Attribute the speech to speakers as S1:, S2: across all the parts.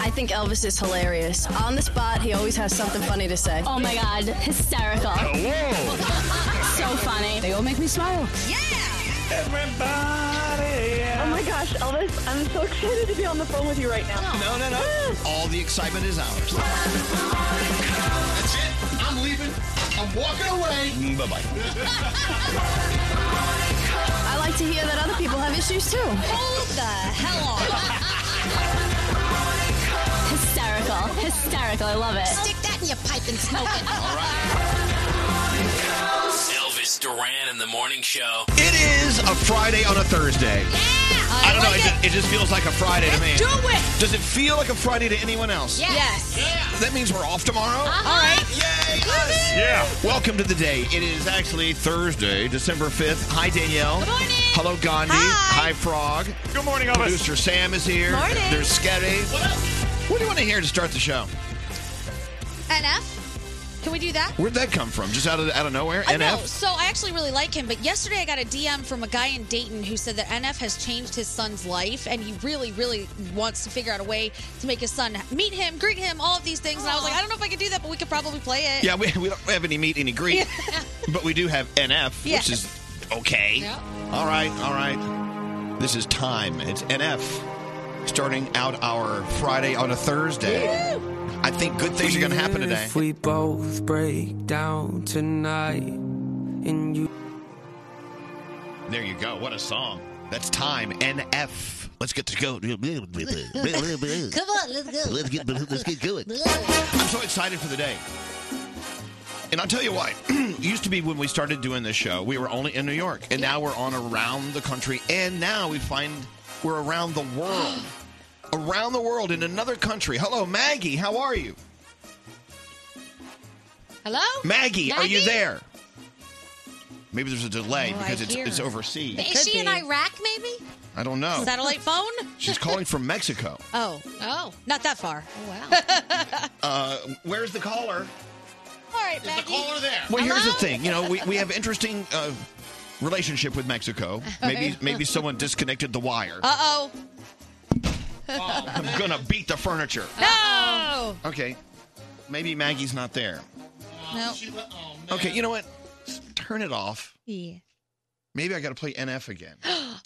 S1: I think Elvis is hilarious. On the spot, he always has something funny to say.
S2: Oh my god, hysterical.
S3: Oh,
S4: Whoa!
S2: So funny.
S5: They all make me smile.
S4: Everybody!
S6: Oh my gosh, Elvis, I'm so excited to be on the phone with you right now.
S4: No, no, no. All the excitement is ours.
S3: That's it. I'm leaving. I'm walking away.
S4: Bye bye.
S1: I like to hear that other people have issues too.
S2: Hold the hell on. hysterical. Hysterical. I love it.
S7: Stick that in your pipe and smoke it.
S8: Elvis Duran in the morning show.
S4: It is a Friday on a Thursday.
S7: yeah.
S4: I don't know.
S7: like
S4: It just, it just feels like a Friday to me.
S7: Do it.
S4: Does it feel like a Friday to anyone else?
S7: Yes. Uh-huh.
S4: That means we're off tomorrow?
S7: All right.
S4: Yay! us!
S3: Yeah.
S4: Welcome to the day. It is actually Thursday, December 5th. Hi, Danielle.
S7: Good morning.
S4: Hello, Gandhi.
S7: Hi.
S4: Frog.
S3: Good morning, Elvis.
S4: Producer Sam is here.
S7: Morning.
S4: There's Sketty. What do you want to hear to start the show?
S7: NF. Can we do that?
S4: Where'd that come from? Just out of out of nowhere?
S7: I know.
S4: NF?
S7: So I actually really like him, but yesterday I got a DM from a guy in Dayton who said that NF has changed his son's life, and he really, really wants to figure out a way to make his son meet him, greet him, all of these things. And I was like, I don't know if I can do that, but we could probably play it.
S4: Yeah, we, we don't have any meet, any greet, but we do have NF,
S7: Yeah.
S4: which is okay.
S7: Yeah.
S4: All right, all right. This is time. It's NF, starting out our Friday on a Thursday. I think good things are going to happen
S9: Even
S4: today.
S9: If we both break down tonight, and you
S4: There you go. What a song. That's time. NF. Let's get to go. Let's
S7: Come on, let's go.
S4: get let's get going. I'm so excited for the day. And I'll tell you why. it used to be when we started doing this show, we were only in New York. And now we're on around the country. And now we find we're around the world. around the world in another country. Hello, Maggie. How are you?
S7: Hello?
S4: Maggie, are you
S7: Oh, Maggie?
S4: there? Maybe there's a delay
S7: Oh, I
S4: because it's,
S7: hear
S4: it's
S7: her.
S4: overseas.
S7: Is she in
S2: be.
S7: Iraq, maybe?
S4: I don't know.
S7: Satellite phone?
S4: She's calling from Mexico.
S7: Oh. Oh. Not that far. Oh, wow.
S4: Uh, where's the caller?
S7: all right, Maggie.
S3: there.
S4: Well, here's the
S7: Hello?
S4: thing. You know, we, we have interesting uh, relationship with Mexico. Maybe maybe someone disconnected the wire.
S7: Uh oh.
S4: I'm gonna beat the furniture. Oh.
S7: No.
S4: Okay, maybe Maggie's not there.
S7: No.
S4: Okay, you know what? S- Turn it off.
S7: Yeah.
S4: Maybe I got to play NF again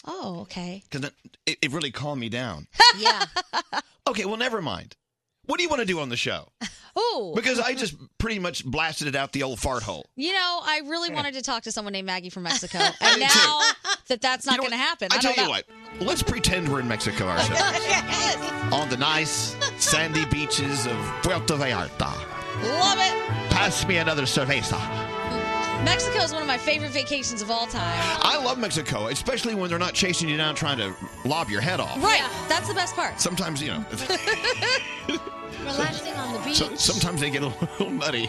S7: Oh, okay.
S4: because it, it really calmed me down.
S7: Yeah.
S4: Okay, well, never mind. What do you want to do on the show?
S7: Oh.
S4: Because I just pretty much blasted it out the old fart hole.
S7: You know, I really wanted to talk to someone named Maggie from Mexico,
S4: I
S7: and
S4: did
S7: now that that's not
S4: You know
S7: going to
S4: what?
S7: happen,
S4: I,
S7: I,
S4: tell
S7: don't
S4: you
S7: know.
S4: what. Let's pretend we're in Mexico ourselves. On the nice sandy beaches of Puerto Vallarta.
S7: Love it.
S4: Pass me another cerveza.
S7: Mexico is one of my favorite vacations of all time.
S4: I love Mexico, especially when they're not chasing you down trying to lob your head off.
S7: Right. That's the best part.
S4: Sometimes, you know,
S2: Relaxing on the beach.
S4: so, sometimes they get a little nutty.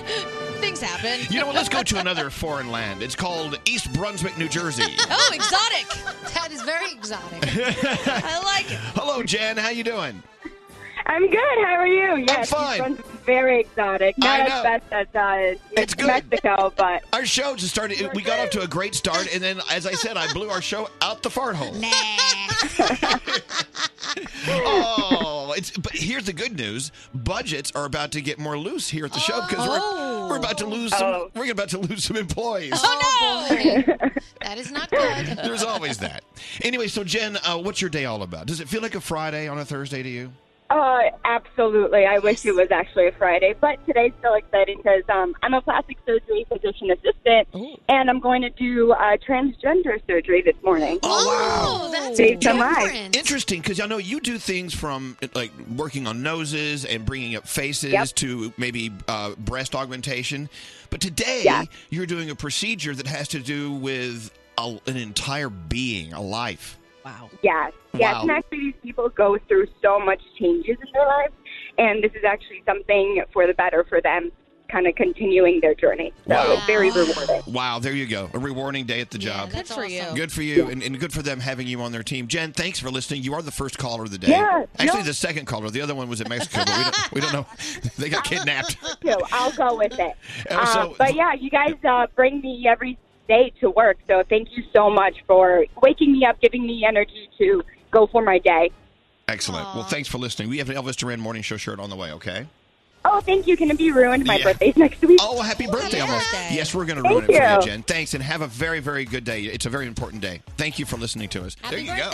S7: Things happen.
S4: You know what? Let's go to another foreign land. It's called East Brunswick, New Jersey.
S7: Oh, exotic.
S2: That is very exotic.
S7: I like it.
S4: Hello, Jen. How you doing?
S6: I'm good. How are you? Yes,
S4: fine.
S6: this Oh, one's very exotic. Not
S4: I know.
S6: as best as uh,
S4: It's good.
S6: Mexico, but
S4: Our show just started. We got off to a great start, and then, as I said, I blew our show out the fart hole. oh, it's but here's the good news: budgets are about to get more loose here at the show because we're, we're about to lose some
S6: Oh.
S4: we're about to lose some employees.
S2: Oh, boy. That is not good.
S4: There's always that. Anyway, so Jen, uh, what's your day all about? Does it feel like a Friday on a Thursday to you?
S6: uh, absolutely. I wish it was actually a Friday, but today's still exciting because um, I'm a plastic surgery physician assistant, and I'm going to do uh, transgender surgery this morning.
S2: Oh, that's
S6: Based on my-
S2: different.
S4: Interesting, because I know you do things from like working on noses and bringing up faces
S6: Yep.
S4: to maybe uh, breast augmentation, but today
S6: Yeah.
S4: you're doing a procedure that has to do with a, an entire being, a life.
S7: Wow.
S6: Yes, yes.
S4: Wow.
S6: And actually, these people go through so much changes in their lives, and this is actually something for the better for them, kind of continuing their journey. So
S4: Wow.
S6: it's very rewarding.
S4: Wow, there you go, a rewarding day at the job.
S7: Good for you.
S4: Good for you, and, and good for them having you on their team. Jen, thanks for listening. You are the first caller of the day.
S6: Yeah,
S4: Actually,
S6: no.
S4: the second caller. The other one was in Mexico, but we don't, we don't know. They got kidnapped.
S6: too. I'll go with it.
S4: And
S6: Uh,
S4: so-
S6: but yeah, you guys uh, bring me every
S10: day to work. So thank you so much for waking me up, giving me energy to go for my day.
S4: Excellent. Well, thanks for listening. We have an Elvis Duran morning show shirt on the way, okay?
S10: Oh, thank you. Can it be ruined? My
S4: Yeah.
S10: birthday's next week.
S4: Oh, happy birthday, Elvis. Yes, we're going to
S10: Thank
S4: ruin it for you,
S10: you.
S4: Jen. Thanks, and have a very, very good day. It's a very important day. Thank you for listening to us.
S7: Happy
S4: there you go.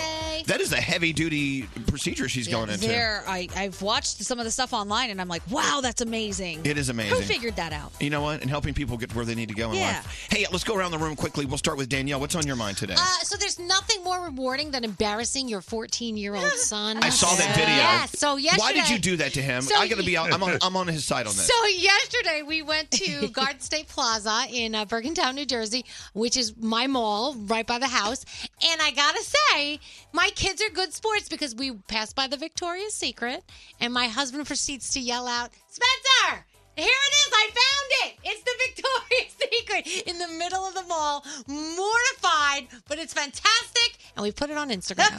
S4: That is a heavy duty procedure she's going into.
S7: There, I, I've watched some of the stuff online, and I'm like, wow, that's amazing.
S4: It is amazing.
S7: Who figured that out?
S4: You know what? And helping people get to where they need to go in
S7: Yeah.
S4: life. Hey, let's go around the room quickly. We'll start with Danielle. What's on your mind today?
S2: Uh, so there's nothing more rewarding than embarrassing your 14 year old son.
S4: I saw that video.
S2: Yeah. So yesterday.
S4: Why did you do that to him?
S2: So
S4: I got to be. out- I'm on. I'm on his side on this.
S2: So yesterday we went to Garden State Plaza in uh, Bergentown, New Jersey, which is my mall right by the house. And I gotta say, my kids are good sports because we passed by the Victoria's Secret, and my husband proceeds to yell out, "Spencer!" Here it is! I found it! It's the Victoria's Secret in the middle of the mall, mortified, but it's fantastic, and we put it on Instagram.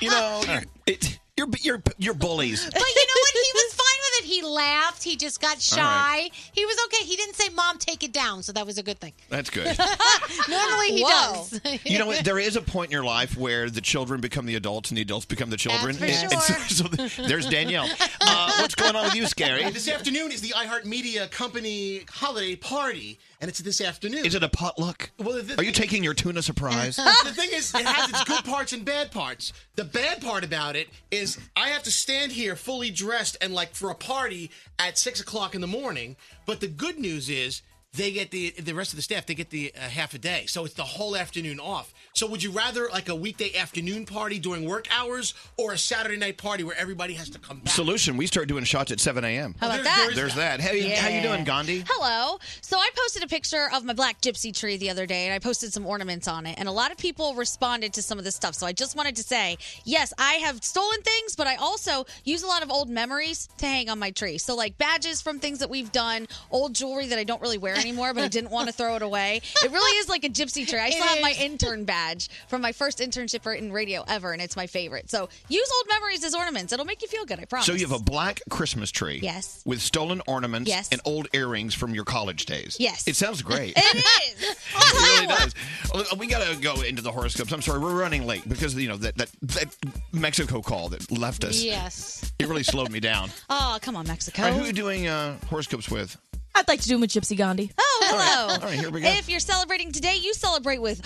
S4: you know, it, you're you're you're bullies.
S2: But you know what? He was fine with it. He laughed. He just got shy.
S4: All right.
S2: He was okay. He didn't say, "Mom, take it down," so that was a good thing.
S4: That's good.
S2: Normally he
S7: Whoa.
S2: does.
S4: You know, what? there is a point in your life where the children become the adults and the adults become the children.
S11: That's for
S4: And- and so-
S11: sure.
S4: so th- there's Danielle. Uh, what's going on with you, Scary?
S11: This afternoon is the iHeartMedia company holiday party, and it's this afternoon.
S4: Is it a potluck?
S11: Well, the-
S4: Are you taking your tuna surprise?
S11: the thing is, it has its good parts and bad parts. The bad part about it is I have to stand here fully dressed and like for a party at six o'clock in the morning. But the good news is they get the the rest of the staff they get the uh, half a day, so it's the whole afternoon off. So would you rather like a weekday afternoon party during work hours or a Saturday night party where everybody has to come back?
S4: Solution: We start doing shots at 7 a.m.
S7: How about that?
S4: There's that. Hey, how you doing, Gandhi?
S7: Hello. So I posted a picture of my black gypsy tree the other day, and I posted some ornaments on it, and a lot of people responded to some of this stuff. So I just wanted to say, yes, I have stolen things, but I also use a lot of old memories to hang on my tree. So like badges from things that we've done, old jewelry that I don't really wear anymore, but I didn't want to throw it away. It really is like a gypsy tree. I still have my intern badge from my first internship in radio ever, and it's my favorite. So use old memories as ornaments. It'll make you feel good. I promise.
S4: So you have a black Christmas tree.
S7: Yes.
S4: With stolen ornaments
S7: Yes.
S4: and old earrings from your college days.
S7: Yes.
S4: It sounds great.
S7: It is.
S4: It really does. Well, We gotta go into the horoscopes. I'm sorry, we're running late because you know that that, that Mexico call that left us.
S7: Yes.
S4: It really slowed me down.
S7: Oh, come on, Mexico.
S4: All right, who are you doing uh, horoscopes with?
S12: I'd like to do them with Gypsy Gandhi.
S7: Oh, hello.
S4: All right, here we go.
S7: If you're celebrating today, you celebrate with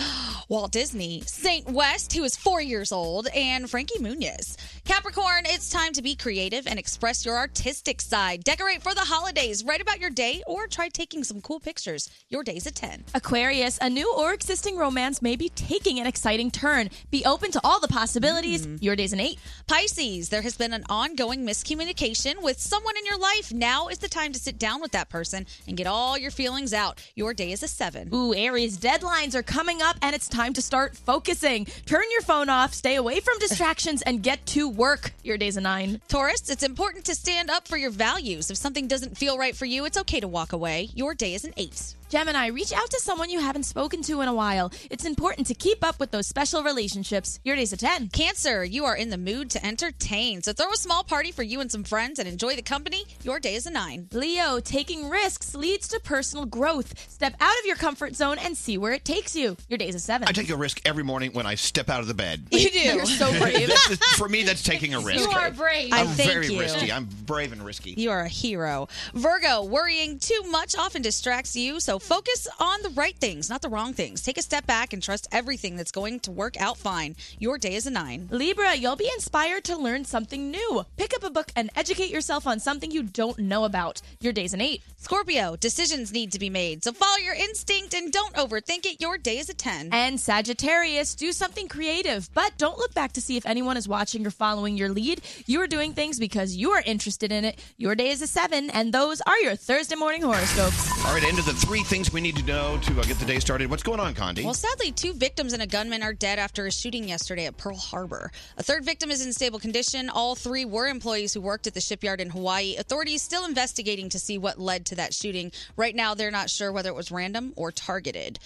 S7: Walt Disney, St. West, who is four years old, and Frankie Muniz. Capricorn, it's time to be creative and express your artistic side. Decorate for the holidays, write about your day, or try taking some cool pictures. Your day's a 10.
S12: Aquarius, a new or existing romance may be taking an exciting turn. Be open to all the possibilities.
S7: Mm-hmm.
S12: Your day's an eight.
S7: Pisces, there has been an ongoing miscommunication with someone in your life. Now is the time to sit down with that person and get all your feelings out. Your day is a 7.
S12: Ooh, Aries, deadlines are coming up and it's time to start focusing. Turn your phone off, stay away from distractions, and get to work. Your day's a nine.
S7: Taurus, it's important to stand up for your values. If something doesn't feel right for you, it's okay to walk away. Your day is an eight.
S12: Gemini, reach out to someone you haven't spoken to in a while. It's important to keep up with those special relationships. Your day's a 10.
S7: Cancer, you are in the mood to entertain. So throw a small party for you and some friends and enjoy the company. Your day is a nine.
S12: Leo, taking risks leads to personal growth. Step out of your comfort zone and see where it takes you. Your day's a 7.
S4: I take a risk every morning when I step out of the bed.
S12: You do. You're so brave.
S4: That's just- for me, that's taking a risk.
S2: are brave.
S7: I
S4: I'm
S7: thank
S4: very
S7: you.
S4: risky. I'm brave and risky.
S7: You are a hero. Virgo, worrying too much often distracts you, so focus on the right things, not the wrong things. Take a step back and trust everything that's going to work out fine. Your day is a nine.
S12: Libra, you'll be inspired to learn something new. Pick up a book and educate yourself on something you don't know about. Your day's an 8.
S7: Scorpio, decisions need to be made, so follow your instinct and don't overthink it. Your day is a 10.
S12: And Sagittarius, do something creative, but don't look back to see if anyone is watching or following your lead. You are doing things because you are interested in it. Your day is a 7, and those are your Thursday morning horoscopes.
S4: All right, into the three things we need to know to uh, get the day started. What's going on, Condi?
S7: Well, sadly, two victims and a gunman are dead after a shooting yesterday at Pearl Harbor. A third victim is in stable condition. All three were employees who worked at the shipyard in Hawaii. Authorities still investigating to see what led to that shooting. Right now, they're not sure whether it was random or targeted.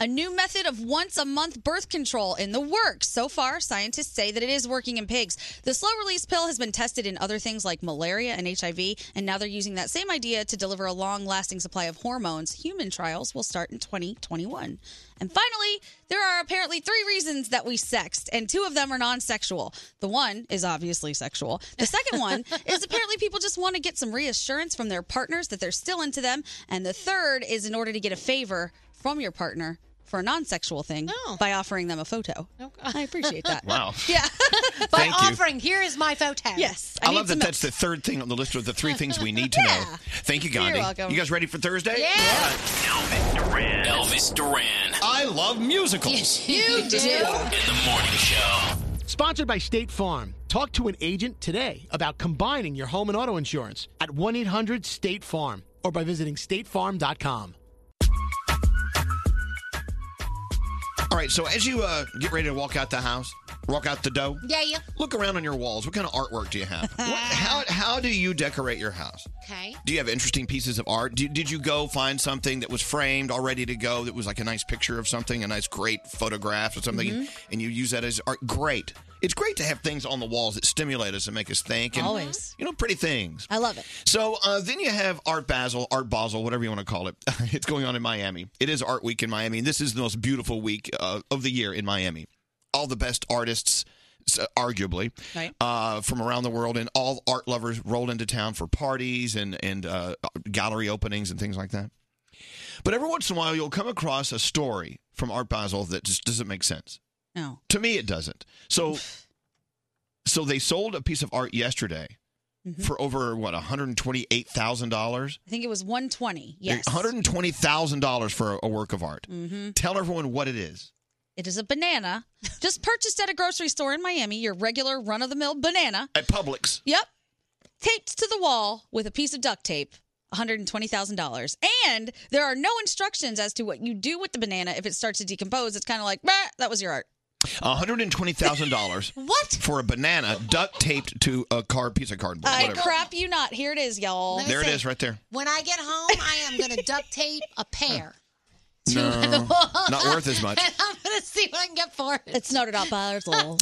S7: a new method of once a month birth control in the works. So far, scientists say that it is working in pigs. The slow release pill has been tested in other things like malaria and HIV, and now they're using that same idea to deliver a long lasting supply of hormones. Human trials will start in 2021. And finally, there are apparently three reasons that we sexed, and two of them are non sexual. The one is obviously sexual. The second one is apparently people just want to get some reassurance from their partners that they're still into them. And the third is in order to get a favor from your partner for a non sexual thing by offering them a photo. I appreciate that.
S4: Wow.
S7: Yeah.
S2: By
S4: Thank you.
S2: offering, here is my photo. Yes.
S4: I, love that that's the third thing on the list of the three things we need to know. Thank you,
S2: You're
S4: Gandhi.
S2: welcome.
S4: You guys ready for Thursday?
S8: Elvis Duran. Elvis Duran.
S4: I love musicals.
S2: You
S8: In the morning show.
S11: Sponsored by State Farm. Talk to an agent today about combining your home and auto insurance at 1 800 State Farm or by visiting statefarm.com.
S4: All right, so as you uh, get ready to walk out the house, walk out the dough,
S2: Yeah, yeah.
S4: look around on your walls. What kind of artwork do you have? what, how, how do you decorate your house?
S2: Okay.
S4: Do you have interesting pieces of art? Did, did you go find something that was framed, all ready to go, that was like a nice picture of something, a nice great photograph or something,
S2: Mm-hmm.
S9: Mhm.
S4: and you use that as art? Great. It's great to have things on the walls that stimulate us and make us think. And,
S7: Always.
S4: You know, pretty things.
S7: I love it.
S4: So uh, then you have Art Basel, Art Basel, whatever you want to call it. it's going on in Miami. It is Art Week in Miami. And this is the most beautiful week uh, of the year in Miami. All the best artists, s- arguably,
S3: Right.
S4: uh, from around the world, and all art lovers roll into town for parties and and uh, gallery openings and things like that. But every once in a while, you'll come across a story from Art Basel that just doesn't make sense.
S7: No.
S4: To me, it doesn't. So, so they sold a piece of art yesterday
S7: Mm-hmm.
S4: for over what one hundred twenty-eight thousand dollars.
S7: I think it was 120. Yes.
S4: one hundred twenty thousand dollars for a, a work of art.
S7: Mm-hmm.
S4: Tell everyone what it is.
S7: It is a banana. Just purchased at a grocery store in Miami, your regular run of the mill banana.
S4: At Publix.
S7: Yep. Taped to the wall with a piece of duct tape. $120,000. And there are no instructions as to what you do with the banana if it starts to decompose. It's kind of like, "Bah, that was your art.
S4: One hundred and twenty thousand dollars.
S7: What?
S4: For a banana duct taped to a card piece of cardboard.
S7: I
S4: whatever.
S7: crap you not. Here it is, y'all.
S4: There it is, right there.
S2: When I get home, I am going to duct tape a pear.
S4: No, not worth as much.
S2: And I'm going to see what I can get for it.
S7: It's not at all possible.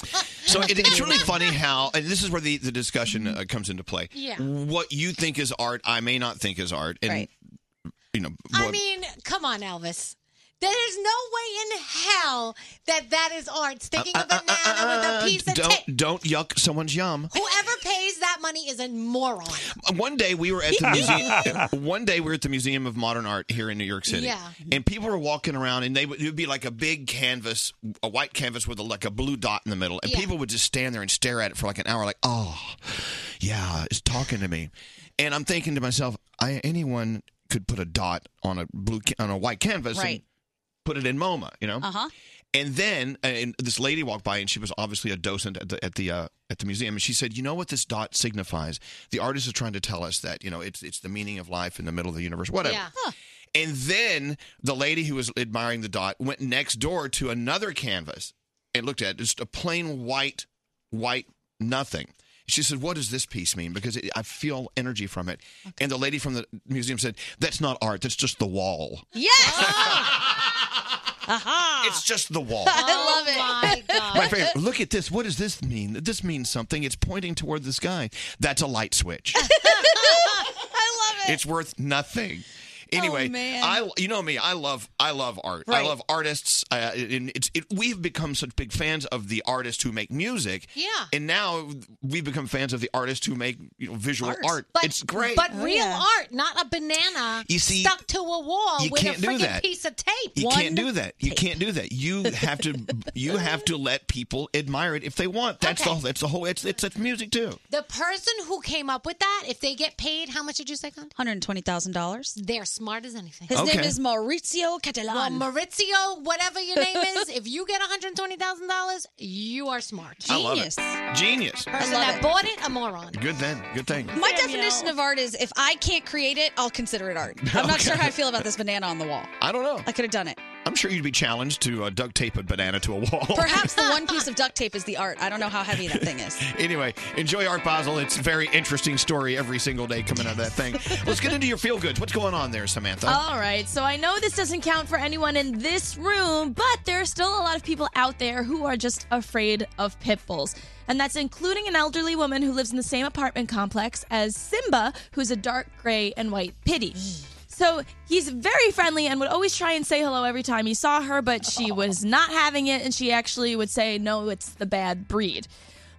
S4: So it, it's really funny how, and this is where the, the discussion uh, comes into play.
S2: Yeah.
S4: What you think is art, I may not think is art. And,
S2: Right.
S4: you know,
S2: I
S4: what-
S2: mean, come on, Elvis. There is no way in hell that that is art.
S4: Uh,
S2: Sticking a banana with a piece of tape.
S4: don't, don't yuck someone's yum.
S2: Whoever pays that money is a moron.
S4: One day we were at the museum. One day we were at the Museum of Modern Art here in New York City.
S2: Yeah.
S4: And people were walking around, and they would, it would be like a big canvas, a white canvas with a, like a blue dot in the middle, and
S9: Yeah.
S4: people would just stand there and stare at it for like an hour, like, oh, yeah, it's talking to me. And I'm thinking to myself, I, anyone could put a dot on a blue ca- on a white canvas and
S9: Right.
S4: put it in MoMA, you know.
S9: Uh-huh.
S4: And then uh, and this lady walked by, and she was obviously a docent at the at the uh, at the museum, and she said, "You know what this dot signifies? The artist is trying to tell us that you know it's it's the meaning of life in the middle of the universe, whatever."
S9: Yeah.
S4: And then the lady who was admiring the dot went next door to another canvas and looked at it, just a plain white, white nothing. She said, "What does this piece mean? Because it, I feel energy from it." And the lady from the museum said, "That's not art. That's just the wall.
S7: Yes.
S9: Uh-huh.
S7: Aha.
S4: It's just the wall."
S7: I love it.
S4: My favorite. Look at this. What does this mean? This means something. It's pointing toward the sky. That's a light switch.
S7: I love it.
S4: It's worth nothing. Anyway,
S7: man.
S4: I you know me. I love I love art.
S7: Right.
S4: I love artists. Uh, and it's it, we've become such big fans of the artists who make music.
S2: Yeah.
S4: And now we've become fans of the artists who make you know visual art. it's great.
S2: But
S7: Oh,
S2: real art, not a banana
S4: You see,
S2: stuck to a wall
S4: you
S2: with a
S4: can't do
S2: freaking
S4: that.
S2: piece of tape.
S4: You can't do that. You can't do that. You have to. You have to let people admire it if they want. That's the. That's the whole. It's it's, it's music too.
S2: The person who came up with that, if they get paid, how much did you say, Con?
S7: $120,000.
S2: They're smart as anything.
S7: His name is Maurizio Catalan.
S2: Well, Maurizio, whatever your name is, if you get $120,000, you are smart.
S4: I love it. Genius.
S2: Person that bought it, a moron.
S4: Good then. Good thing.
S7: My definition of art is if I can't create it, I'll consider it art. I'm not
S4: Okay.
S7: sure how I feel about this banana on the wall.
S4: I don't know.
S7: I could have done it.
S4: I I'm sure you'd be challenged to uh, duct tape a banana to a wall.
S7: Perhaps the one piece of duct tape is the art. I don't know how heavy that thing is.
S4: anyway, enjoy Art Basel. It's a very interesting story every single day coming out of that thing. Let's get into your feel goods. What's going on there, Samantha?
S12: All right, so I know this doesn't count for anyone in this room, but there are still a lot of people out there who are just afraid of pit bulls. And that's including an elderly woman who lives in the same apartment complex as Simba, who's a dark gray and white pitty. So he's very friendly and would always try and say hello every time he saw her, but she was not having it, and she actually would say, No, it's the bad breed.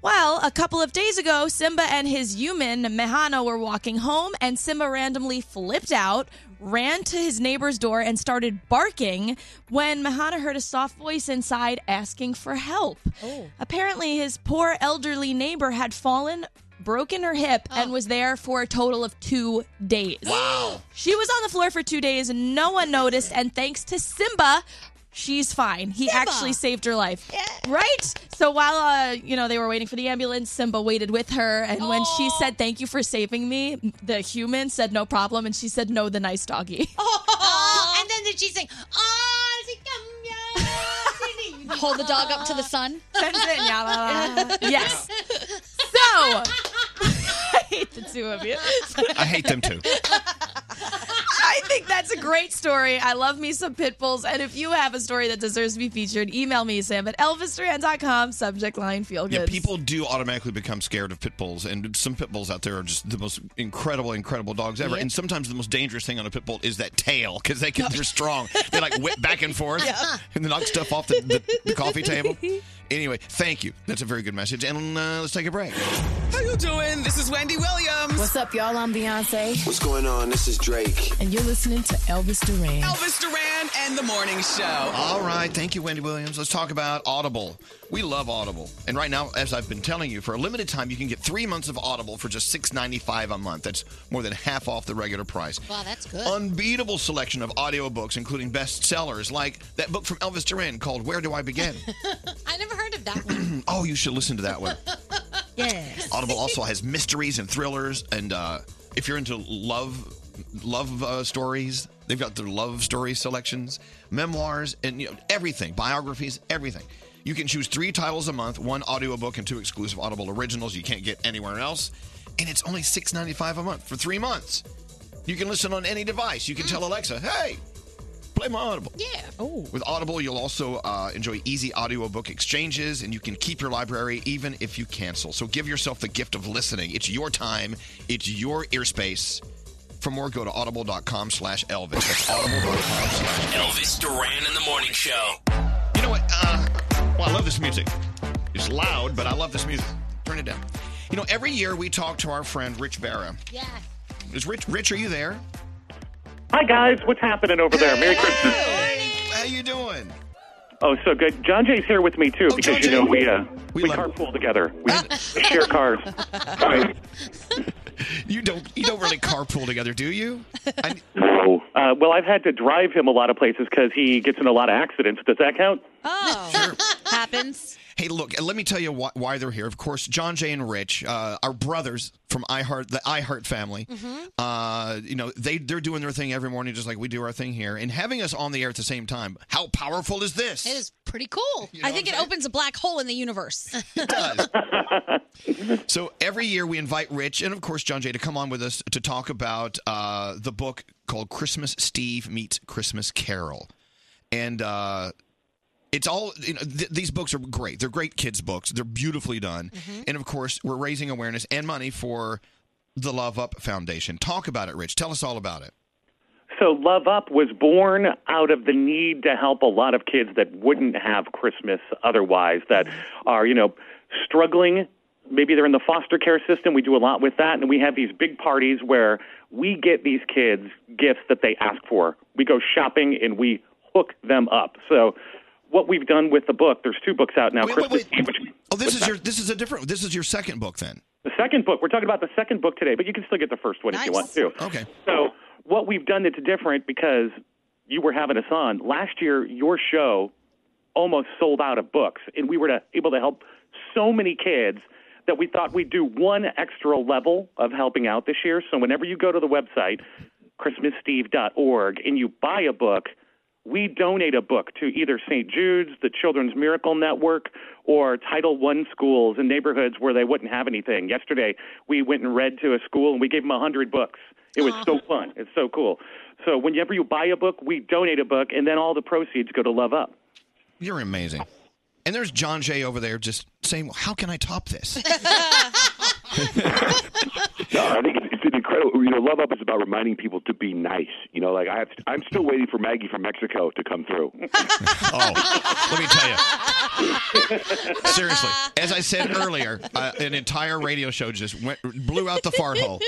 S12: Well, a couple of days ago, Simba and his human, Mehano, were walking home, and Simba randomly flipped out, ran to his neighbor's door, and started barking when Mehano heard a soft voice inside asking for help.
S13: Oh.
S12: Apparently, his poor elderly neighbor had fallen. Broken her hip and was there for a total of two days. Wow. She was on the floor for two days, no one noticed, and thanks to Simba, she's fine. He actually saved her life. Right? So while uh, you know they were waiting for the ambulance, Simba waited with her and when she said thank you for saving me, the human said no problem and she said no the nice doggy.
S2: Oh, and then she's saying, oh, she come here."
S7: Hold the dog up to the sun.
S12: Sends it, yeah, la, la. Yes. So I hate the two of you.
S4: I hate them too.
S12: I think that's a great story. I love me some pit bulls. And if you have a story that deserves to be featured, email me, Sam at elvisduran.com, subject line feel good.
S4: Yeah, people do automatically become scared of pit bulls, and some pit bulls out there are just the most incredible, incredible dogs ever.
S12: Yep.
S4: And sometimes the most dangerous thing on a pit bull is that tail because they can, they're strong. They like whip back and forth and knock stuff off the, the, the coffee table. Anyway, thank you. That's a very good message. And uh, let's take a break.
S9: How you doing? This is Wendy Williams.
S3: What's up, y'all? I'm Beyonce,
S14: What's going on? This is Drake.
S3: and you're listening to Elvis Duran.
S9: Elvis Duran and the Morning Show.
S4: All right. Thank you, Wendy Williams. Let's talk about Audible. We love Audible. And right now, as I've been telling you, for a limited time, you can get three months of Audible for just $6.95 a month. That's more than half off the regular price.
S2: Wow, that's
S4: Oh,
S2: good.
S4: Unbeatable selection of audiobooks, including bestsellers like that book from Elvis Duran called Where Do I Begin?
S2: I never heard of that one.
S4: oh, you should listen to that one.
S2: Yes.
S4: Audible also has mysteries and thrillers, and uh, if you're into love love uh, stories, they've got their love story selections, memoirs, and you know everything, biographies, everything. You can choose three titles a month, one audiobook and two exclusive Audible originals you can't get anywhere else, and it's only $6.95 a month for three months. You can listen on any device. You can tell Alexa, "Hey, play my Audible."
S2: Yeah.
S4: With Audible, you'll also uh, enjoy easy audiobook exchanges, and you can keep your library even if you cancel. So give yourself the gift of listening. It's your time. It's your ear space. For more, go to audible.com slash Elvis. That's audible.com slash
S8: Elvis Duran and the Morning Show.
S4: You know what? Uh, well, I love this music. It's loud, but I love this music. Turn it down. You know, every year we talk to our friend Rich Barra.
S2: Yeah.
S4: Is Rich, Rich, are you there?
S15: Hi guys, what's happening over there? Merry Christmas.
S4: How you doing?
S15: Oh, so good. John Jay's here with me too
S4: Oh,
S15: because
S4: John
S15: you know
S4: Jay.
S15: we uh,
S4: We
S15: we,
S4: love-
S15: carpool together. We, we share cars. Right.
S4: You don't you don't really carpool together, do you? I,
S15: So, uh, well, I've had to drive him a lot of places because he gets in a lot of accidents. Does that count?
S7: Oh, happens.
S4: Hey, look, let me tell you why, why they're here. Of course, John Jay and Rich uh, are brothers from iHeart, the iHeart family.
S2: Mm-hmm.
S4: Uh, you know, they, they're doing their thing every morning just like we do our thing here. And having us on the air at the same time, how powerful is this?
S2: It is pretty cool.
S4: You know
S7: I think
S4: what
S7: it
S4: I'm
S7: opens a black hole in the universe.
S4: does. so every year we invite Rich and of course John Jay to come on with us to talk about uh, the book called Christmas Steve Meets Christmas Carol, and uh, it's all you know, th- these books are great. They're great kids books. They're beautifully done, and of course we're raising awareness and money for the Love Up Foundation. Talk about it, Rich. Tell us all about it.
S15: So, Love Up was born out of the need to help a lot of kids that wouldn't have Christmas otherwise, that are, you know, struggling. Maybe they're in the foster care system. We do a lot with that. And we have these big parties where we get these kids gifts that they ask for. We go shopping and we hook them up. So, what we've done with the book, there's two books out now.
S4: Wait, wait,
S15: Christmas
S4: wait.
S15: Eve, which-
S4: Oh, this is your this is a different this is your second book then.
S15: the second book. We're talking about the second book today, but you can still get the first one if you want
S7: Nice.
S15: to.
S4: Okay.
S15: So what we've done that's different because you were having us on last year, your show almost sold out of books, and we were to, able to help so many kids that we thought we'd do one extra level of helping out this year. So whenever you go to the website, christmassteve.org, and you buy a book, we donate a book to either St. Jude's, the Children's Miracle Network, or Title I schools in neighborhoods where they wouldn't have anything. Yesterday, we went and read to a school and we gave them a 100 books. It was so fun. It's so cool. So, whenever you buy a book, we donate a book, and then all the proceeds go to Love Up.
S4: You're amazing. And there's John Jay over there just saying, well, "How can I top this?"
S16: No, I think it's, it's an incredible. You know, love up is about reminding people to be nice. You know, like I have, I'm still waiting for Maggie from Mexico to come through.
S4: oh, let me tell you. Seriously, as I said earlier, uh, an entire radio show just went blew out the fart hole.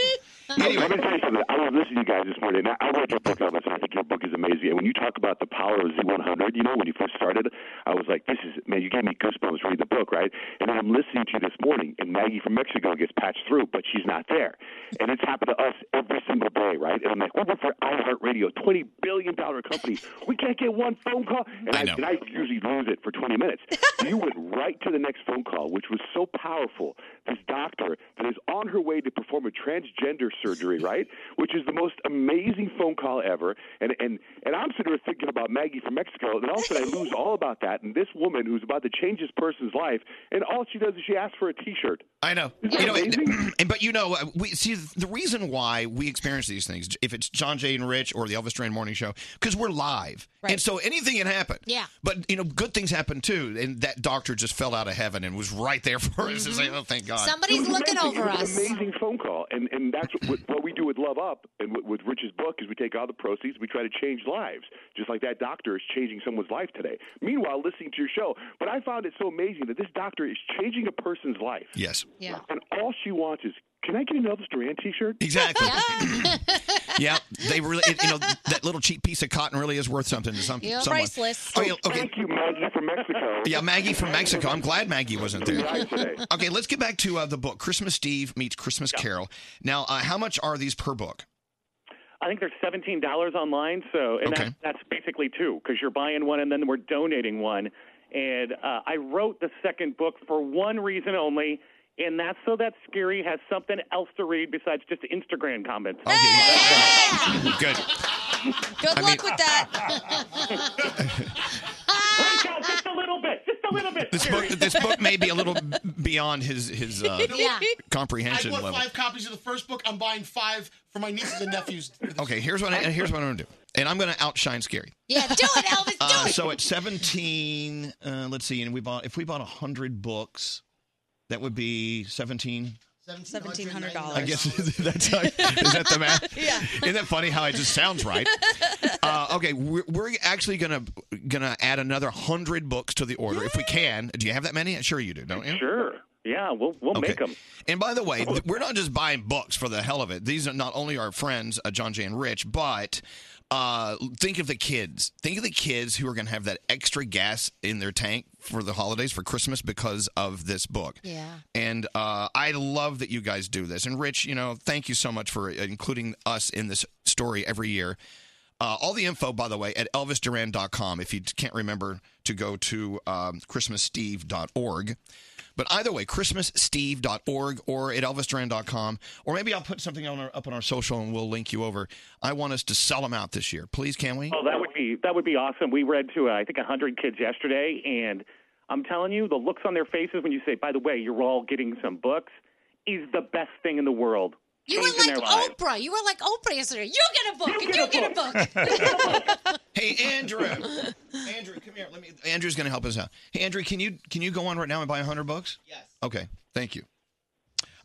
S16: Let me tell you something. I was listening to you guys this morning. and I read your book, Elvis, and I think your book is amazing. And when you talk about the power of Z100, you know, when you first started, I was like, this is, man, you gave me goosebumps reading the book, right? And then I'm listening to you this morning, and Maggie from Mexico gets patched through, but she's not there. And it's happened to us every single day, right? And I'm like, what for iHeartRadio, $20 billion company? We can't get one phone call. And I, and I usually lose it for 20 minutes. you went right to the next phone call, which was so powerful. This doctor that is on her way to perform a transgender surgery, right? Which is the most amazing phone call ever. And and and I'm sitting here thinking about Maggie from Mexico, and all of a sudden I lose all about that. And this woman who's about to change this person's life, and all she does is she asks for a T-shirt.
S4: I know. You know, and, but you know, uh, we see the reason why we experience these things. If it's John Jay and Rich or the Elvis Duran Morning Show, because we're live, and so anything can happen.
S2: Yeah.
S4: But you know, good things happen too. And that doctor just fell out of heaven and was right there for us. It's like, oh, thank God.
S16: It was amazing. it was An amazing phone call, and and that's what, what we do with Love Up and with, with Rich's book is we take all the proceeds, we try to change lives, just like that doctor is changing someone's life today. Meanwhile, listening to your show, but I found it so amazing that this doctor is changing a person's life.
S4: Yes.
S16: Yeah. And all she wants is, can I get an Elvis Duran T-shirt?
S4: Exactly. yeah, they really, it, you know, that little cheap piece of cotton really is worth something to some,
S7: You're
S4: someone.
S7: priceless.
S4: Oh, yeah, okay.
S16: Thank you, Maggie from Mexico.
S4: Yeah, Maggie from Mexico. I'm glad Maggie wasn't there. Okay, let's get back to uh, the book Christmas Eve meets Christmas Carol. Now, uh, how much are these per book?
S15: I think they're seventeen dollars online. So, and
S4: Okay.
S15: that's, that's basically two because you're buying one and then we're donating one. And uh, I wrote the second book for one reason only, and that's so that Scary has something else to read besides just Instagram comments.
S4: Oh, Good.
S7: Good
S15: I
S7: luck
S15: mean-
S7: with that.
S15: just a little bit. Just a little bit.
S4: This book, this book may be a little b- beyond his his uh,
S11: Yeah. I
S4: comprehension
S11: bought
S4: level.
S11: five copies of the first book. I'm buying five for my nieces and nephews.
S4: Okay, here's what I, here's what I'm gonna do, and I'm gonna outshine Scary.
S2: Yeah, do it, Elvis.
S4: Uh, so at 17, uh, let's see, and we bought if we bought 100 books, that would be 17.
S7: Seventeen hundred
S4: I
S7: dollars.
S4: guess that's how, is that the math?
S7: Yeah.
S4: Isn't that funny how it just sounds right? Uh, okay, we're, we're actually gonna gonna add another hundred books to the order if we can. Do you have that many? Sure, you do, don't you?
S15: Sure. Yeah, we'll we'll
S4: Okay.
S15: make them.
S4: And by the way, th- we're not just buying books for the hell of it. These are not only our friends, uh, John Jay and Rich, but uh, think of the kids. Think of the kids who are going to have that extra gas in their tank for the holidays, for Christmas, because of this book.
S2: Yeah.
S4: And uh, I love that you guys do this. And Rich, you know, thank you so much for including us in this story every year. Uh, all the info, by the way, at elvisduran.com. If you can't remember to go to um, christmassteve.org. But either way, christmassteve.org or at elvisduran.com. Or maybe I'll put something on our, up on our social and we'll link you over. I want us to sell them out this year. Please, can we?
S15: Oh, that would be that would be awesome. We read to uh, I think 100 kids yesterday, and I'm telling you, the looks on their faces when you say, "By the way, you're all getting some books," is the best thing in the world.
S2: You were
S15: Changing
S2: like
S15: their lives.
S2: Oprah. You were like Oprah yesterday. You get a book, and you get a book.
S4: hey, Andrew. Andrew, come here. Let me. Andrew's going to help us out. Hey, Andrew, can you can you go on right now and buy 100 books? Yes. Okay, thank you.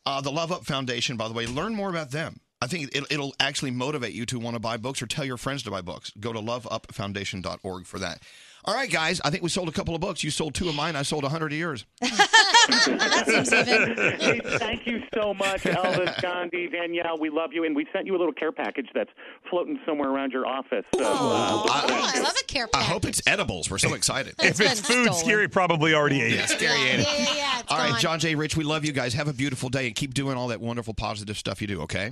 S4: Uh, the Love Up Foundation, by the way, learn more about them. I think it, it'll actually motivate you to want to buy books or tell your friends to buy books. Go to loveupfoundation.org for that. All right, guys, I think we sold a couple of books. You sold two of mine. I sold 100 of yours.
S2: "Oh,
S15: Hey, thank you so much, Elvis, Gandhi, Danielle. We love you, and we sent you a little care package that's floating somewhere around your office. So, uh,
S2: Oh, I love a care
S4: I hope Uh, it's edibles. We're so excited.
S17: If it's food, Scary probably already ate
S4: Yeah,
S17: it.
S4: Scary ate it.
S2: Yeah, yeah, yeah. It's
S4: All right,
S2: gone.
S4: John J. Rich, we love you guys. Have a beautiful day and keep doing all that wonderful, positive stuff you do, okay?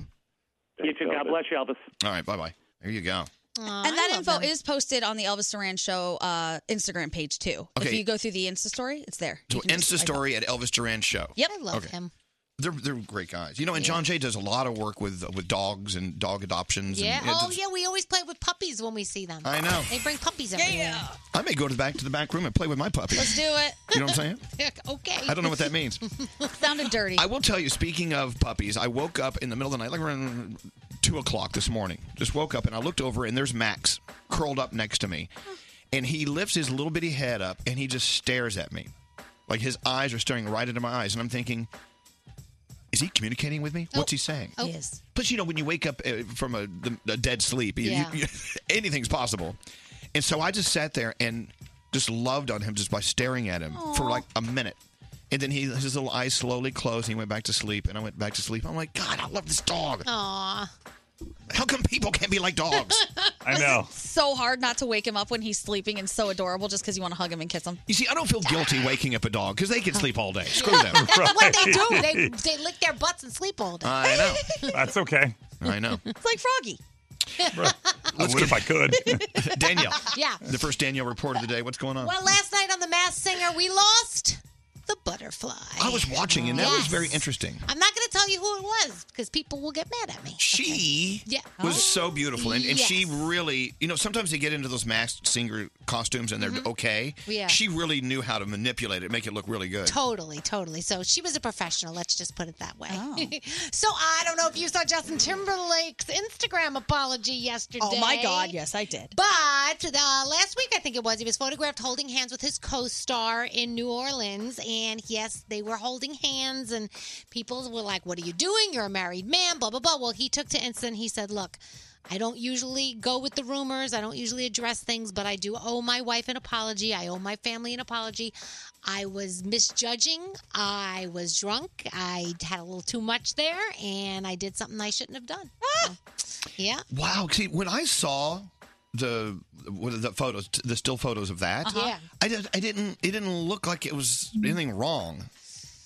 S15: you too. God bless you, Elvis.
S4: All right, bye bye. There you go.
S7: and that info is posted on the Elvis Duran Show uh, Instagram page too.
S4: Okay.
S7: If you go through the Insta story, it's there.
S4: So Insta story at Elvis Duran Show.
S7: Yep.
S4: I love Okay. him. They're they're great guys. You know, and John Jay does a lot of work with with dogs and dog adoptions.
S2: Yeah.
S4: And, and
S2: Oh,
S4: it's-
S2: yeah. We always play with puppies when we see them.
S4: I know.
S2: They bring puppies everywhere. Yeah.
S4: I may go to the back to the back room and play with my puppy.
S2: Let's do it.
S4: You know what I'm
S2: saying? okay.
S4: I don't know what that means.
S7: Sounded dirty.
S4: I will tell you, speaking of puppies, I woke up in the middle of the night, like around two o'clock this morning. Just woke up and I looked over and there's Max curled up next to me. And he lifts his little bitty head up and he just stares at me. Like his eyes are staring right into my eyes. And I'm thinking, is he communicating with me? What's he saying?
S7: Oh. Yes.
S4: Plus, you know, when you wake up uh, from a, the, a dead sleep, you- you-
S7: Yeah.
S4: you- anything's possible. And so I just sat there and just loved on him just by staring at him for
S18: Aw.
S4: like a minute. And then he, his little eyes slowly closed and he went back to sleep. And I went back to sleep. I'm like, God, I love this dog.
S2: Aw.
S4: How come people can't be like dogs? I know.
S7: So hard not to wake him up when he's sleeping and so adorable just because you want to hug him and kiss him.
S4: You see, I don't feel guilty waking up a dog because they can sleep all day. Screw them.
S2: That's what they do. They, they lick their butts and sleep all day.
S4: I know. That's okay. I know.
S2: It's like Froggy.
S4: Let's get, if I could. Danielle.
S2: Yeah.
S4: The first Danielle report of the day. What's going on?
S2: Well, last night on The Masked Singer, we lost the butterfly.
S4: I was watching, and that was
S2: Yes.
S4: very interesting.
S2: I'm not going to tell you who it was because people will get mad at me.
S4: She
S2: Yeah.
S4: was so beautiful, and, and she
S2: Oh, Yes.
S4: really, you know, sometimes they get into those masked singer costumes and they're
S2: Mhm.
S4: okay.
S2: Yeah.
S4: She really knew how to manipulate it, make it look really good.
S2: Totally, totally. So she was a professional. Let's just put it that way.
S7: Oh.
S2: so I don't know if you saw Justin Timberlake's Instagram apology yesterday.
S7: Oh my God, yes, I did.
S2: But uh, last week, I think it was, he was photographed holding hands with his co-star in New Orleans, and yes, they were holding hands, and people were like, "What are you doing? You're a married man." Blah blah blah. Well, he took to Insta and he said, "Look." I don't usually go with the rumors. I don't usually address things, but I do owe my wife an apology. I owe my family an apology. I was misjudging. I was drunk. I had a little too much there, and I did something I shouldn't have done. So, yeah.
S4: Wow. See, when I saw the what are the photos, the still photos of that,
S2: Uh-huh. Yeah.
S4: I, did, I didn't. It didn't look like it was anything wrong.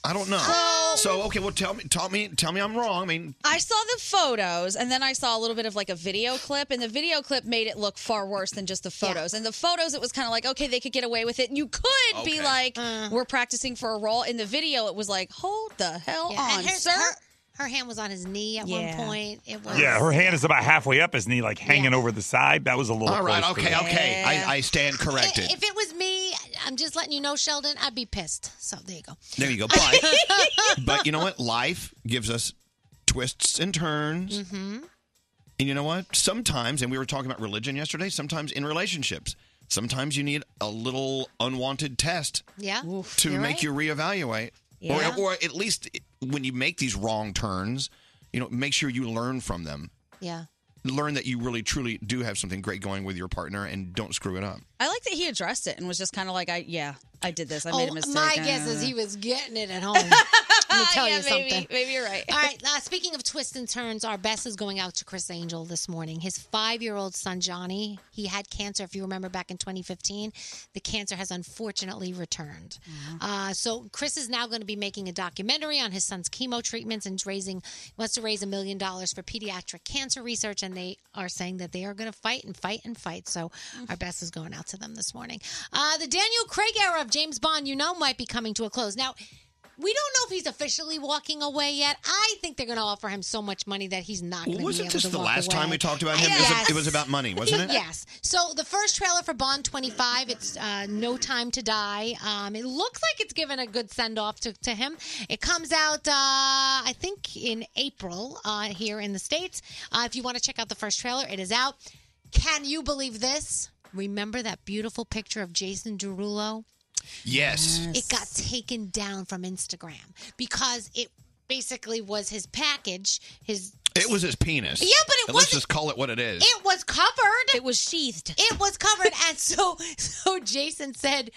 S4: I don't know.
S2: Oh.
S4: so okay, well, tell me, tell me, tell me, I'm wrong. I mean,
S7: I saw the photos and then I saw a little bit of like a video clip, and the video clip made it look far worse than just the photos. And the photos, it was kind of like, okay, they could get away with it. And you could be
S2: Okay.
S7: like, we're practicing for a role. In the video, it was like, hold the hell
S2: Yeah,
S7: on,
S2: and her,
S7: sir.
S2: her, her hand was on his knee at
S7: Yeah.
S2: one point. It was
S19: Yeah, her hand is about halfway up his knee, like hanging over the side. That was a little.
S4: all right,
S19: close to
S4: okay,
S19: it.
S4: okay. I, I stand corrected.
S2: If it was me, I'm just letting you know, Sheldon, I'd be pissed. So there you go.
S4: There you go. But, but you know what? Life gives us twists and turns.
S2: Mm-hmm.
S4: And you know what? Sometimes, and we were talking about religion yesterday, sometimes in relationships, sometimes you need a little unwanted test
S2: Yeah.
S4: to
S2: You're
S4: make
S2: right.
S4: you reevaluate.
S2: Yeah.
S4: Or, or at least when you make these wrong turns, you know, make sure you learn from them.
S2: Yeah.
S4: Learn that you really, truly do have something great going with your partner and don't screw it up.
S7: I like that he addressed it and was just kind of like, I yeah, I did this. I made a
S2: Oh,
S7: mistake.
S2: My guess is he was getting it at home. Let me tell
S7: Yeah,
S2: you
S7: maybe-
S2: something.
S7: maybe you're right.
S2: All right. Uh, speaking of twists and turns, our best is going out to Chris Angel this morning. His five-year-old son Johnny, he had cancer. If you remember back in 2015, the cancer has unfortunately returned.
S7: Mm-hmm.
S2: Uh, so Chris is now going to be making a documentary on his son's chemo treatments and raising wants to raise a million dollars for pediatric cancer research. And they are saying that they are going to fight and fight and fight. So our best is going out to them this morning. Uh, the Daniel Craig era of James Bond, you know, might be coming to a close now. We don't know if he's officially walking away yet. I think they're going to offer him so much money that he's not going to be able to
S4: wasn't this the
S2: walk
S4: last
S2: away.
S4: time we talked about him? It was-
S2: Yes.
S4: It was about money, wasn't it?
S2: Yes. So the first trailer for Bond 25, it's uh, No Time to Die. Um, it looks like it's given a good send off to, to him. It comes out, uh, I think, in April uh, here in the States. Uh, if you want to check out the first trailer, it is out. Can you believe this? Remember that beautiful picture of Jason Derulo?
S4: Yes.
S2: It got taken down from Instagram because it basically was his package, his
S4: It was his penis.
S2: Yeah, but it
S4: Let's
S2: wasn't-
S4: just call it what it is.
S2: it was covered. It was sheathed. It was covered, and so so Jason said,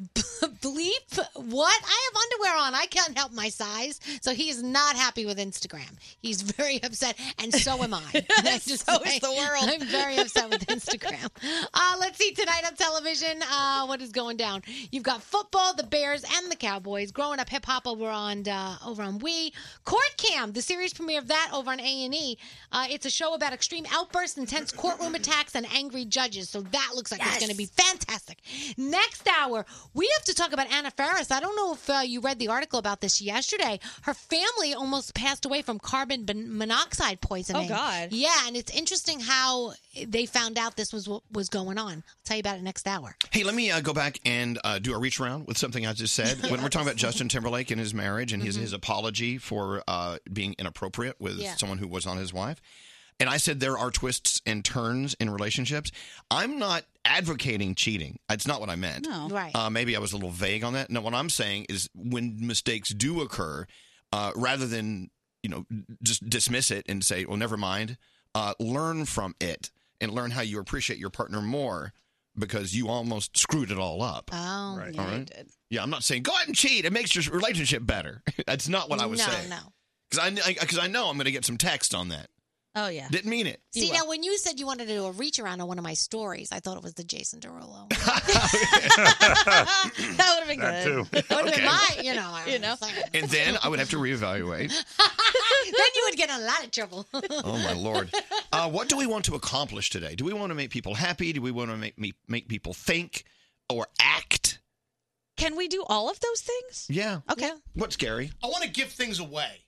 S2: "Bleep! What? I have underwear on. I can't help my size." So he is not happy with Instagram. He's very upset, and so am I. That's just
S7: So is the world.
S2: I'm very upset with Instagram. Uh, let's see tonight on television uh, what is going down. You've got football, the Bears, and the Cowboys. Growing up hip hop over on uh, over on Wii. Court Cam, the series premiere of that over on A and E. Uh, it's a show about extreme outbursts, intense courtroom attacks, and angry judges. So that looks like it's going to be fantastic. Next hour, we have to talk about Anna Faris. I don't know if uh, you read the article about this yesterday. Her family almost passed away from carbon bon- monoxide poisoning.
S7: God.
S2: Yeah, and it's interesting how they found out this was what was going on. I'll tell you about it next hour.
S4: Hey, let me uh, go back and uh, do a reach around with something I just said. When we're talking about Justin Timberlake and his marriage and his,
S2: Mhm.
S4: his apology for uh, being inappropriate with
S18: Yeah.
S4: someone who was not his wife, and I said there are twists and turns in relationships. I'm not advocating cheating. It's not what I meant.
S7: No. Right.
S4: Uh, maybe I was a little vague on that. No, what I'm saying is when mistakes do occur, uh, rather than you know just dismiss it and say, "Well, never mind," uh, learn from it and learn how you appreciate your partner more because you almost screwed it all up.
S2: Oh, Right.
S4: All right? Yeah, I'm not saying go out and cheat. It makes your relationship better. That's not what I was
S2: no,
S4: saying.
S2: no.
S4: Because I because I know I'm going to get some text on that.
S2: Oh yeah.
S4: Didn't mean it.
S2: See now, when you said you wanted to do a reach around on one of my stories, I thought it was the Jason Derulo. that would have been good.
S4: That too.
S2: Would have
S4: Okay.
S2: been my, you know, you know.
S4: and then I would have to reevaluate.
S2: then you would get in a lot of trouble.
S4: Oh my lord! Uh, what do we want to accomplish today? Do we want to make people happy? Do we want to make me make people think or act?
S7: Can we do all of those things?
S4: Yeah.
S7: Okay.
S4: What's Gary?
S11: I want to give things away.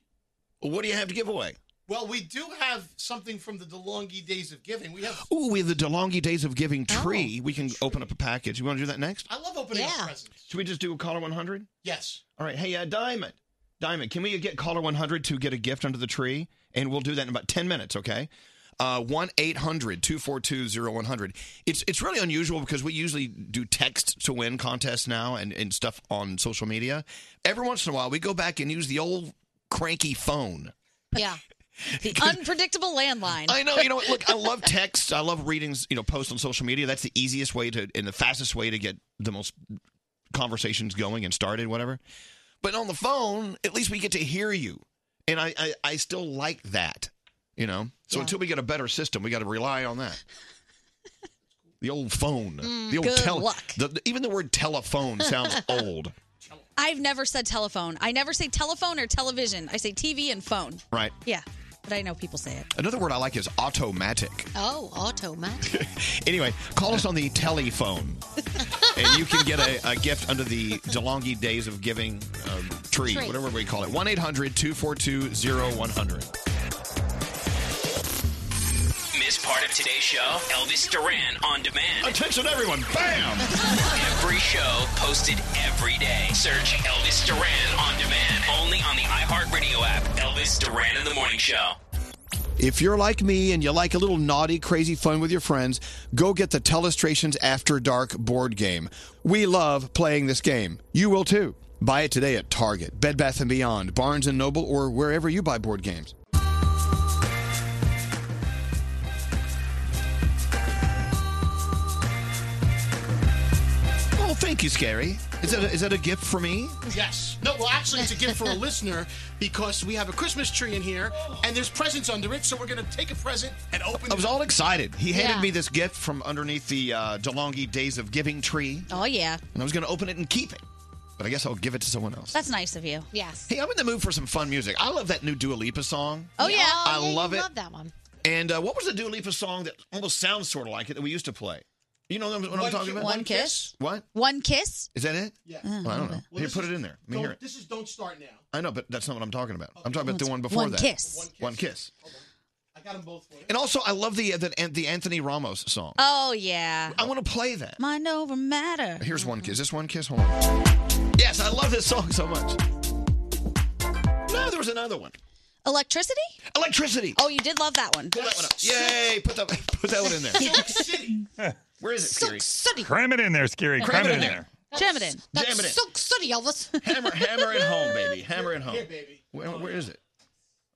S4: What do you have to give away?
S11: Well, we do have something from the DeLonghi days of giving. We have.
S4: Ooh, we have the DeLonghi Days of Giving tree. we can open up a package. You want to do that next?
S11: I love opening up presents.
S4: Should we just do a caller 100?
S11: Yes.
S4: All right. Hey, uh, Diamond. Diamond, can we get caller 100 to get a gift under the tree? And we'll do that in about 10 minutes, okay? Uh, 1 800 242 0100. It's it's really unusual because we usually do text to win contests now and, and stuff on social media. Every once in a while, we go back and use the old cranky phone.
S7: Yeah. The unpredictable landline.
S4: I know. You know, what? look, I love texts. I love reading, you know, posts on social media. That's the easiest way to and the fastest way to get the most conversations going and started, whatever. But on the phone, at least we get to hear you, and I I, I still like that. You know, so until we get a better system, we got to rely on that. The old phone,
S7: Mm,
S4: the old
S7: good
S4: tele-
S7: luck.
S4: the- the- even the word telephone sounds old,
S7: I've never said telephone. I never say telephone or television. I say TV and phone.
S4: right?
S7: Yeah. But I know people say it.
S4: Another word I like is automatic.
S2: Oh, automatic.
S4: Anyway, call us on the telephone, and you can get a, a gift under the DeLonghi Days of Giving uh, tree,
S20: Tree.
S4: whatever we call it. 1 800 242 0100.
S8: Miss part of today's show? Elvis Duran on demand.
S4: Attention, everyone! Bam!
S8: Every show posted every day. Search Elvis Duran on demand. Only on the iHeartRadio app. Elvis Duran in the Morning Show.
S4: If you're like me and you like a little naughty, crazy fun with your friends, go get the Telestrations After Dark board game. We love playing this game. You will too. Buy it today at Target, Bed Bath & Beyond, Barnes & Noble, or wherever you buy board games. Oh, thank you, Scary. Is that a, is that a gift for me?
S11: Yes. No, well, actually, it's a gift for a listener because we have a Christmas tree in here and there's presents under it, so we're going to take a present and open
S4: I was
S11: it.
S4: all excited. He handed
S11: Yeah.
S4: me this gift from underneath the uh, DeLonghi Days of Giving tree.
S7: Oh, yeah.
S4: and I was going to open it and keep it. But I guess I'll give it to someone else.
S7: That's nice of you.
S2: Yes.
S4: Hey, I'm in the mood for some fun music. I love that new Dua Lipa song.
S7: Oh, yeah.
S4: I love
S2: you
S4: it.
S2: Love that one.
S4: And uh, what was the Dua Lipa song that almost sounds sort of like it that we used to play? You know what I'm, what I'm
S7: One
S4: talking
S7: Ki-
S4: about?
S7: One Kiss?
S4: What?
S7: One kiss?
S4: Is that it?
S11: Yeah.
S4: Well, I don't know. Here, put it in there. Let me hear
S11: Don't,
S4: it.
S11: this is Don't Start Now.
S4: I know, but that's not what I'm talking about. I'm talking about the one before
S11: One
S4: that.
S11: Kiss. One Kiss.
S4: One kiss.
S11: I got them both for you.
S4: And also, I love the uh, the, the Anthony Ramos song.
S7: Oh, yeah.
S4: I want to play that.
S7: Mind over matter.
S4: Here's one kiss. This one kiss. Hold on. Yes, I love this song so much. No, there was another one.
S7: Electricity?
S4: Electricity.
S7: Oh, you did love that one.
S4: Pull that one up. Yay! Put that put that one in there. Where is it, Scary?
S19: Cram it in there, Scary. Cram, it in there.
S7: Jam it in.
S2: That's
S4: Jam it in.
S2: so silly, Elvis.
S4: Hammer, hammer it home, baby. Hammer it home.
S2: Here, baby.
S4: Where, where is it?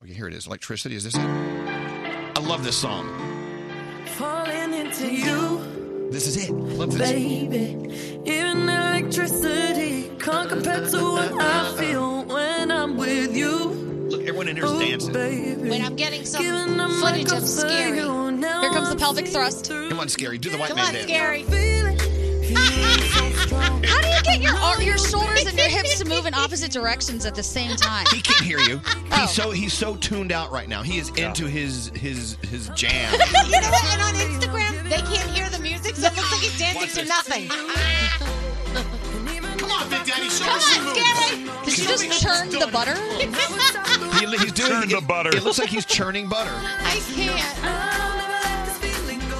S4: Okay, here it is. Electricity. Is this it? I love this song.
S3: Falling into you,
S4: This is it. I love this.
S3: baby. Even electricity can't compare to what I feel when I'm with you.
S4: Look, everyone in here's dancing.
S2: Wait, I'm getting some footage of scary.
S7: Here comes the pelvic thrust.
S4: Come on, Scary. Do the white
S7: Come
S4: man
S7: on,
S4: dance.
S7: Scary. How do you get your ar- your shoulders and your hips to move in opposite directions at the same time?
S4: He can't hear you.
S7: Oh.
S4: He's so he's so tuned out right now. He is into his his his jam.
S2: you know what? And on Instagram, they can't hear the music, so it looks like he's dancing to nothing.
S11: Daddy, show
S7: Come
S11: us some
S7: on,
S11: moves.
S7: Stanley. Did you
S11: Show me
S7: just
S11: what's
S7: churn the
S11: done.
S7: butter?
S4: He, he's doing
S19: Churn the butter.
S4: It looks like he's churning butter.
S2: I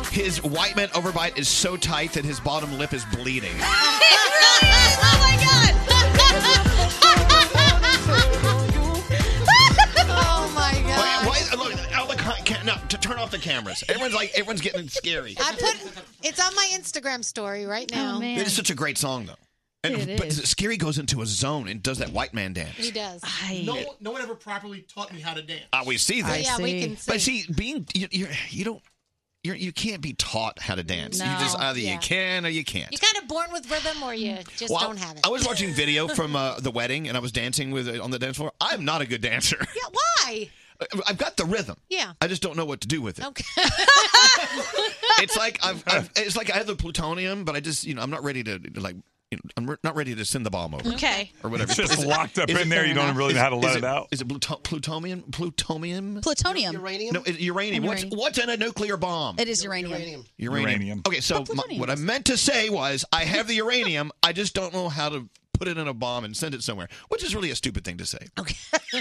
S3: can't.
S4: His white man overbite is so tight that his bottom lip is bleeding.
S2: Oh my god!
S4: Why? Look, uh, all the con- can- no, to turn off the cameras. Everyone's like, everyone's getting scary.
S2: I put it's on my Instagram story right now.
S4: It is such a great song, though. And,
S2: It
S4: but
S2: is.
S4: Scary goes into a zone and does that white man dance.
S2: He does.
S11: No, one- no one ever properly taught me how to dance.
S4: Ah, we see that.
S11: I Yeah, we see. can
S4: But
S11: see.
S4: see, being you, you're, you don't you're, you can't be taught how to dance. You just
S2: No.
S4: either
S2: Yeah.
S4: you can or you can't.
S2: You're kind of born with rhythm, or you just
S4: Well, I-
S2: don't have it.
S4: I was watching video from uh, the wedding and I was dancing with uh, on the dance floor. I'm not a good dancer.
S2: Yeah, why?
S4: I've got the rhythm.
S2: Yeah.
S4: I just don't know what to do with it.
S2: Okay.
S4: it's like I've, I've it's like I have the plutonium, but I just you know I'm not ready to like you know, I'm re- not ready to send the bomb over.
S7: Okay.
S4: Or whatever.
S19: It's just
S4: Is it-
S19: locked up
S4: is
S19: in
S4: it-
S19: there. You don't really know how to
S4: is-
S19: let
S4: is
S19: it out.
S4: Is it pluto- plutonium? Plutonium?
S7: Plutonium.
S4: No, it, uranium. What's what's in a nuclear bomb?
S7: It is uranium.
S4: Uranium. Okay, so my, what I meant to say was I have the uranium. I just don't know how to put it in a bomb and send it somewhere, which is really a stupid thing to say.
S7: Okay.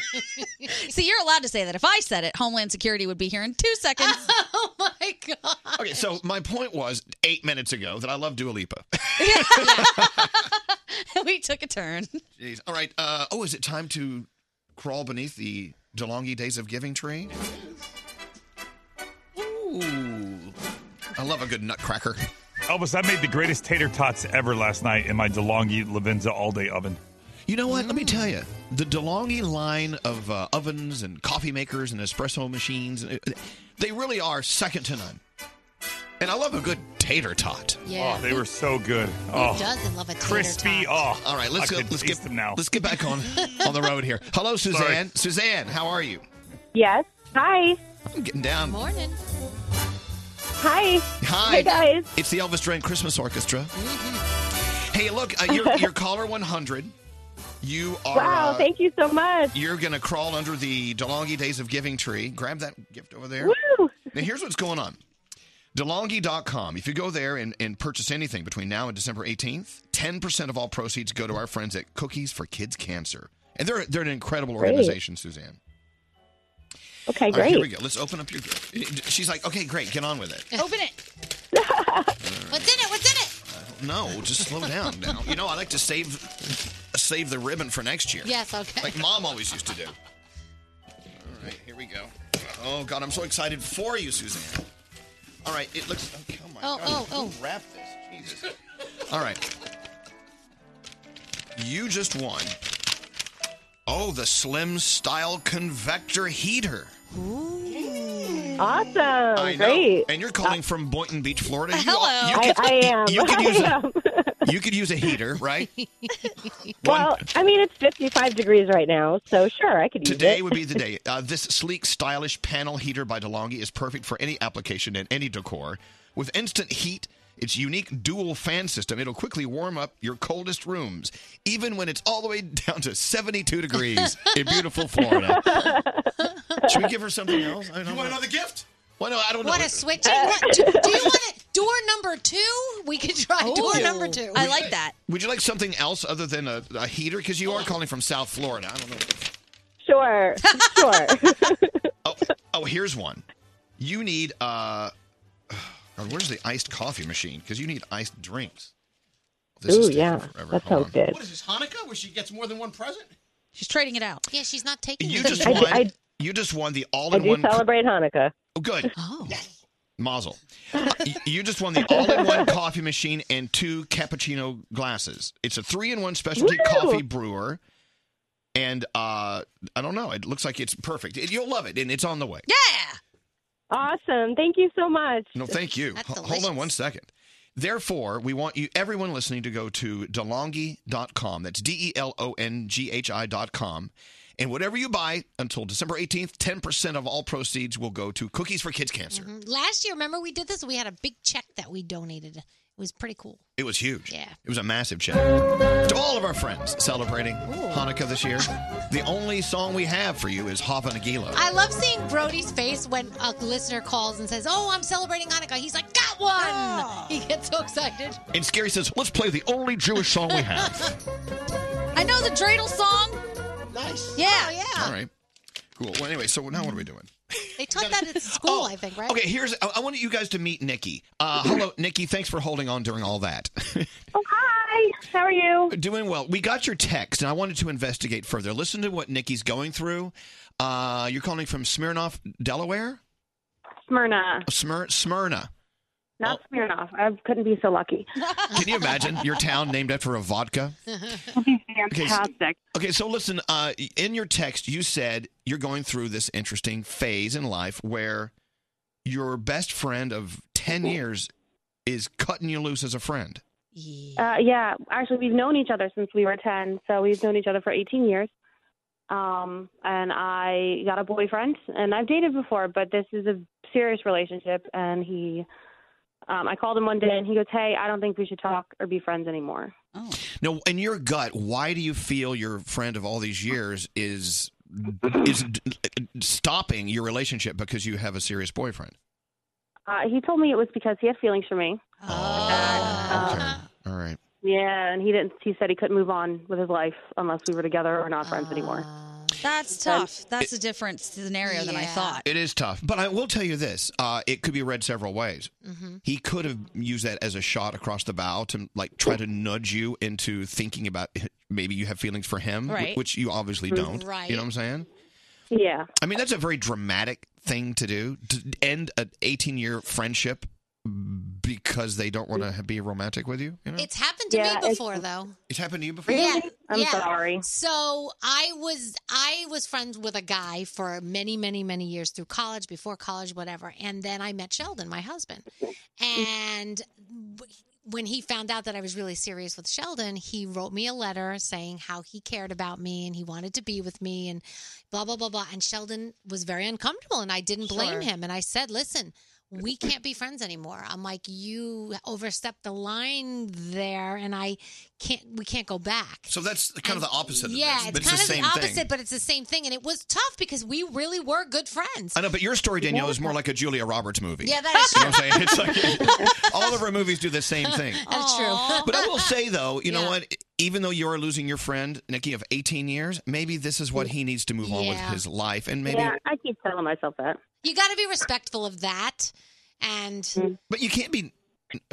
S7: See, you're allowed to say that. If I said it, Homeland Security would be here in two seconds.
S2: Oh my god!
S4: Okay, so my point was eight minutes ago that I love Dua Lipa.
S7: we took a turn.
S4: Jeez. All right. Uh, oh, is it time to crawl beneath the DeLonghi Days of Giving tree? Ooh. I love a good nutcracker.
S19: Elvis, I made the greatest tater tots ever last night in my DeLonghi Lavenza all day oven.
S4: You know what? Let me tell you, the DeLonghi line of uh, ovens and coffee makers and espresso machines, uh, they really are second to none. And I love a good tater tot.
S2: Yeah.
S19: Oh, they were so good. Oh,
S2: doesn't love a tater
S19: crispy. Oh,
S4: All right, let's
S19: I
S4: go.
S19: could
S4: Let's
S19: taste
S4: get
S19: them now.
S4: Let's get back on on the road here. Hello,
S19: Sorry.
S4: Suzanne. Suzanne, how are you?
S10: Yes. Hi.
S4: I'm getting down.
S2: Morning.
S10: Hi.
S4: Hi.
S10: Hey, guys.
S4: It's the Elvis Duran Christmas Orchestra.
S10: Mm-hmm.
S4: Hey, look, uh, you're, you're caller 100. You are.
S10: Wow,
S4: uh,
S10: thank you so much.
S4: You're going to crawl under the DeLonghi Days of Giving tree. Grab that gift over there.
S10: Woo!
S4: Now, here's what's going on. DeLonghi.com. If you go there and, and purchase anything between now and December 18th, 10% of all proceeds go to our friends at Cookies for Kids Cancer. And they're, they're an incredible
S10: Great.
S4: organization, Suzanne.
S10: Okay,
S4: All right,
S10: great.
S4: here we go. Let's open up your gift. She's like, okay, great, get on with it.
S7: Open it.
S2: What's in it? What's in it?
S4: No, just slow down now. You know, I like to save save the ribbon for next year.
S2: Yes. Okay.
S4: Like mom always used to do. All right, here we go. Oh god, I'm so excited for you, Suzanne. All right, it looks oh, come on.
S2: Oh, oh, oh.
S4: Wrap this. Jesus. All right. You just won. Oh, the slim style convector heater.
S10: Awesome.
S4: I know.
S10: great.
S4: And you're calling from Boynton Beach, Florida. You-
S10: Hello.
S4: You, could,
S10: I, I am.
S4: you could
S10: I
S4: use a-
S10: am.
S4: you could use a heater, right?
S10: well, I mean, it's 55 degrees right now, so sure, I could use it.
S4: Today would be the day. Uh, this sleek, stylish panel heater by DeLonghi is perfect for any application and any decor. With instant heat, its unique dual fan system, it'll quickly warm up your coldest rooms, even when it's all the way down to 72 degrees in beautiful Florida. Should we give her something else? I don't
S11: You want another gift?
S4: Well, no, I don't know.
S2: What a switching. What, do, do you want it? Door number two? We could try door
S4: Ooh.
S2: number two.
S4: I like
S7: that.
S4: Would you like something else other than a, a heater? Because you are calling from South Florida. I don't know.
S10: Sure. Sure.
S4: Oh, here's one. You need uh, God, where's the iced coffee machine? Because you need iced drinks.
S10: Ooh,
S4: taking
S10: yeah.
S4: forever.
S10: That
S4: Hold
S10: sounds
S4: on.
S10: good.
S11: What is this, Hanukkah, where she gets more than one present?
S7: She's trading it out.
S2: Yeah, she's not taking
S4: You
S2: it.
S4: just won. you just won the
S10: I do
S4: all-in-one. co-
S10: celebrate Hanukkah.
S4: oh, good. Mazel. Y- you just won the all-in-one coffee machine and two cappuccino glasses. It's a three-in-one specialty
S10: Woo!
S4: coffee brewer. And uh, I don't know. It looks like it's perfect. It- you'll love it, and it's on the way.
S10: Awesome. Thank you so much.
S4: No, thank you. H- Hold on one second. Therefore, we want you, everyone listening, to go to DeLonghi.com. That's D E L O N G H I.com. And whatever you buy until December 18th, 10% of all proceeds will go to Cookies for Kids Cancer.
S2: Mm-hmm. Last year, remember we did this? We had a big check that we donated. It was pretty cool.
S4: It was huge.
S2: Yeah.
S4: It was a massive check. To all of our friends celebrating Hanukkah this year, the only song we have for you is Hava Nagila.
S2: I love seeing Brody's face when a listener calls and says, "Oh, I'm celebrating Hanukkah." He's like, "Go one. He gets so excited.
S4: And Scary says, let's play the only Jewish song we have.
S7: I know the dreidel song.
S21: Nice.
S7: Yeah.
S2: Oh,
S4: All right. Cool. Well, anyway, so now what are we doing?
S2: They taught that at school, I think, right?
S4: Okay, here's. I, I wanted you guys to meet Nikki. Uh, hello, Nikki. Thanks for holding on during all that.
S22: Oh, hi. How are you?
S4: Doing well. We got your text, and I wanted to investigate further. Listen to what Nikki's going through. Uh, you're calling from Smirnoff, Delaware.
S22: Smyrna,
S4: Smir- Smyrna.
S22: not
S4: Oh.
S22: Smirnoff. I couldn't be so lucky.
S4: Can you imagine your town named after a vodka? Okay, so- Okay, so listen. Uh, in your text, you said you're going through this interesting phase in life where your best friend of ten
S22: Mm-hmm.
S4: years is cutting you loose as a friend.
S22: Uh, yeah, actually, we've known each other since we were 10, so we've known each other for 18 years. Um, and I got a boyfriend, and I've dated before, but this is a serious relationship. And he, um, I called him one day, and he goes, Hey, I don't think we should talk or be friends anymore.
S4: Now, in your gut, why do you feel your friend of all these years is is d- stopping your relationship because you have a serious boyfriend?
S22: Uh, he told me it was because he had feelings for me.
S4: All right.
S22: Yeah, and he didn't. He said he couldn't move on with his life unless we were together or not friends anymore.
S7: Ah. That's tough. That's a different scenario than I thought.
S4: It is tough, but I will tell you this: uh, it could be read several ways.
S22: Mm-hmm.
S4: He could have used that as a shot across the bow to like try to nudge you into thinking about maybe you have feelings for him, wh-
S22: Right.
S4: which you obviously don't.
S22: Right.
S4: You know what I'm saying?
S22: Yeah.
S4: I mean, that's a very dramatic thing to do to end an 18 year friendship because they don't want to be romantic with you. You know,
S2: It's happened to me before, though.
S4: it's happened to you before.
S2: yeah. So I was I was friends with a guy for many, many, many years through college, before college, whatever, and then I met Sheldon, my husband, and w- when he found out that I was really serious with Sheldon, he wrote me a letter saying how he cared about me and he wanted to be with me and blah blah blah blah. And Sheldon was very uncomfortable, and I didn't blame
S7: Sure.
S2: him. And I said, "Listen." We can't be friends anymore. I'm like, you overstepped the line there, and I can't. We can't go back.
S4: So that's kind of the opposite.
S2: Yeah,
S4: of this,
S2: it's
S4: but
S2: kind
S4: it's the
S2: of
S4: same
S2: the opposite,
S4: thing.
S2: but it's the same thing. And it was tough because we really were good friends.
S4: I know, but your story, Danielle, is more like a Julia Roberts movie.
S2: Yeah, that is
S4: You know what I'm saying? It's like all of her movies do the same thing.
S2: That's true.
S4: But I will say though, you know what? Even though you are losing your friend Nikki of 18 years, maybe this is what he needs to move on with
S2: Yeah.
S4: his life, and maybe.
S22: Yeah, I keep telling myself that.
S2: You got to be respectful of that. And
S4: But you can't be.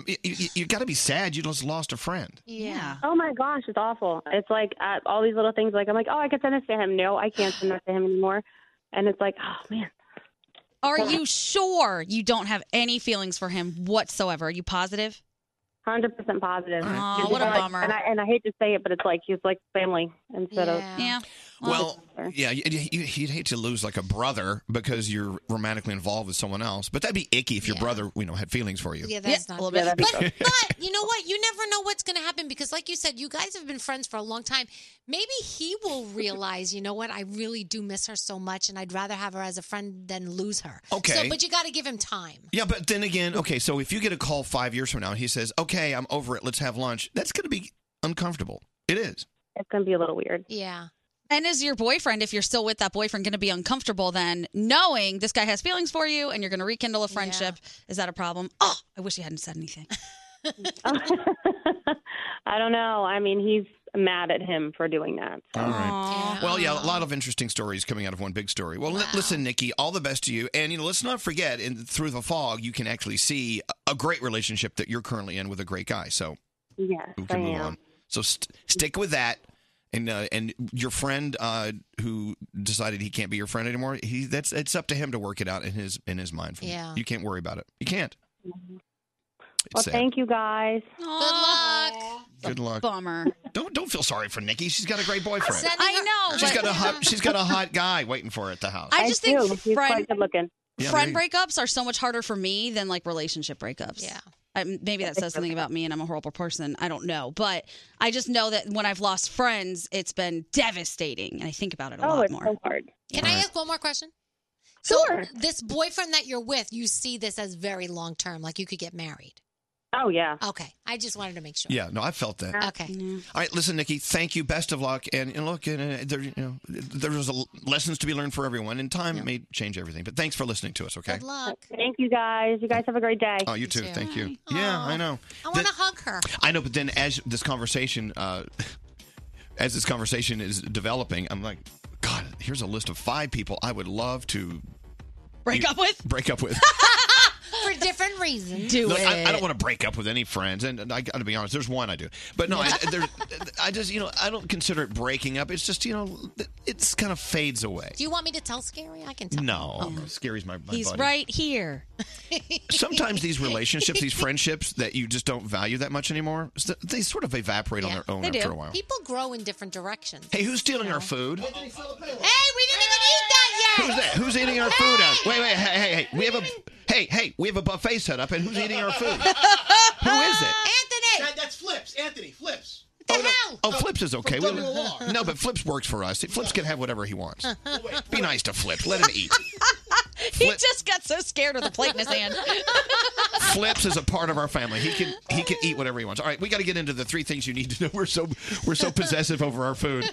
S4: You, you, you got to be sad. You just lost a friend.
S2: Yeah.
S22: Oh my gosh, it's awful. It's like uh, all these little things. Like I'm like, oh, I could send this to him. No, I can't send that to him anymore. And it's like, oh man.
S7: Are you sure you don't have any feelings for him whatsoever? Are you positive?
S22: Hundred percent positive.
S7: Aw, what a
S22: Like,
S7: bummer.
S22: And I, and I hate to say it, but it's like he's like family instead of
S7: yeah.
S4: Well, yeah, you, you, you'd hate to lose like a brother because you're romantically involved with someone else, but that'd be icky if your brother, you know, had feelings for you.
S2: Yeah, that's not
S4: bit. Yeah,
S2: good.
S4: that'd be
S2: But,
S4: gross.
S2: but you know what? You never know what's going to happen because, like you said, you guys have been friends for a long time. Maybe he will realize, you know what? I really do miss her so much, and I'd rather have her as a friend than lose her. So,
S4: Okay.
S2: but you got to give him time.
S4: Yeah, but then again, okay, so if you get a call five years from now and he says, okay, I'm over it, let's have lunch, that's going to be uncomfortable. It is.
S22: It's going to be a little weird.
S2: Yeah.
S7: And is your boyfriend, if you're still with that boyfriend, going to be uncomfortable then knowing this guy has feelings for you and you're going to rekindle a friendship? Is that a problem? Oh, I wish you hadn't said anything.
S22: I don't know. I mean, he's mad at him for doing that.
S4: All right. Well, yeah, a lot of interesting stories coming out of one big story. Well, li- listen, Nikki, all the best to you. And, you know, let's not forget, in, through the fog, you can actually see a- a great relationship that you're currently in with a great guy. So
S22: Yes,
S4: we
S22: I
S4: can move
S22: am.
S4: on. So st- stick with that. And, uh, and your friend uh, who decided he can't be your friend anymore, he that's it's up to him to work it out in his in his mind. for you.
S22: Yeah.
S4: you can't worry about it. You can't.
S22: Well,
S4: sad.
S22: thank you guys.
S2: Good luck.
S4: Good luck.
S7: Bummer.
S4: Don't don't feel sorry for Nikki. She's got a great boyfriend.
S7: I know.
S4: She's
S7: but-
S4: got a hot, she's got a hot guy waiting for her at the house.
S7: I just think friend,
S22: looking.
S7: friend breakups are so much harder for me than like relationship breakups. Yeah. I, maybe that says something about me and I'm a horrible person. I don't know. But I just know that when I've lost friends, it's been devastating. And I think about it a
S2: Oh,
S7: lot
S2: it's
S7: more.
S2: so
S22: hard.
S2: Can I ask one more question? Sure. So this boyfriend that you're with, you see this as very long term, like you could get married.
S10: Oh yeah.
S2: Okay, I just wanted to make sure.
S4: Yeah, no, I felt that.
S2: Okay.
S4: All right, listen, Nikki. Thank you. Best of luck. And, and look, and, uh, there, you know, there was a, lessons to be learned for everyone, and time may change everything. But thanks for listening to us. Okay.
S2: luck.
S10: Thank you guys. You guys have a great day.
S4: Oh, you too. Thank you. Yeah, I know.
S2: I want to hug her.
S4: I know, but then as this conversation, uh, as this conversation is developing, I'm like, God, here's a list of five people I would love to
S7: break up with.
S4: Break up with.
S2: For different reasons.
S4: Look, I, I don't want to break up with any friends, and I got to be honest. There's one I do, but no, I, there, I just you know I don't consider it breaking up. It's just you know it's kind of fades away.
S2: Do you want me to tell Scary? I can tell.
S4: No, Scary's my, my
S7: He's
S4: buddy.
S7: right here.
S4: Sometimes these relationships, these friendships that you just don't value that much anymore, s- they sort of evaporate on their own
S2: They
S4: after
S2: do.
S4: a while.
S2: People grow in different directions.
S4: Hey, who's stealing our food?
S2: Hey, we didn't even eat that yet.
S4: Who's that? Who's eating our food out? Wait, wait, hey, hey, hey. We have a hey, hey, we have a buffet set up, and who's eating our food? Who is it?
S11: That, that's Flips. Anthony, Flips.
S4: oh, no. Oh, Flips is okay.
S11: From
S4: We-
S11: WOR.
S4: no, but Flips works for us. Flips can have whatever he wants. Be nice to Flips. Let him eat.
S7: he just got so scared with a plate in his hand.
S4: Flips is a part of our family. He can he can eat whatever he wants. All right, we got to get into the three things you need to know. We're so we're so possessive over our food.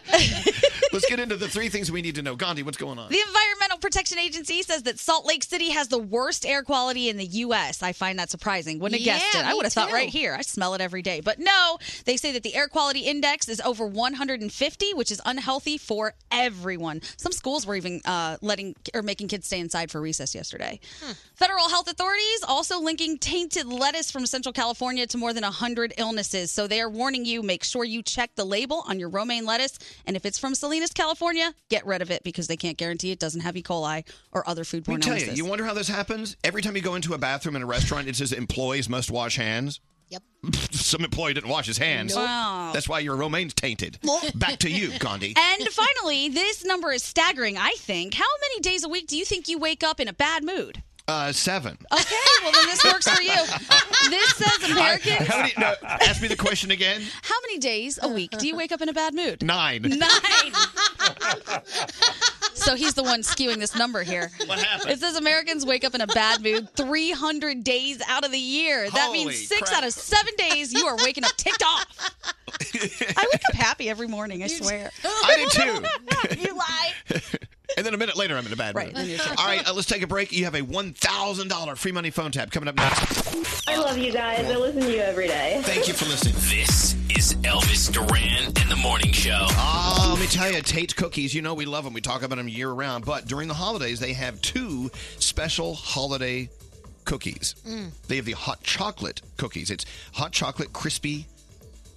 S4: Let's get into the three things we need to know. Gandhi, what's going on?
S7: The Environmental Protection Agency says that Salt Lake City has the worst air quality in the U.S. I find that surprising. Wouldn't have
S18: Yeah,
S7: guessed it. I
S18: me
S7: would have thought
S18: too.
S7: right here. I smell it every day. But no, they say that the air quality index is over 150, which is unhealthy for everyone. Some schools were even uh, letting or making kids stay inside for recess yesterday.
S18: Hmm.
S7: Federal health authorities also linking tainted lettuce from Central California to more than 100 illnesses. So they are warning you make sure you check the label on your romaine lettuce. And if it's from Salinas, California, get rid of it because they can't guarantee it doesn't have E. coli or other
S4: Let me
S7: foodborne
S4: tell
S7: illnesses.
S4: you, you wonder how this happens? Every time you go into a bathroom in a restaurant, it says employees must wash hands.
S2: Yep.
S4: Some employee didn't wash his hands.
S7: Nope. Wow.
S4: That's why your romaine's tainted. Back to you, Gandhi.
S7: and finally, this number is staggering, I think. How many days a week do you think you wake up in a bad mood?
S4: Uh, seven.
S7: Okay, well, then this works for you. This says American.
S4: How many, no, ask me the question again.
S7: How many days a week do you wake up in a bad mood?
S4: Nine.
S7: Nine. so he's the one skewing this number here. What
S4: happened?
S7: It says Americans wake up in a bad mood 300 days out of the year. that
S18: Holy
S7: means six
S18: crap.
S7: out of seven days you are waking up ticked off. I wake up happy every morning, I swear.
S4: I did too.
S7: you lie.
S4: And then a minute later, I'm in a bad
S7: Right, then
S4: mood.
S7: you're sure.
S4: All right, uh, let's take a break. You have a $1,000 free money phone tab coming up next.
S10: I love you guys. I listen to you every day.
S4: Thank you for listening.
S8: This is Elvis Duran and the Morning Show.
S4: Oh, let me tell you, Tate's Cookies, you know we love them. We talk about them year round. But during the holidays, they have two special holiday cookies.
S18: Mm.
S4: They have the hot chocolate cookies. It's hot chocolate crispy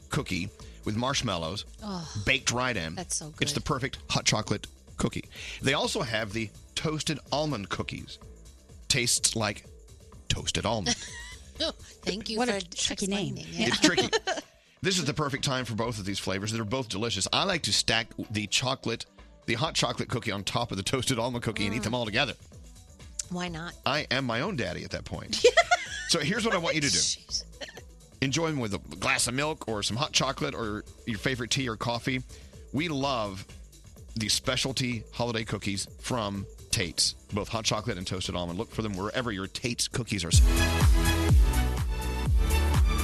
S4: cookie with marshmallows
S2: Oh,
S4: baked right in.
S2: That's so
S4: It's the perfect hot chocolate cookie. They also have the toasted almond cookies. Tastes like toasted almond.
S2: Thank you
S7: What
S2: for
S7: a tricky name.
S4: It's tricky. This is the perfect time for both of these flavors. They're both delicious. I like to stack the chocolate, the hot chocolate cookie on top of the toasted almond cookie
S2: Mm.
S4: and eat them all together.
S2: Why not?
S4: I am my own daddy at that point. so here's what I want you to do. Enjoy them with a glass of milk or some hot chocolate or your favorite tea or coffee. We love the specialty holiday cookies from Tate's, both hot chocolate and toasted almond. Look for them wherever your Tate's cookies are.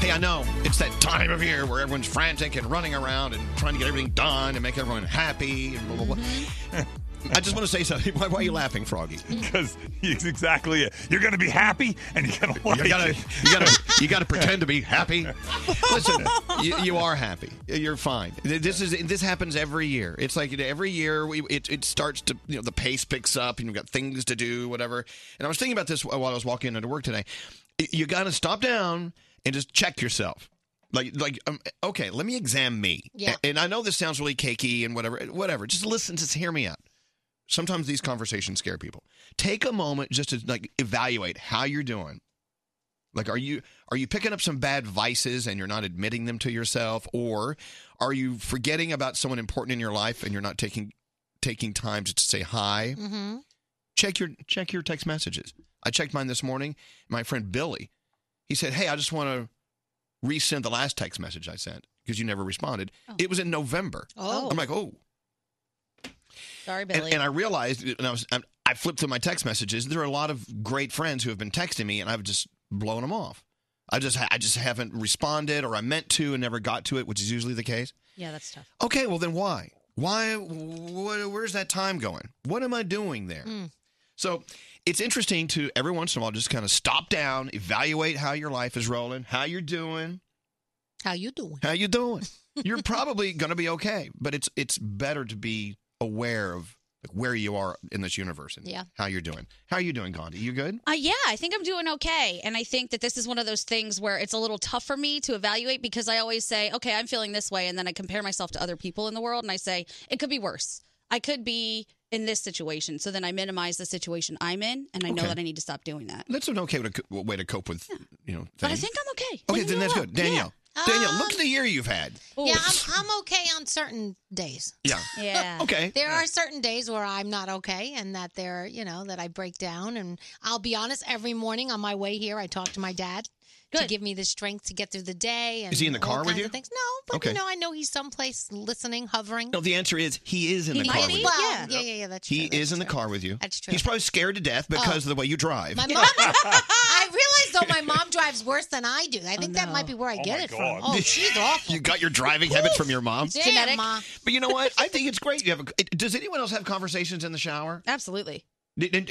S4: Hey, I know it's that time of year where everyone's frantic and running around and trying to get everything done and make everyone happy and blah, blah, blah.
S19: Mm-hmm.
S4: I just want to say something. Why, why are you laughing, Froggy?
S19: Because it's exactly it. You're going to be happy and you're going to like
S4: You gotta,
S19: it.
S4: you gotta, you gotta pretend to be happy. Listen, you, you are happy. You're fine. This is this happens every year. It's like every year we, it it starts to you know the pace picks up and you've got things to do, whatever. And I was thinking about this while I was walking into work today. You gotta stop down and just check yourself. Like, like, um, okay, let me examine me.
S18: Yeah.
S4: And I know this sounds really cakey and whatever, whatever. Just listen, just hear me out sometimes these conversations scare people. Take a moment just to like evaluate how you're doing. Like are you are you picking up some bad vices and you're not admitting them to yourself or are you forgetting about someone important in your life and you're not taking taking time just to say hi?
S18: Mm-hmm.
S4: Check your check your text messages. I checked mine this morning. My friend Billy, he said, "Hey, I just want to resend the last text message I sent because you never responded. It was in November."
S7: Oh.
S4: I'm like, "Oh,
S7: Sorry,
S4: and,
S7: Billy.
S4: and I realized, and I was, I, I flipped through my text messages. There are a lot of great friends who have been texting me, and I've just blown them off. I just I just haven't responded or I meant to and never got to it, which is usually the case.
S7: Yeah, that's tough.
S4: Okay, well then why? Why? Wh- where's that time going? What am I doing there? So it's interesting to every once in a while just kind of stop down, evaluate how your life is rolling, how you're doing.
S2: How you doing?
S4: How you doing? You're probably going to be okay, but it's it's better to be aware of like, where you are in this universe and
S7: Yeah.
S4: how you're doing. How are you doing, Gandhi? You good?
S7: Uh, yeah, I think I'm doing okay. And I think that this is one of those things where it's a little tough for me to evaluate because I always say, okay, I'm feeling this way. And then I compare myself to other people in the world and I say, it could be worse. I could be in this situation. So then I minimize the situation I'm in and I know
S4: Okay.
S7: that I need to stop doing that.
S4: That's an okay to, co- way to cope with, you know. Things.
S7: But I think I'm okay.
S4: Okay, then that's good, Danielle. Danielle,
S2: Um,
S4: look at the year you've had.
S2: Uh, Yeah, I'm, I'm okay on certain days.
S4: Yeah. okay.
S2: There are certain days where I'm not okay and that they're, you know, that I break down. And I'll be honest, every morning on my way here, I talk to my dad to give me the strength to get through the day. And
S4: Is he in the
S2: all
S4: car with
S2: kinds
S4: you?
S2: of Things. No, but
S4: Okay.
S2: you know, I know he's someplace listening, hovering.
S4: No, the answer is he is in the car. With you.
S2: Well, yeah, yeah, yeah, that's
S4: he is in the car with you.
S2: That's true.
S4: He's probably scared to death because
S2: Oh.
S4: of the way you drive.
S2: My mom. I realized though my mom drives worse than I do. I think that might be where I
S4: Oh,
S2: get
S4: my
S2: it
S4: God.
S2: from. Oh, she's awful.
S4: you got your driving habit from your mom.
S2: Damn, Ma.
S4: But you know what? I think it's great. You have. A, it- does anyone else have conversations in the shower?
S7: Absolutely.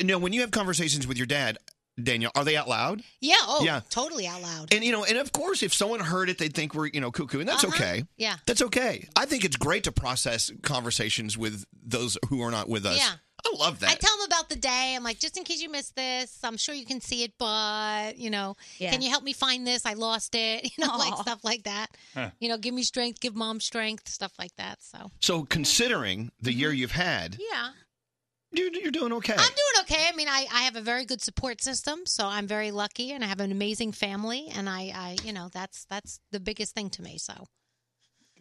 S4: No. When you have conversations with your dad, Danielle, are they out loud?
S2: Yeah. Oh,
S4: Yeah.
S2: totally out loud.
S4: And you know, and of course, if someone heard it, they'd think we're you know cuckoo, and that's okay.
S2: Uh-huh. Yeah.
S4: That's okay. I think it's great to process conversations with those who are not with us.
S2: Yeah.
S4: I love that.
S2: I tell him about the day. I'm like, just in case you missed this, I'm sure you can see it, but you know,
S7: Yeah.
S2: can you help me find this? I lost it. You know, like
S7: Aw.
S2: stuff like that.
S4: Huh.
S2: You know, give me strength, give mom strength, stuff like that. So
S4: so considering the year you've had,
S2: yeah.
S4: you're, you're doing okay.
S2: I'm doing okay. I mean, I, I have a very good support system, so I'm very lucky, and I have an amazing family, and I, I you know that's that's the biggest thing to me. So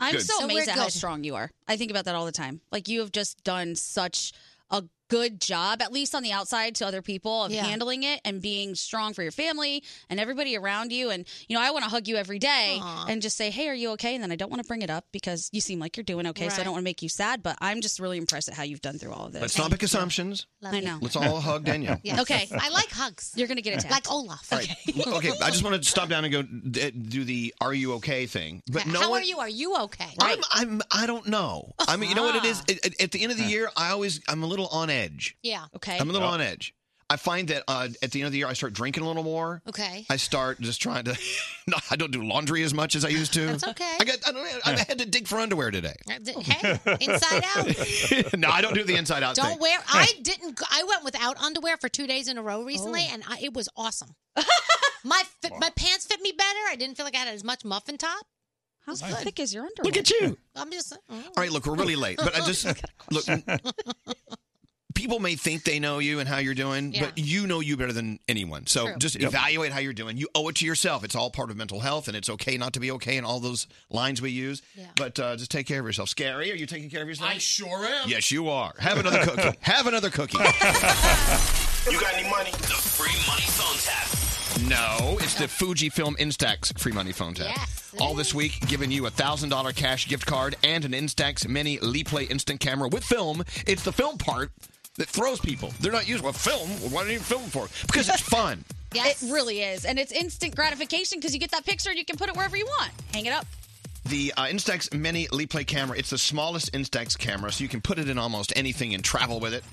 S7: I'm
S2: Good.
S7: so
S2: So we're
S7: amazed at how
S2: good.
S7: strong you are. I think about that all the time. Like you have just done such a good job, at least on the outside to other people, of
S18: Yeah.
S7: handling it and being strong for your family and everybody around you. And you know, I want to hug you every day and just say, "Hey, are you okay?" And then I don't want to bring it up because you seem like you're doing okay, so I
S4: Right.
S7: don't want to make you sad. But I'm just really impressed at how you've done through all of this.
S4: Let's not make assumptions.
S7: Love I you. know.
S4: Let's all hug Danielle.
S7: Yeah. Okay.
S2: I like hugs.
S7: You're gonna get it
S2: like Olaf.
S4: All right. L- Okay. I just want to stop down and go d- do the "Are you okay?" thing, but no
S2: how
S4: one.
S2: are you? Are you okay?
S4: I'm, I'm. I don't know. I mean, you know what it
S2: Ah.
S4: is. At- At, at the end of the year, I always I'm a little on edge.
S2: Yeah. Okay.
S4: I'm a little on edge. I find that uh, at the end of the year, I start drinking a little more.
S2: Okay.
S4: I start just trying to. no, I don't do laundry as much as I used to.
S2: That's okay.
S4: I got. I don't. I had to dig for underwear today.
S2: Uh,
S7: Oh.
S2: Hey, inside out.
S4: no, I don't do the inside out
S2: Don't
S4: thing.
S2: wear. I didn't. go- I went without underwear for two days in a row recently,
S7: Oh.
S2: and I, it was awesome. my fit, my pants fit me better. I didn't feel like I had as much muffin top.
S7: How thick is your underwear?
S4: Look at you.
S2: I'm just. mm.
S4: All right, look, we're really late, but I just look. People may think they know you and how you're doing,
S2: Yeah.
S4: but you know you better than anyone. So
S2: True.
S4: just
S2: Yep.
S4: evaluate how you're doing. You owe it to yourself. It's all part of mental health, and it's okay not to be okay, and all those lines we use. But uh, just take care of yourself. Scary, are you taking care of yourself? I
S11: sure am.
S4: Yes, you are. Have another cookie. Have another cookie.
S8: You got any money? The free money phone tap.
S4: No, it's the Fujifilm Instax free money phone tap. All this week, giving you a $1,000 cash gift card and an Instax Mini LePlay Instant Camera with film. It's the film part that throws people. They're not used to film. Why do you film for? Because it's fun.
S7: It really is, and it's instant gratification because you get that picture and you can put it wherever you want. Hang it up.
S4: The uh, Instax Mini LePlay camera, it's the smallest Instax camera, so you can put it in almost anything and travel with it.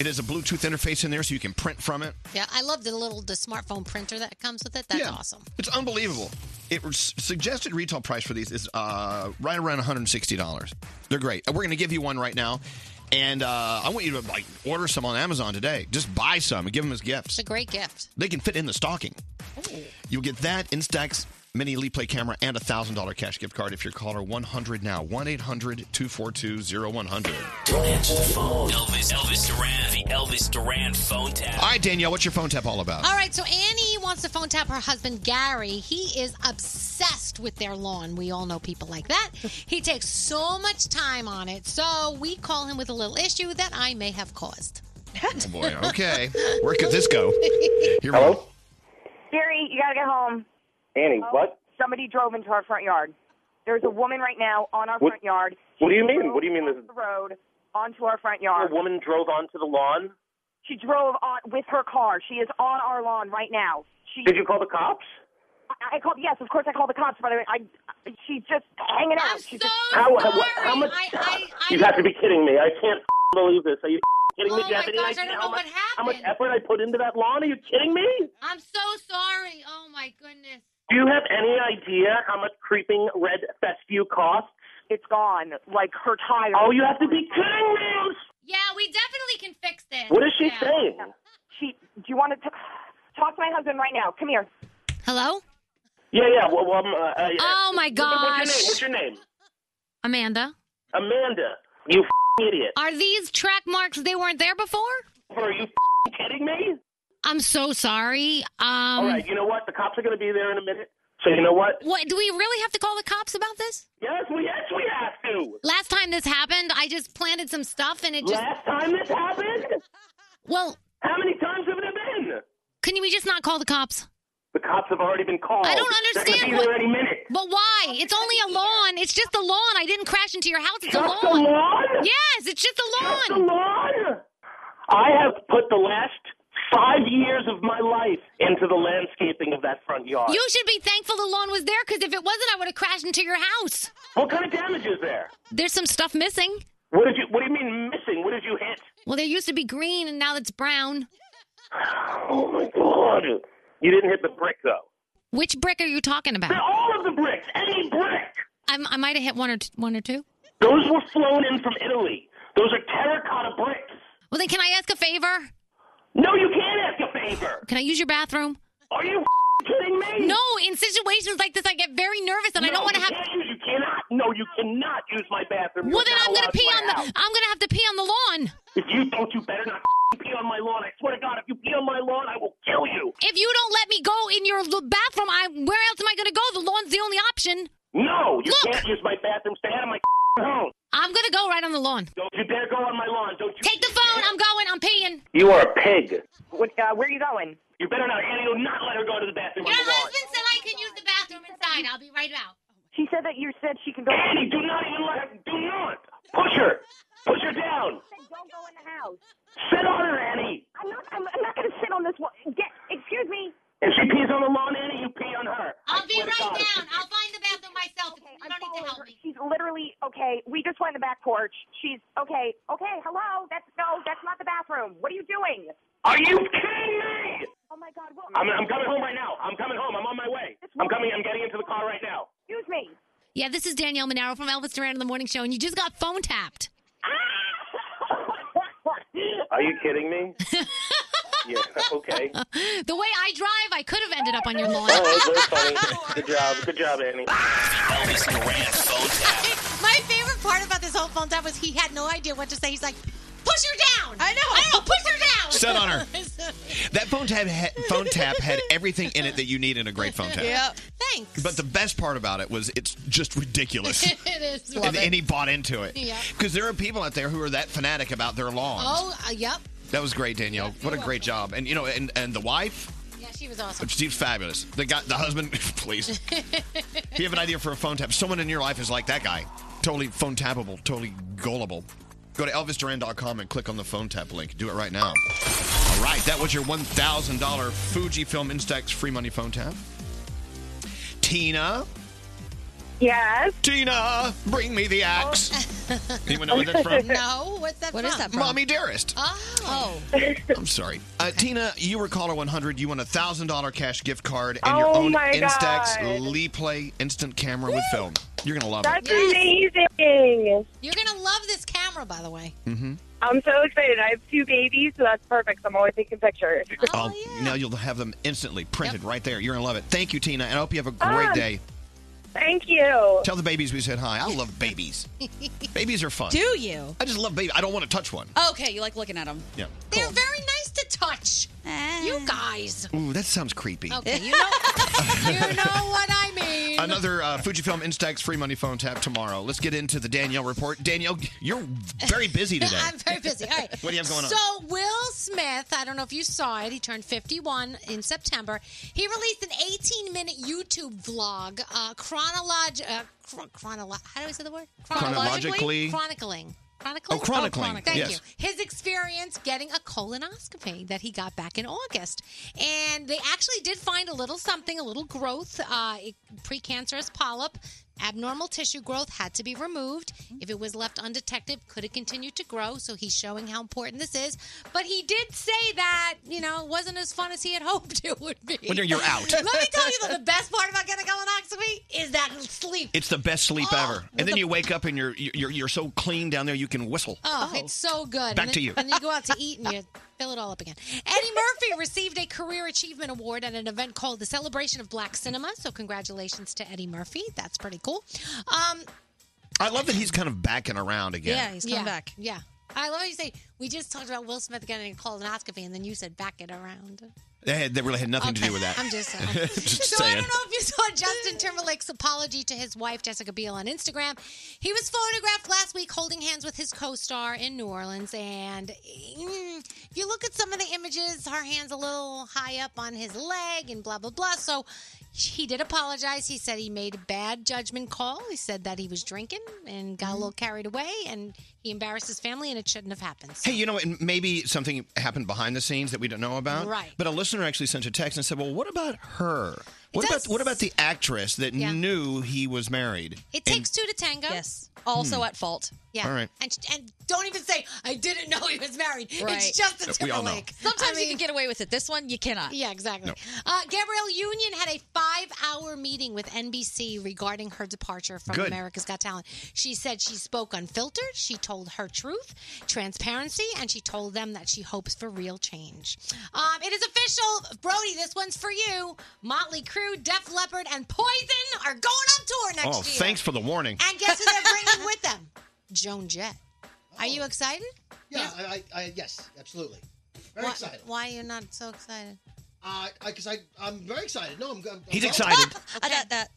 S4: It has a Bluetooth interface in there, so you can print from it.
S2: Yeah, I love the little the smartphone printer that comes with it. That's
S4: Yeah.
S2: awesome.
S4: It's unbelievable. It was suggested retail price for these is uh, right around one hundred and sixty dollars. They're great. We're going to give you one right now, and uh, I want you to like order some on Amazon today. Just buy some and give them as gifts.
S2: It's a great gift.
S4: They can fit in the stocking. You'll get that Instax mini LePlay camera and a thousand dollar cash gift card if you're caller one hundred now one 100
S8: Don't answer the phone. Elvis, Elvis Duran, the Elvis Duran phone tap.
S4: All right, Danielle, what's your phone tap all about?
S2: All right, so Annie wants to phone tap her husband Gary. He is obsessed with their lawn. We all know people like that. He takes so much time on it. So we call him with a little issue that I may have caused.
S4: Oh boy, okay. Where could this go? Here we go.
S20: Gary, you gotta get home. Oh,
S14: Annie, what?
S20: Somebody drove into our front yard. There's a woman right now on our
S14: What-
S20: front yard.
S14: What do
S20: She
S14: you mean?
S20: drove
S14: What do you mean?
S20: across
S14: This
S20: The road onto our front yard.
S14: a woman drove onto the lawn.
S20: She drove on with her car. She is on our lawn right now. She.
S14: Did you call the cops?
S20: I called. Yes, of course I called the cops. By the way, I she's just hanging out. she's just,
S23: How, how, how much? you have to be kidding me. I can't believe this. Are you kidding me,
S2: Oh my
S23: Jeopardy?
S2: gosh, I
S23: see
S2: don't
S23: how
S2: know
S23: much,
S2: what
S23: How much effort I put into that lawn? Are you kidding me?
S2: I'm so sorry. Oh my goodness.
S23: Do you have any idea how much creeping red fescue costs?
S20: It's gone. Like her tire.
S23: Oh, you have to be kidding me.
S2: Yeah, we definitely can fix this.
S23: What is she
S20: Yeah.
S23: saying?
S20: She. Do you want to talk to my husband right now? Come here.
S2: Hello.
S23: Yeah, yeah. Well, well, um, uh, uh,
S2: Oh, my gosh.
S23: What's your name?
S2: Amanda,
S23: What's your name? Amanda. You f***ing idiot.
S2: are these track marks? They weren't there before.
S23: Are you f***ing kidding me?
S2: I'm so sorry. Um,
S23: All right. You know what? The cops are going to be there in a minute. So you know what?
S2: What do we really have to call the cops about this?
S23: Yes, we yes we have to.
S2: Last time this happened, I just planted some stuff and it just.
S23: Last time this happened?
S2: Well,
S23: How many times have it been?
S2: can we just not call the cops?
S23: The cops have already been called.
S2: I don't
S23: They're
S2: understand.
S23: gonna be there any minute.
S2: But why? It's only a lawn. It's just a lawn. I didn't crash into your house. It's a
S23: Just a
S2: lawn.
S23: lawn?
S2: Yes, it's just a lawn.
S23: Just a lawn? I have put the last five years of my life into the landscaping of that front yard.
S2: You should be thankful the lawn was there because if it wasn't, I would have crashed into your house.
S23: What kind of damage is there?
S2: There's some stuff missing.
S23: What did you? What do you mean missing? What did you hit?
S2: Well, there used to be green and now it's brown.
S23: Oh my god! You didn't hit the brick though.
S2: Which brick are you talking about?
S23: All of the bricks, any brick.
S2: i I might have hit one or t- one or two.
S23: Those were flown in from Italy. Those are terracotta bricks.
S2: Well, then can I ask a favor?
S23: No, you can't ask a favor.
S2: Can I use your bathroom?
S23: Are you kidding me?
S2: No, in situations like this, I get very nervous and I
S23: No,
S2: don't want to
S23: you
S2: have.
S23: can't use- You cannot. No, you cannot use my bathroom.
S2: Well, then I'm
S23: going to
S2: pee on the.
S23: House.
S2: I'm going to have to pee on the lawn.
S23: If you don't, you better not pee on my lawn. I swear to God, if you pee on my lawn, I will kill you.
S2: If you don't let me go in your l- bathroom, I where else am I going to go? The lawn's the only option.
S23: No, you
S2: Look.
S23: can't use my bathroom. Stay out of my home.
S2: I'm going to go right on the lawn.
S23: Don't you dare go on my lawn. Don't you?
S2: Take the phone. I'm going. I'm peeing.
S23: You are a pig.
S20: What, uh, where are you going?
S23: You better not. and You not let her go to the bathroom
S2: Your
S23: on the lawn.
S2: husband said I can use the bathroom inside. I'll be right out.
S20: She said that you said she can go.
S23: Annie, do not even let her. Do not push her. Push her down.
S20: Don't go in the house.
S23: Sit on her, Annie.
S20: I'm not. I'm, I'm not going to sit on this one. Get. Excuse me.
S23: If she pees on the lawn, Annie, you pee on her.
S2: I'll
S23: I
S2: be
S23: swear to
S2: right
S23: God.
S2: down. I'll find the bathroom myself. you don't need to help me.
S20: She's literally okay. We just went in the back porch. She's okay. Okay. Hello. That's no. That's not the bathroom. What are you doing?
S23: Are you kidding me?
S20: Oh my God. Well,
S23: I'm, I'm coming home right now. I'm coming home. I'm on my way. I'm coming. I'm getting into the car right now.
S20: Excuse me.
S2: Yeah, this is Danielle Monaro from Elvis Duran in the Morning Show, and you just got phone tapped.
S23: Are you kidding me? yeah. Okay.
S2: The way I drive, I could have ended up on your lawn.
S23: Oh, that's funny. Good job. Good job, Annie.
S24: Elvis Duran phone tap.
S2: My favorite part about this whole phone tap was he had no idea what to say. He's like, push her down. I know. I know. Push her down.
S4: Sit on her. That phone tap, had, phone tap had everything in it that you need in a great phone tap.
S2: Thanks.
S4: But the best part about it was it's just ridiculous.
S2: it is.
S4: and, and he bought into it.
S2: Yeah.
S4: Because there are people out there who are that fanatic about their lawns.
S2: Oh, uh, yep.
S4: That was great, Danielle. what a great job. And you know, and, and the wife,
S2: Yeah, she was awesome.
S4: she's fabulous. The guy, the husband, please. if you have an idea for a phone tap, someone in your life is like that guy. Totally phone tappable, totally gullible. Go to elvisduran.com and click on the phone tap link. Do it right now. All right, that was your $1,000 Fujifilm Instax free money phone tap. Tina.
S20: Yes.
S4: Tina, bring me the axe. Anyone know where that's from?
S2: No, what's that
S7: What
S2: from?
S7: is that from?
S4: Mommy Dearest.
S2: Oh.
S4: I'm sorry. Uh, Tina, you were caller 100. You won a $1,000 cash gift card and your
S20: Oh
S4: own
S20: my
S4: Instax
S20: God.
S4: Lee Play instant camera with film. You're going to love
S20: That's
S4: it.
S20: amazing.
S2: You're going to love this camera, by the way.
S4: Mm-hmm.
S20: I'm so excited. I have two babies, so that's perfect. I'm always taking pictures.
S4: Oh, Now you'll have them instantly printed right there. You're going to love it. Thank you, Tina, and I hope you have a great
S20: Ah.
S4: day.
S20: Thank
S2: Oh.
S20: you.
S4: Tell the babies we said hi. I love babies. babies are fun.
S7: Do you?
S4: I just love babies. I don't want to touch one.
S7: Okay, you like looking at them.
S4: Yeah.
S2: They're very nice to touch.
S7: Ah.
S2: You guys.
S4: Ooh, that sounds creepy.
S2: Okay, you know, you know what I mean.
S4: Another uh, Fujifilm Instax free money phone tap tomorrow. Let's get into the Danielle report. Danielle, you're very busy today.
S2: I'm very busy. All right.
S4: What do you have going on?
S2: so Will Smith, I don't know if you saw it. He turned 51 in September. He released an 18-minute YouTube vlog, uh, chronolog- uh, chron- chronolo- How do I say the word?
S4: Chronologically?
S2: Chronicling Chronicling?
S4: Oh, chronicling,
S2: Thank
S4: yes.
S2: you. His experience getting a colonoscopy that he got back in August. And they actually did find a little something, a little growth, uh, it- precancerous polyp. Abnormal tissue growth had to be removed. If it was left undetected, could have continued to grow. So he's showing how important this is. But he did say that, you know, it wasn't as fun as he had hoped it would be.
S4: When you're- you're out.
S2: Let me tell you, though, the best part about getting a colonoscopy is that sleep.
S4: It's the best sleep
S2: Oh,
S4: ever.
S2: with
S4: And then
S2: the-
S4: you wake up and you're you're you're so clean down there you can whistle.
S2: Oh, it's so good.
S4: Back
S2: and then,
S4: to you.
S2: And then you go out to eat and you fill it all up again. Eddie Murphy received a Career Achievement Award at an event called the Celebration of Black Cinema. So congratulations to Eddie Murphy. That's pretty cool. Um,
S4: I love that he's kind of backing around again.
S2: yeah, Yeah. I love how you say, we just talked about Will Smith getting a colonoscopy, and then you said back it around.
S4: That, had, that really had nothing to do with that.
S2: I'm just-
S4: just
S2: so I
S4: saying.
S2: don't know if you saw Justin Timberlake's apology to his wife Jessica Biel on Instagram. He was photographed last week holding hands with his co-star in New Orleans, and mm, if you look at some of the images, her hands a little high up on his leg, and blah blah blah. So he did apologize. He said he made a bad judgment call. He said that he was drinking and got a little carried away, and he embarrassed his family, and it shouldn't have happened.
S4: Hey, you know, what? and maybe something happened behind the scenes that we don't know about.
S2: Right.
S4: But a listener actually sent a text and said, "Well, what about her? What about what about the actress that
S2: Yeah.
S4: knew he was married?"
S2: It takes two to tango. Yes.
S4: Also Hmm.
S2: at fault. Yeah.
S4: All right.
S2: And and don't even say I didn't know he was married.
S7: Right.
S2: It's Justin
S4: We all know.
S2: Timberlake.
S7: Sometimes you can get away with it. This one, you cannot.
S2: Yeah, exactly.
S7: No.
S2: Uh, Gabrielle Union had a five-hour meeting with NBC regarding her departure from
S7: Good.
S2: America's Got Talent. She said she spoke unfiltered. She told her truth, transparency, and she told them that she hopes for real change. Um, it is official, Brody. This one's for you. Motley Crue, Def Leppard, and Poison are going on tour next
S4: oh,
S2: year.
S4: thanks for the warning.
S2: And guess who they're bringing with them? Joan Jett. Are you excited?
S18: Oh. Yeah, I, I, I, yes, absolutely. Very
S2: why,
S18: excited.
S2: Why are you not so excited?
S18: Uh, because I, I'm very excited. No, I'm. I'm
S4: He's
S18: I'm-
S4: excited.
S2: I got that.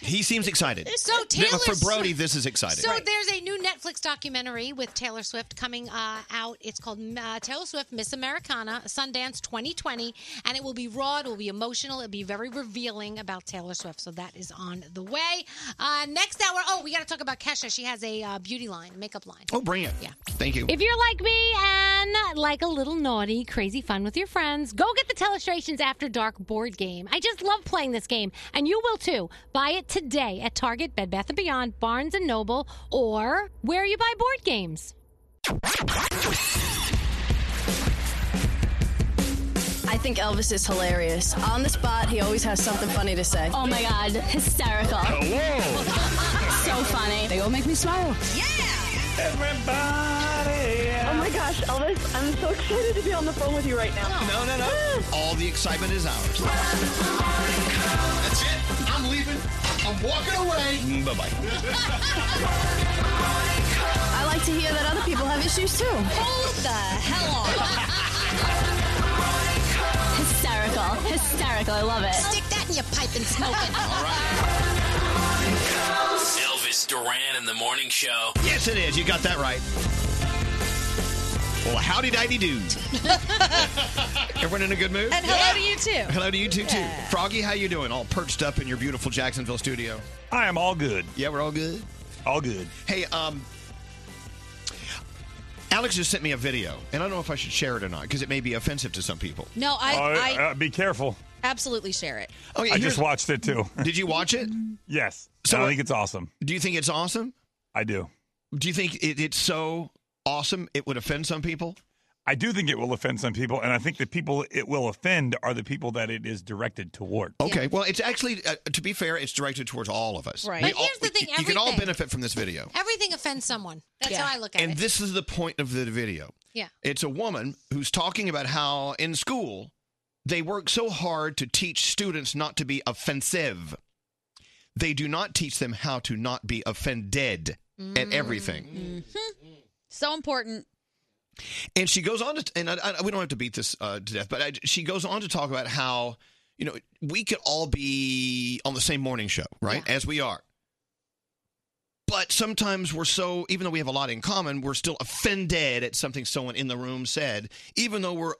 S4: He seems excited.
S2: So
S4: Th-
S2: Taylor
S4: for Brody,
S2: Swift-
S4: this is exciting.
S2: So there's a new Netflix documentary with Taylor Swift coming uh, out. It's called uh, Taylor Swift Miss Americana Sundance 2020, and it will be raw. It will be emotional. It'll be very revealing about Taylor Swift. So that is on the way. Uh, next hour. Oh, we got to talk about Kesha. She has a uh, beauty line, makeup line.
S4: oh, bring it. Yeah. Thank you.
S13: If you're like me and like a little naughty, crazy fun with your friends, go get the Telestrations After Dark board game. I just love playing this game, and you will too. Buy it today at Target, Bed Bath & Beyond, Barnes & Noble, or where you buy board games.
S25: I think Elvis is hilarious. On the spot, he always has something funny to say.
S1: Oh my god, hysterical. so funny. They all make me smile.
S18: Everybody.
S20: Oh my gosh, Elvis, I'm so excited to be on the phone with you right now.
S4: No, no, no. All the excitement is ours.
S11: That's it. I'm leaving. I'm walking away.
S4: Bye bye.
S25: I like to hear that other people have issues too. Hold the hell
S1: Hysterical. Hysterical. I love it.
S2: Stick that in your pipe and smoke it.
S8: Elvis Duran in the morning show.
S4: Yes, it is. You got that right. Well, howdy dighty do. Everyone in a good mood?
S7: And hello to you too.
S4: Hello to you two too. Froggy, how you doing? All perched up in your beautiful Jacksonville studio.
S19: I am all good.
S4: Yeah, we're all good.
S19: All good.
S4: Hey, um, Alex just sent me a video, and I don't know if I should share it or not because it may be offensive to some people.
S7: No, I, I
S19: Uh, be careful.
S7: absolutely share it.
S19: I just watched it too.
S4: Did you watch it?
S19: Yes. So I think it's awesome.
S4: Do you think it's awesome?
S19: I do.
S4: Do you think it, it's so awesome it would offend some people?
S19: I do think it will offend some people, and I think the people it will offend are the people that it is directed toward.
S4: Okay, well, it's actually uh, to be fair, it's directed towards all of us.
S2: Right.
S4: We
S2: But here's the thing,
S4: You you can all
S2: everything-
S4: benefit from this video,
S2: Everything offends someone. That's how I look at
S4: and
S2: it.
S4: this is the point of the video.
S2: yeah.
S4: It's a woman who's talking about how in school they work so hard to teach students not to be offensive. They do not teach them how to not be offended
S2: Mm-hmm.
S4: at
S2: Mm.
S4: everything.
S7: Mm-hmm. So important.
S4: And she goes on to, and I, I, we don't have to beat this uh, to death, but I, she goes on to talk about how, you know, we could all be on the same morning show, right? As we are. But sometimes we're so, even though we have a lot in common, we're still offended at something someone in the room said, even though we're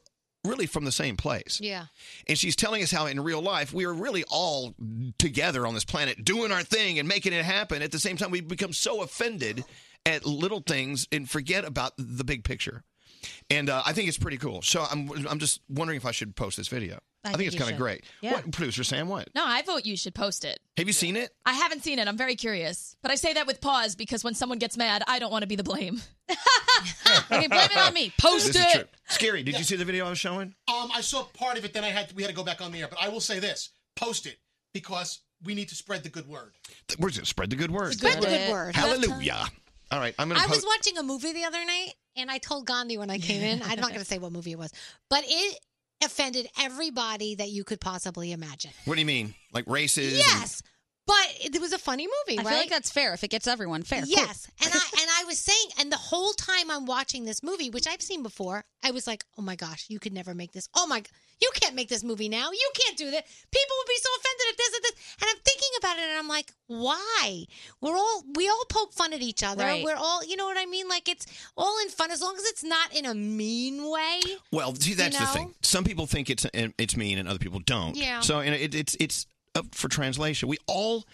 S4: really from the same place.
S2: Yeah.
S4: And she's telling us how in real life we are really all together on this planet doing our thing and making it happen. At the same time, we become so offended at little things and forget about the big picture. And uh, I think it's pretty cool. So I'm I'm just wondering if I should post this video.
S12: I
S4: I,
S12: think
S4: think it's
S12: you
S4: kind
S12: should.
S4: of great.
S12: Yeah.
S4: What producer Sam? What
S12: No, I vote you should post it.
S4: have you seen it?
S12: I haven't seen it. I'm very curious. But I say that with pause because when someone gets mad, I don't want to be the blame. okay, blame it on me. Post
S4: This
S12: it.
S4: is true. Scary. Did you see the video I was showing?
S11: Um, I saw part of it. Then I had we had to go back on the air. But I will say this: post it because we need to spread the good word.
S4: We're just spread the good word.
S2: Spread the good word.
S4: Hallelujah. All right, I'm gonna.
S2: I
S4: post-
S2: was watching a movie the other night, and I told Gandhi when I came in. I'm not going to say what movie it was, but it offended everybody that you could possibly imagine.
S4: What do you mean? Like races? and-
S2: Yes, but it was a funny movie.
S7: I
S2: right?
S7: feel like that's fair if it gets everyone fair. cool.
S2: Yes, and I and I was saying, and the whole time I'm watching this movie, which I've seen before, I was like, oh my gosh, you could never make this. Oh my, g- you can't make this movie now. You can't do that. People would be so offended if this and this. And I'm thinking about it, and I'm like, why? We're all we all poke fun at each other.
S4: Right.
S2: We're all, you know what I mean? Like it's all in fun as long as it's not in a mean way.
S4: Well, see, that's
S2: know?
S4: the thing. Some people think it's it's mean, and other people don't.
S2: Yeah.
S4: So and it, it's it's up for translation. We all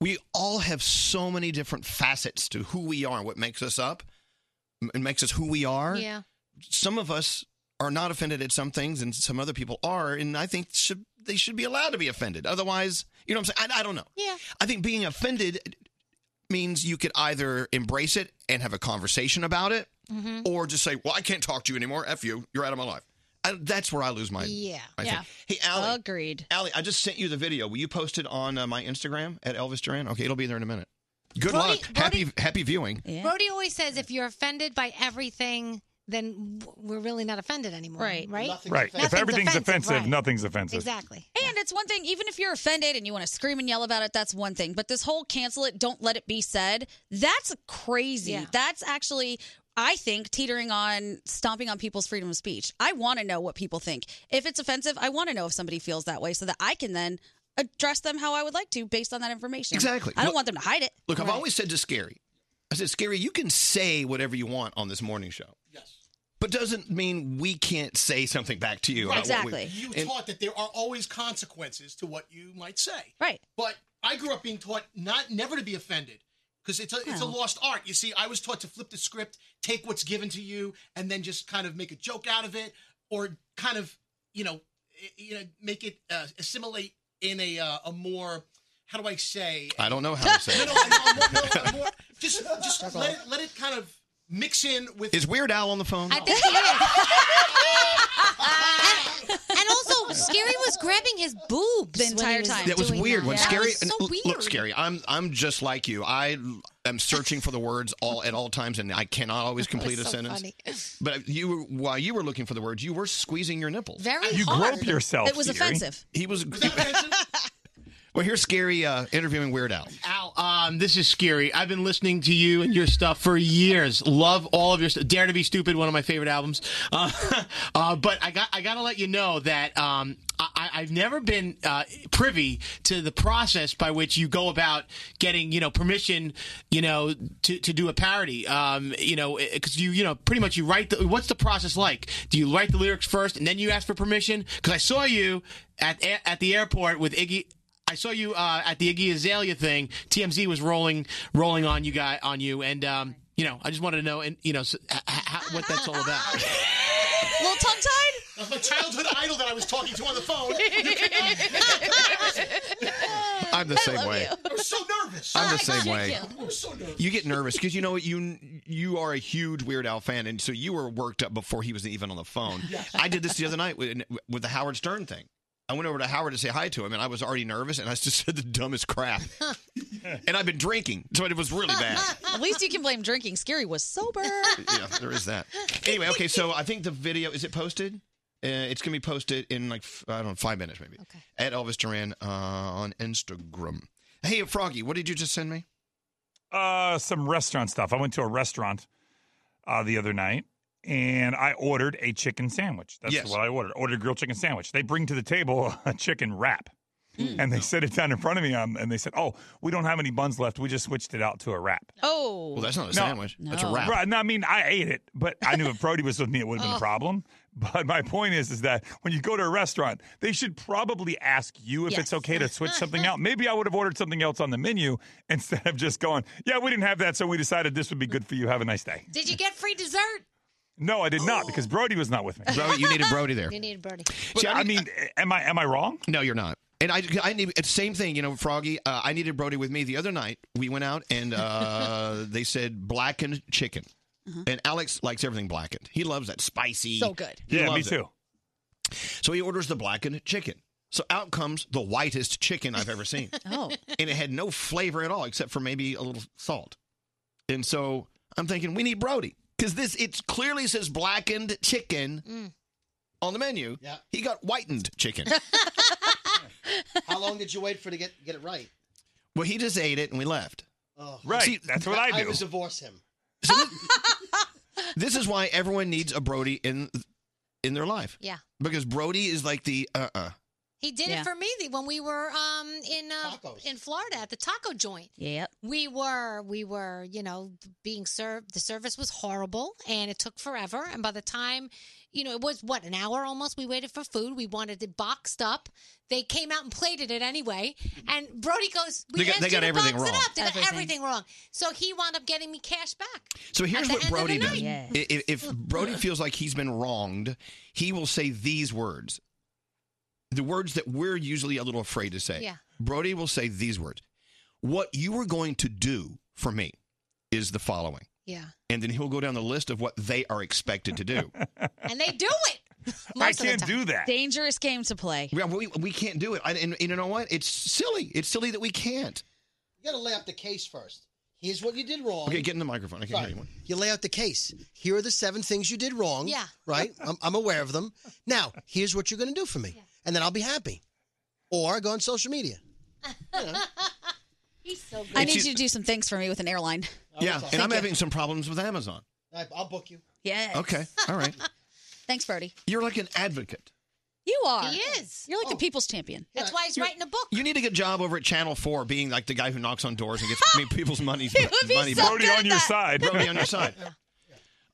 S4: we all have so many different facets to who we are and what makes us up and makes us who we are.
S2: Yeah.
S4: Some of us are not offended at some things, and some other people are. And I think should they should be allowed to be offended. Otherwise, you know what I'm saying? I, I don't know.
S2: Yeah.
S4: I think being offended means you could either embrace it and have a conversation about it,
S7: Mm-hmm.
S2: Mhm.
S4: or just say, "Well, I can't talk to you anymore. F you. You're out of my life." I, that's where I lose my.
S2: Yeah.
S4: I think. Hey, Allie. Agreed. Allie, I just sent you the video. Will you post it on uh, my Instagram at Elvis Duran? Okay, it'll be there in a minute. Good
S2: Brody-
S4: luck. happy happy viewing.
S2: Brody always says if you're offended by everything, then w- we're really not offended anymore. Right. Right.
S19: Right. if everything's offensive,
S7: right.
S19: nothing's offensive.
S7: And it's one thing, even if you're offended and you want to scream and yell about it, that's one thing. But this whole cancel it, don't let it be said, that's crazy.
S23: Yeah.
S7: That's actually, I think, teetering on stomping on people's freedom of speech. I want to know what people think. If it's offensive, I want to know if somebody feels that way so that I can then address them how I would like to based on that information.
S4: Exactly.
S7: I don't
S4: Look-
S7: want them to hide it.
S4: Look, I've always said to Scary, I said, Scary, you can say whatever you want on this morning show. Yes. But doesn't mean we can't say something back to you. about what we-
S11: You
S4: and-
S11: taught that there are always consequences to what you might say.
S7: Right.
S11: But I grew up being taught not never to be offended because it's a, it's a
S7: Well.
S11: lost art. You see, I was taught to flip the script, take what's given to you, and then just kind of make a joke out of it, or kind of you know i- you know make it uh, assimilate in a uh, a more how do I say?
S4: I don't know how to say.
S11: No,
S4: it.
S11: no, no, no, no, no, more- just just let it, let it kind of mix in with.
S4: Is Weird Al on the phone?
S11: I
S2: think he And also, Scary was grabbing his boobs the entire time.
S4: That was weird. When
S2: that.
S4: Scary
S2: That was so
S4: and l-
S2: weird.
S4: look, Scary, I'm I'm just like you. I am searching for the words all at all times, and I cannot always complete a
S2: so
S4: sentence.
S2: funny.
S4: But you, were- while you were looking for the words, you were squeezing your nipples.
S2: Very You hard. grope yourself, It was Scary. offensive.
S4: He was. well, here's Scary uh, interviewing Weird Al.
S11: Al, um, this is scary. I've been listening to you and your stuff for years. Love all of your stuff. Dare to be stupid, one of my favorite albums. Uh, uh, but I got I gotta let you know that um, I- I, I've never been uh, privy to the process by which you go about getting you know permission, you know, to, to do a parody. Um, you know, because you you know pretty much you write the what's the process like? Do you write the lyrics first and then you ask for permission? Because I saw you at at the airport with Iggy. I saw you uh, at the Iggy Azalea thing. TMZ was rolling, rolling on you guy on you, and um, you know, I just wanted to know, and you know, s h- h- what that's all about.
S7: little tongue tied.
S11: That's my childhood idol that I was talking to on the phone.
S4: I'm the same way.
S11: I was so nervous.
S4: I'm the same way.
S11: I was so nervous.
S4: You get nervous because you know what you you are a huge Weird Al fan, and so you were worked up before he was even on the phone.
S11: Yes.
S4: I did this the other night with, with the Howard Stern thing. I went over to Howard to say hi to him, and I was already nervous, and I just said the dumbest crap. and I've been drinking, so it was really bad.
S7: At least you can blame drinking. Scary was sober.
S4: yeah, there is that. Anyway, okay, so I think the video is it posted? Uh, it's gonna be posted in like f- I don't know five minutes maybe. Okay. At Elvis Duran uh, on Instagram. Hey, Froggy, what did you just send me?
S19: Uh, some restaurant stuff. I went to a restaurant uh, the other night and I ordered a chicken sandwich. That's
S4: Yes.
S19: what I ordered. Ordered a grilled chicken sandwich. They bring to the table a chicken wrap. and they set it down in front of me, um, and they said, "Oh, we don't have any buns left. We just switched it out to a wrap."
S7: Oh.
S19: No. Right, no, I mean, I ate it, but I knew if Brody was with me, it would have been
S7: Oh.
S19: a problem. But my point is, is that when you go to a restaurant, they should probably ask you if it's okay to switch something out. Maybe I would have ordered something else on the menu instead of just going, "Yeah, we didn't have that, so we decided this would be good for you. Have a nice day."
S2: Did you get free dessert?
S19: No, I did not because Brody was not with me.
S4: Brody, you needed Brody there.
S2: You need Brody.
S4: See, I, mean,
S19: am I am I wrong?
S4: No, you're not. And I, I need it's same thing, you know, Froggy. Uh, I needed Brody with me the other night. We went out and uh, they said blackened chicken,
S2: Uh-huh.
S4: and Alex likes everything blackened. He loves that spicy.
S7: Uh-huh. So good.
S4: He
S19: Yeah, me
S4: loves it.
S19: too.
S4: So he orders the blackened chicken. So out comes the whitest chicken I've ever seen.
S7: Oh.
S4: and it had no flavor at all except for maybe a little salt. And so I'm thinking we need Brody because this it clearly says blackened chicken
S7: Mm.
S4: on the menu.
S18: Yeah.
S4: He got whitened chicken.
S18: How long did you wait for to get get it right?
S4: well, he just ate it and we left.
S18: Oh.
S4: Right, that's what I
S18: I
S4: do.
S18: would divorce him.
S4: This is why everyone needs a Brody in in their life
S2: Yeah.
S4: because Brody is like the uh uh
S2: He did
S4: Yeah.
S2: it for me the- when we were um, in uh, in Florida at the taco joint.
S4: Yep.
S2: We were we were you know being served. The service was horrible, and it took forever. And by the time you know it was what an hour almost. We waited for food. We wanted it boxed up. They came out and plated it anyway. And Brody goes, "We
S4: They got-
S2: asked
S4: they got
S2: you to
S4: everything
S2: box
S4: wrong.
S2: It up. They
S4: Everything.
S2: got everything wrong." So he wound up getting me cash back.
S4: So
S2: At
S4: here's
S2: the
S4: what
S2: end of the
S4: Brody does.
S2: night. Yeah.
S4: I- If, if Brody feels like he's been wronged, he will say these words. The words that we're usually a little afraid to say.
S2: Yeah.
S4: Brody will say these words. What you are going to do for me is the following.
S2: Yeah.
S4: And then he'll go down the list of what they are expected to do.
S2: And they do it.
S4: Most of the can't time. do that.
S7: Dangerous game to play.
S4: we, we, we can't do it. I, and, and you know what? It's silly. It's silly that we can't.
S18: You got to lay out the case first. Here's what you did wrong.
S4: Okay, get in the microphone. I can't hear
S18: Sorry.
S4: you. What-
S18: You lay out the case. Here are the seven things you did wrong.
S2: Yeah.
S18: Right? I'm, I'm aware of them. Now, here's what you're going to do for me. And then I'll be happy. Or go on social media.
S7: He's so good. I need
S4: It's-
S7: you to do some things for me with an airline.
S4: yeah, and Oh, I'm
S7: Thank you.
S4: having Oh. some problems with Amazon.
S18: I'll book you.
S7: Yes.
S4: Okay, all right.
S7: Thanks, Brody.
S4: You're like an advocate.
S7: You are.
S2: He is. Oh.
S7: You're like the people's champion.
S2: That's why he's
S4: You're-
S2: writing a book.
S4: You need to get a job over at Channel Four, being like the guy who knocks on doors and gets I mean, people's money's
S19: It would be
S4: money.
S19: so Brody good on at your that. side.
S4: Brody on your side.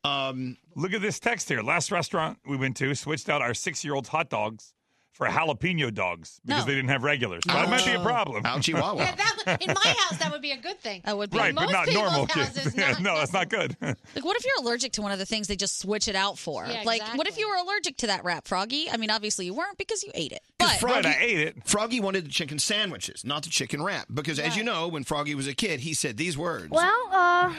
S19: Um, Look at this text here. Last restaurant we went to switched out our six year old's hot dogs for jalapeno dogs because
S2: No.
S19: they didn't have regulars. So that might be a
S4: Ouch.
S19: problem.
S4: Ouch, Chihuahwa.
S2: Yeah, that, in my house, that would be a good thing.
S7: That would
S19: right, but not normal kids. Yeah, no, that's not good.
S7: Like, what if you're allergic to one of the things they just switch it out for?
S2: Yeah,
S7: like, what if you were allergic to that wrap, Froggy? I mean, obviously you weren't because you ate it. But
S4: Froggy, ate it. Froggy wanted the chicken sandwiches, not the chicken wrap, because as you know, when Froggy was a kid, he said these words.
S23: Well, uh,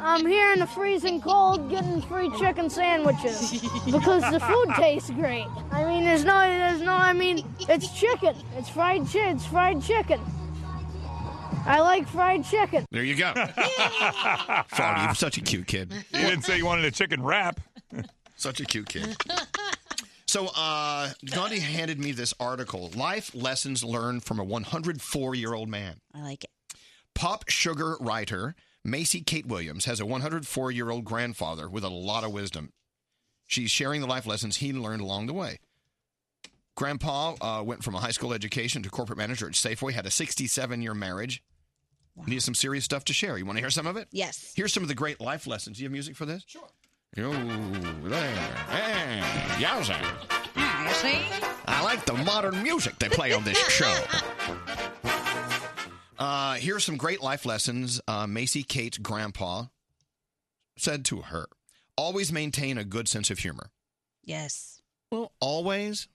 S23: I'm here in the freezing cold getting free chicken sandwiches because the food tastes great. I mean, there's no, there's no, I mean, it's chicken. It's fried chicken. It's fried chicken. I like fried chicken.
S4: There you go. Froggy, you're such a cute kid.
S19: You didn't say you wanted a chicken wrap.
S4: such a cute kid. So, uh, Gandhi handed me this article Life Lessons Learned from a 104 year old man.
S7: I like it.
S4: Pop sugar writer Macy Kate Williams has a 104 year old grandfather with a lot of wisdom. She's sharing the life lessons he learned along the way. Grandpa uh, went from a high school education to corporate manager at Safeway, had a 67 year marriage. He has some serious stuff to share. You want to hear some of it?
S7: Yes.
S4: Here's some of the great life lessons. Do you have music for this? Sure. Ooh, there. Hey, yowza. I like the modern music they play on this show. Uh, here are some great life lessons uh, Macy Kate's grandpa said to her. Always maintain a good sense of humor.
S7: yes.
S4: Well, always.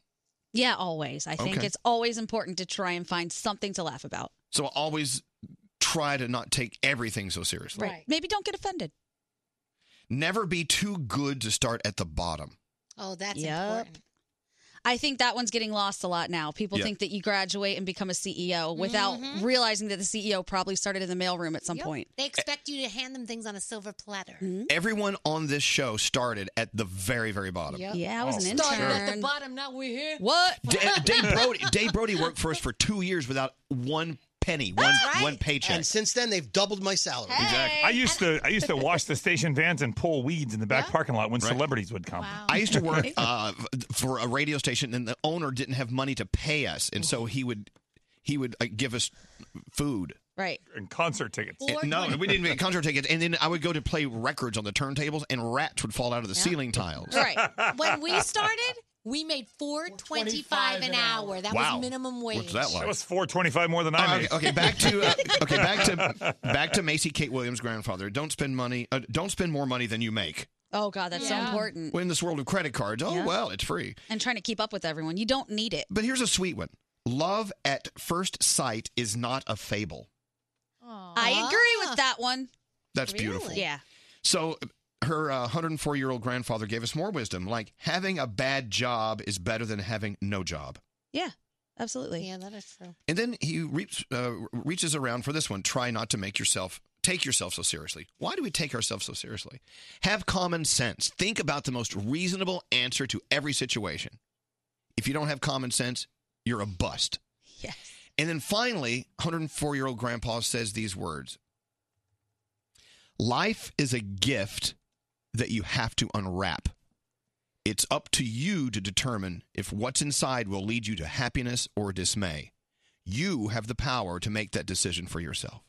S7: Yeah, always. I think
S4: Okay.
S7: it's always important to try and find something to laugh about.
S4: So always try to not take everything so seriously.
S7: Maybe don't get offended.
S4: Never be too good to start at the bottom.
S2: Oh, that's
S7: important. I think that one's getting lost a lot now. People
S4: Yeah.
S7: think that you graduate and become a CEO without realizing that the CEO probably started in the mailroom at some point.
S2: Mm-hmm. They expect you to hand them things on a silver platter.
S7: Mm-hmm.
S4: Everyone on this show started at the very, very bottom. Oh,
S7: Yeah, I was an
S2: Oh. Started
S7: intern.
S2: at the bottom, now we're here.
S7: What?
S4: D- Dave Brody, Dave Brody worked for us for two years without one penny, one one paycheck.
S18: And since then, they've doubled my salary.
S19: Exactly. I used to I used to wash the station vans and pull weeds in the back parking lot when celebrities would come.
S4: I used to work uh, for a radio station, and the owner didn't have money to pay us, and so he would he would like give us food.
S7: Right.
S19: And concert tickets.
S4: And- no, we didn't get concert tickets. And then I would go to play records on the turntables, and rats would fall out of the ceiling tiles.
S2: Right. When we started, we made four twenty-five an hour. That
S4: Wow.
S2: was minimum wage.
S4: What's that like?
S19: That was four twenty-five more than I
S4: Oh,
S19: made.
S4: okay, okay, back to uh, okay, back to back to Macy Kate Williams' grandfather. Don't spend money. Uh, don't spend more money than you make.
S7: Oh God, that's so
S2: Mm.
S7: important.
S4: Well, in this world of credit cards, oh
S7: Yeah.
S4: well, it's free.
S7: And trying to keep up with everyone, you don't need it.
S4: But here's a sweet one. Love at first sight is not a fable.
S7: I agree with that one.
S4: That's beautiful.
S7: Yeah.
S4: So her uh, 104 year old grandfather gave us more wisdom, like having a bad job is better than having no job.
S7: Yeah. Absolutely.
S2: Yeah, that is true.
S4: And then he reaps, uh, reaches around for this one. Try not to make yourself take yourself so seriously. Why do we take ourselves so seriously? Have common sense. Think about the most reasonable answer to every situation. If you don't have common sense, you're a bust.
S7: Yes.
S4: And then finally, 104 year old grandpa says these words Life is a gift that you have to unwrap. It's up to you to determine if what's inside will lead you to happiness or dismay. You have the power to make that decision for yourself.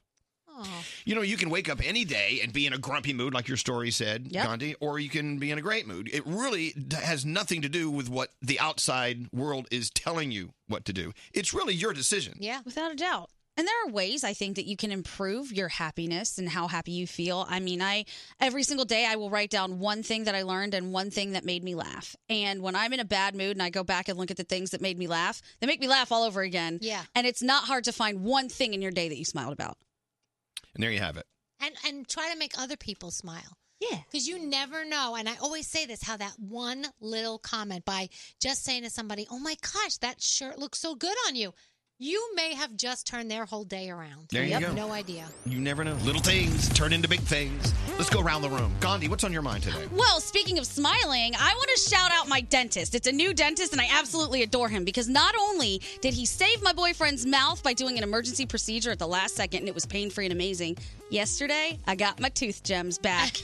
S4: You know, you can wake up any day and be in a grumpy mood, like your story said,
S26: Yep.
S4: Gandhi, or you can be in a great mood. It really d- has nothing to do with what the outside world is telling you what to do. It's really your decision.
S2: Yeah.
S7: Without a doubt. And there are ways I think that you can improve your happiness and how happy you feel. I mean, I every single day I will write down one thing that I learned and one thing that made me laugh. And when I'm in a bad mood and I go back and look at the things that made me laugh, they make me laugh all over again.
S2: Yeah.
S7: And it's not hard to find one thing in your day that you smiled about.
S4: And there you have it.
S2: and and try to make other people smile. Yeah. Because you never know. And I always say this how that one little comment by just saying to somebody, oh my gosh, that shirt looks so good on you. You may have just turned their whole day around.
S4: There you
S2: have
S4: go.
S2: No idea.
S4: You never know. Little things turn into big things. Let's go around the room. Gandhi, what's on your mind today?
S7: Well, speaking of smiling, I want to shout out my dentist. It's a new dentist, and I absolutely adore him because not only did he save my boyfriend's mouth by doing an emergency procedure at the last second, and it was pain free and amazing, yesterday I got my tooth gems back.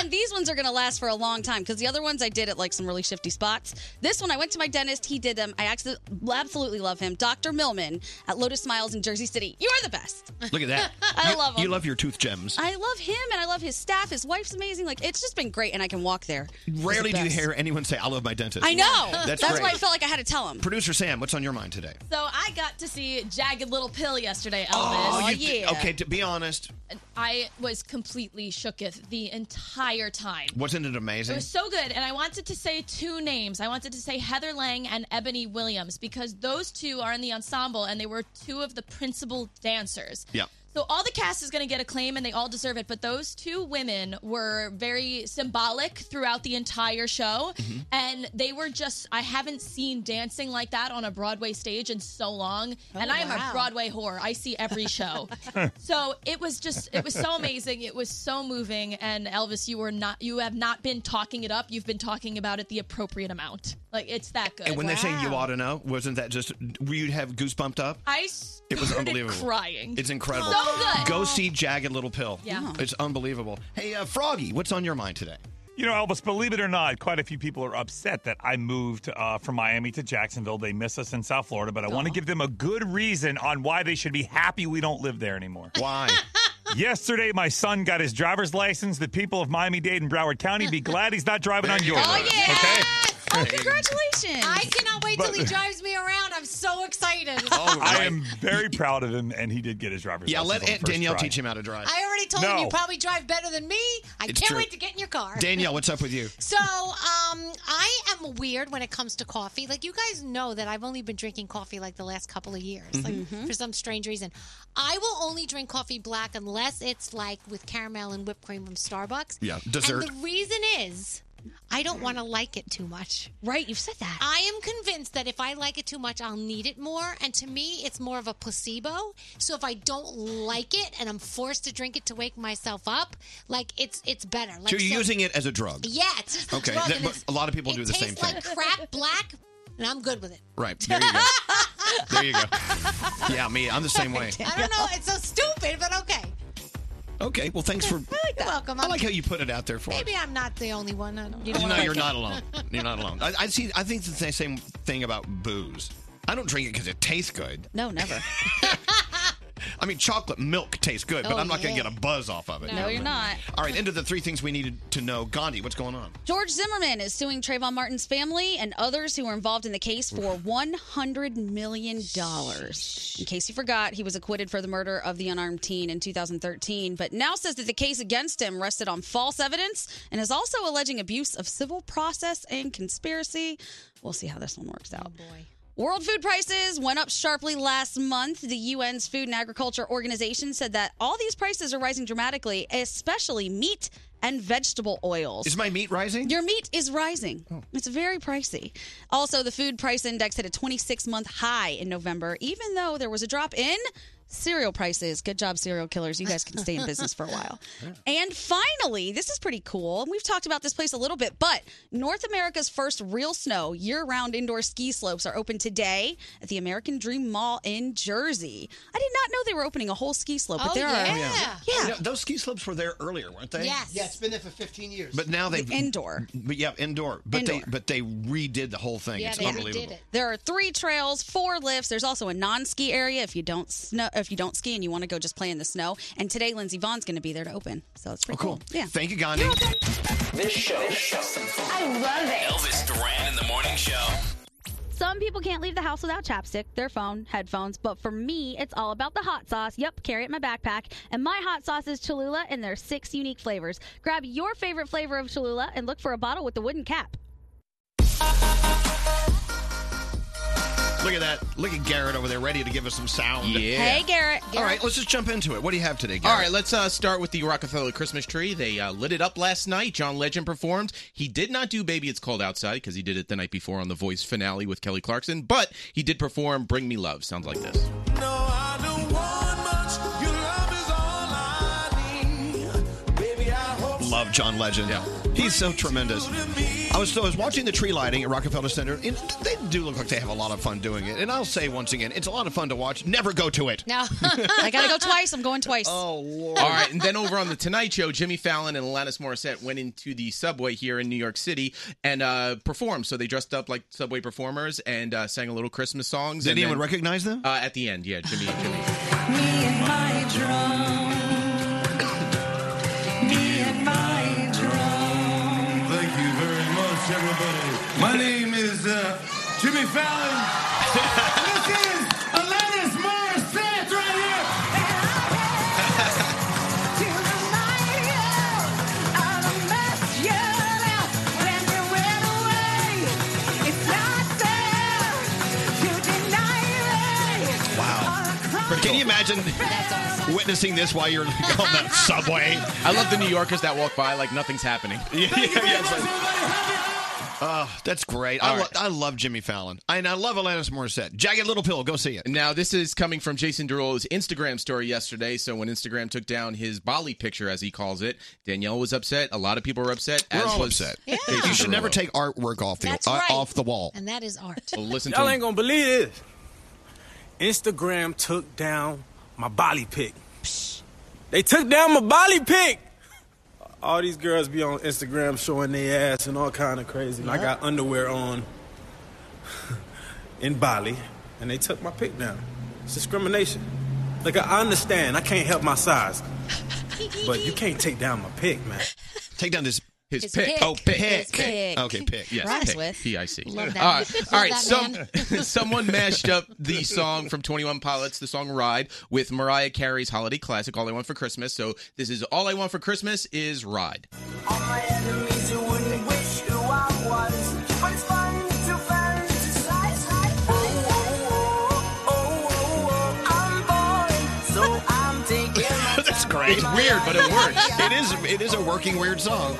S7: and these ones are going to last for a long time because the other ones I did at like some really shifty spots. This one, I went to my dentist, he did them. I actu- absolutely love him. Dr. Millman at Lotus Smiles in Jersey City. You are the best.
S4: Look at that.
S7: I
S4: you,
S7: love him.
S4: You love your tooth gems.
S7: I love him and I love his staff. His wife's amazing. Like, it's just been great, and I can walk there.
S4: Rarely do you
S7: best.
S4: hear anyone say, I love my dentist.
S7: I know.
S4: That's,
S7: That's,
S4: great.
S7: why I felt like I had to tell him.
S4: Producer Sam, what's on your mind today?
S12: So I got to see Jagged Little Pill yesterday, Elvis.
S4: Oh,
S7: Oh,
S4: you d- Okay, to be honest,
S12: I was completely shooketh the entire time.
S4: wasn't it amazing?
S12: It was so good, and I wanted to say two names. I wanted to say Heather Lang and Ebony Williams because those two are in the ensemble, and they were two of the principal dancers.
S4: yeah.
S12: So all the cast is going to get acclaim, and they all deserve it. But those two women were very symbolic throughout the entire show,
S4: Mm-hmm.
S27: Mhm.
S12: and they were just—I haven't seen dancing like that on a Broadway stage in so long.
S27: Oh,
S12: and I am
S27: wow.
S12: a Broadway whore; I see every show. so it was just—it was so amazing. It was so moving. And Elvis, you were not—you have not been talking it up. You've been talking about it the appropriate amount. Like it's that good.
S4: And when they're saying you ought to know, wasn't that just, you'd have goosebumped up?
S12: I
S4: It was
S12: started
S4: unbelievable.
S12: Crying.
S4: It's incredible.
S12: So good.
S4: Go see Jagged Little Pill.
S12: Yeah.
S4: It's unbelievable. Hey, uh, Froggy, what's on your mind today?
S19: You know, Elvis, believe it or not, quite a few people are upset that I moved uh, from Miami to Jacksonville. They miss us in South Florida, but I want to give them a good reason on why they should be happy we don't live there anymore.
S4: Why?
S19: Yesterday, my son got his driver's license. The people of Miami Dade and Broward County be glad he's not driving on your
S4: Oh,
S19: road. Okay?
S7: Congratulations.
S2: I cannot wait till he
S19: But-
S2: drives me around. I'm so excited.
S19: I am very proud of him, and he did get his driver's
S4: Yeah,
S19: license.
S4: let Aunt Danielle teach him how to drive.
S2: I already told him
S19: No.
S2: you probably drive better than me. I
S4: It's
S2: can't
S4: true.
S2: wait to get in your car.
S4: Danielle, what's up with you?
S2: So, um, I am weird when it comes to coffee. Like you guys know that I've only been drinking coffee like the last couple of years,
S4: Mm-hmm.
S2: like
S27: Mhm.
S2: for some strange reason. I will only drink coffee black unless it's like with caramel and whipped cream from Starbucks.
S4: Yeah, dessert.
S2: And the reason is I don't want to like it too much.
S7: Right, you've said that.
S2: I am convinced that if I like it too much, I'll need it more. And to me, it's more of a placebo. So if I don't like it and I'm forced to drink it to wake myself up, like it's it's better. Like,
S4: so you're
S2: so-
S4: using it as a drug.
S2: Yeah, it's just the
S4: Okay,
S2: drug
S4: that-
S2: and
S4: but
S2: it's-
S4: a lot of people
S2: it
S4: do the same
S2: tastes
S4: thing.
S2: like crap black, and I'm good with it.
S4: Right. There you go. there you go. Yeah, me. I'm the same way.
S2: I don't know. It's so stupid, but okay.
S4: Okay. Well, thanks for.
S2: You're welcome.
S4: I like how you put it out there for us.
S2: Maybe I'm not the only one. I don't know.
S4: no, you're not alone. You're not alone. I, I see. I think the th- same thing about booze. I don't drink it because it tastes good.
S7: No, never.
S4: I mean, chocolate milk tastes good, but
S7: Oh,
S4: I'm not going to
S7: yeah.
S4: get a buzz off of it.
S7: No, you're not.
S4: All right, into the three things we needed to know. Gandhi, what's going on?
S7: George Zimmerman is suing Trayvon Martin's family and others who were involved in the case for $100 million. In case you forgot, he was acquitted for the murder of the unarmed teen in 2013, but now says that the case against him rested on false evidence and is also alleging abuse of civil process and conspiracy. We'll see how this one works out. World food prices went up sharply last month. The UN's Food and Agriculture Organization said that all these prices are rising dramatically, especially meat and vegetable oils.
S4: Is my meat rising?
S7: Your meat is rising.
S11: Oh.
S7: It's very pricey. Also, the food price index hit a 26 month high in November, even though there was a drop in cereal prices. Good job, serial killers. You guys can stay in business for a while. And finally, this is pretty cool. And we've talked about this place a little bit, but North America's first real snow year round indoor ski slopes are open today at the American Dream Mall in Jersey. I did not know they were opening a whole ski slope, but
S11: Oh,
S7: there
S11: yeah.
S7: are.
S4: yeah. You know, those ski slopes were there earlier, weren't they?
S11: Oh, Yeah, it's been there for 15 years.
S4: But now they
S7: indoor.
S4: But yeah, indoor. But they but they redid the whole thing. it's unbelievable.
S7: There are three trails, four lifts. There's also a non-ski area if you don't snow if you don't ski and you want to go just play in the snow. And today Lindsey Vaughn's going to be there to open, so it's
S4: Oh,
S7: pretty cool. Yeah.
S4: Thank you, Gandhi.
S8: This show.
S7: I love it.
S8: Elvis Duran in the morning show.
S26: Some people can't leave the house without chapstick, their phone, headphones, but for me, it's all about the hot sauce. Yep, carry it in my backpack. And my hot sauce is Cholula, and there's six unique flavors. Grab your favorite flavor of Cholula and look for a bottle with the wooden cap.
S4: Look at that. Look at Garrett over there, ready to give us some sound.
S27: Yeah.
S7: Hey, Garrett.
S27: All
S4: right, let's just jump into it. What do you have today, Garrett?
S27: All right, let's uh, start with the Rockefeller Christmas tree. They uh, lit it up last night. John Legend performed. He did not do "Baby It's Cold Outside" because he did it the night before on the Voice finale with Kelly Clarkson, but he did perform "Bring Me Love." Sounds like this.
S3: No, I don't want much. Your love is all I need. Baby, I hope
S4: Love John Legend. He's so tremendous. I was so I was watching the tree lighting at Rockefeller Center, and they do look like they have a lot of fun doing it. And I'll say once again, it's a lot of fun to watch. Never go to it.
S7: No. I got to go twice. I'm going twice. Oh
S27: All right, and then over on the Tonight Show, Jimmy Fallon and Alanis Morissette went into the subway here in New York City and uh, performed. So they dressed up like subway performers and uh, sang a little Christmas songs.
S4: Did
S27: and
S4: anyone
S27: then-
S4: recognize them?
S27: Uh, at the end, yeah, Jimmy. Jimmy.
S3: me and my drum. Me and my drum. Thank you very much, everybody. My name is uh, Jimmy Fallon. And this is Alanis Morissette right here.
S4: Wow. Can you imagine witnessing this while you're like, on that subway?
S27: I love the New Yorkers that walk by like nothing's happening.
S4: Yeah, yeah, it's like- Oh, that's great. I,
S27: All
S4: lo-
S27: right.
S4: I love Jimmy Fallon. And I love Alanis Morissette. Jagged Little Pill, go see it.
S27: Now, this is coming from Jason Derulo's Instagram story yesterday. So, when Instagram took down his Bali picture, as he calls it, Danielle was upset. A lot of people were upset.
S4: We're
S27: as
S4: all
S27: was
S4: upset.
S27: Jason
S4: You should never
S27: Derulo.
S4: take artwork off the
S27: That's
S4: uh,
S27: right.
S4: off the wall.
S2: And that is art.
S27: Well, listen
S2: to
S27: to
S2: him.
S28: Y'all ain't gonna believe this. Instagram took down my body pic. They took down my body pic. All these girls be on Instagram showing their ass and all kind of crazy. And I got underwear on in Bali, and they took my pic down. It's discrimination. Like I understand, I can't help my size, but you can't take down my pic, man.
S4: Take down this
S27: his, pic. Oh, pic. Yes,
S3: Rhymes
S27: pic.
S3: with.
S27: P-I-C.
S3: Love that.
S27: All right,
S3: Love
S27: all right.
S3: that
S27: Some, someone mashed up the song from Twenty One Pilots, the song "Ride," with Mariah Carey's holiday classic "All I Want for Christmas." So this is "All I Want for Christmas" is "Ride."
S3: enemies who wouldn't wish who I was. But it's fun to fantasize like, oh, oh, oh, oh, oh, oh, I'm boring, so I'm taking my
S4: That's great. It's weird, but it works. it is. It is a working weird song.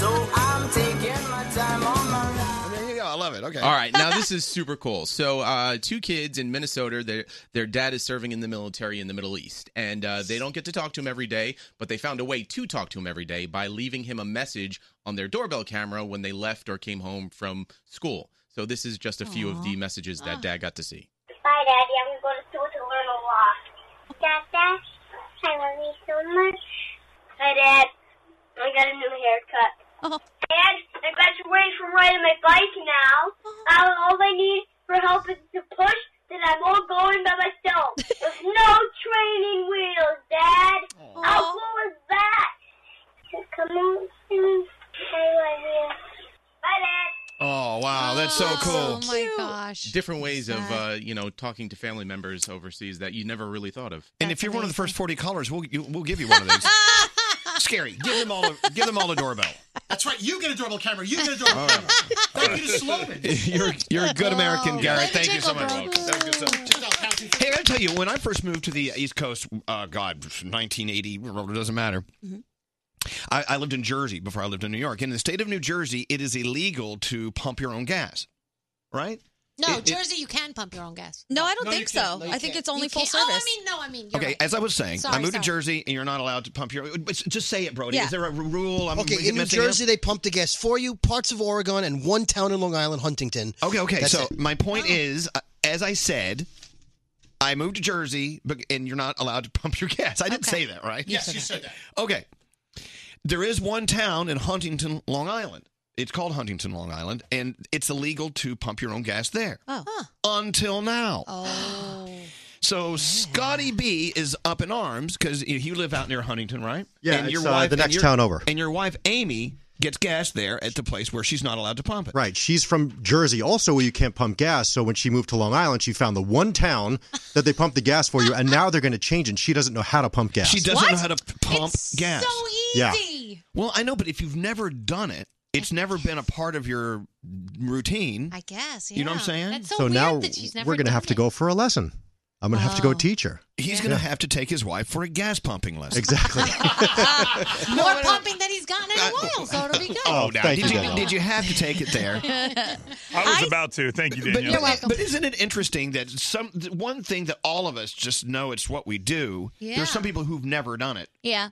S3: So I'm taking my time on my
S4: There you go. I love it. Okay.
S27: All right, now this is super cool. So, uh, two kids in Minnesota, their their dad is serving in the military in the Middle East, and uh, they don't get to talk to him every day, but they found a way to talk to him every day by leaving him a message on their doorbell camera when they left or came home from school. So, this is just a few of the messages that dad got to see.
S29: Bye, Daddy. I'm going to school to learn a lot. Dada, I love you so much. Hi, Dad. I got a new haircut. Dad, I graduated from riding my bike now. Uh, all I need for helping to push, then I'm all going by myself. With no training wheels, Dad. How cool is that? So come on, soon. I love you. Bye, Dad.
S4: Oh wow, that's so
S2: Oh
S4: cool.
S2: my gosh.
S27: Different ways of uh, you know talking to family members overseas that you never really thought of.
S4: And if you're one of the first forty callers, we'll you, we'll give you one of these. Scary. Give them all. A, give them all a doorbell.
S11: That's right. You get a doorbell camera. You get a doorbell
S4: All
S11: camera. Thank you to Sloman.
S4: you're you're a good American,
S11: Oh.
S4: Garrett.
S11: Let me
S4: Thank you
S11: tickle,
S4: so much.
S11: bro.
S4: Hey, I gotta tell you, when I first moved to the East Coast, uh, God, 1980, it doesn't matter. I, I lived in Jersey before I lived in New York. In the state of New Jersey, it is illegal to pump your own gas, right?
S2: No,
S4: It- it-
S2: Jersey, you can pump your own gas.
S7: No, I don't No, you think so. can't. No, you I think can't. it's only
S2: You
S7: full
S2: can't- Oh, I
S7: service.
S2: mean, no, I mean.
S4: Okay, as I was saying, I
S2: Sorry,
S4: moved
S2: sorry.
S4: to Jersey, and you're not allowed to pump your. But just say it, Brody.
S2: Yeah.
S4: Um, Is there a rule? I'm
S18: okay, in New
S4: messing it up?
S18: Jersey, they pumped the gas for you, parts of Oregon, and one town in Long Island, Huntington.
S4: Okay, okay.
S18: That's
S4: so
S18: it.
S4: my point is, uh, as I said, I moved to Jersey, but and you're not allowed to pump your gas. I didn't say that, right?
S11: Yes, you said that.
S4: Okay. There is one town in Huntington, Long Island. It's called Huntington, Long Island, and it's illegal to pump your own gas there.
S7: Oh.
S4: Until now. Oh. So Scotty B is up in arms because you you live out near Huntington, right?
S30: Yeah,
S4: And your
S30: it's, uh,
S4: wife-
S30: the
S4: and
S30: next
S4: your-
S30: town over.
S4: And your wife Amy gets gas there at the place where she's not allowed to pump it.
S30: Right. She's from Jersey, also where you can't pump gas. So when she moved to Long Island, she found the one town that they pump the gas for you, and now they're going to change, and she doesn't know how to pump gas.
S4: She doesn't know how to p- pump gas. So
S30: Yeah.
S4: Well, I know, but if you've never done it, it's never been a part of your routine. I
S2: guess.
S4: You know what I'm saying?
S30: So, now we're going to have to go for a lesson. I'm going to have to go teach her.
S4: He's going to have to take his wife for a gas pumping lesson.
S30: Exactly.
S2: More pumping than he's gotten in a while, so it'll be good.
S4: Oh, now,
S30: thank
S4: did
S30: you,
S4: you,
S30: Danielle.
S4: did you have to take it there?
S19: I was about to. Thank you,
S4: But,
S19: Danielle.
S4: but isn't it interesting that some th- one thing that all of us just know it's what we do.
S7: Yeah.
S4: There's some people who've never done it.
S7: Yeah.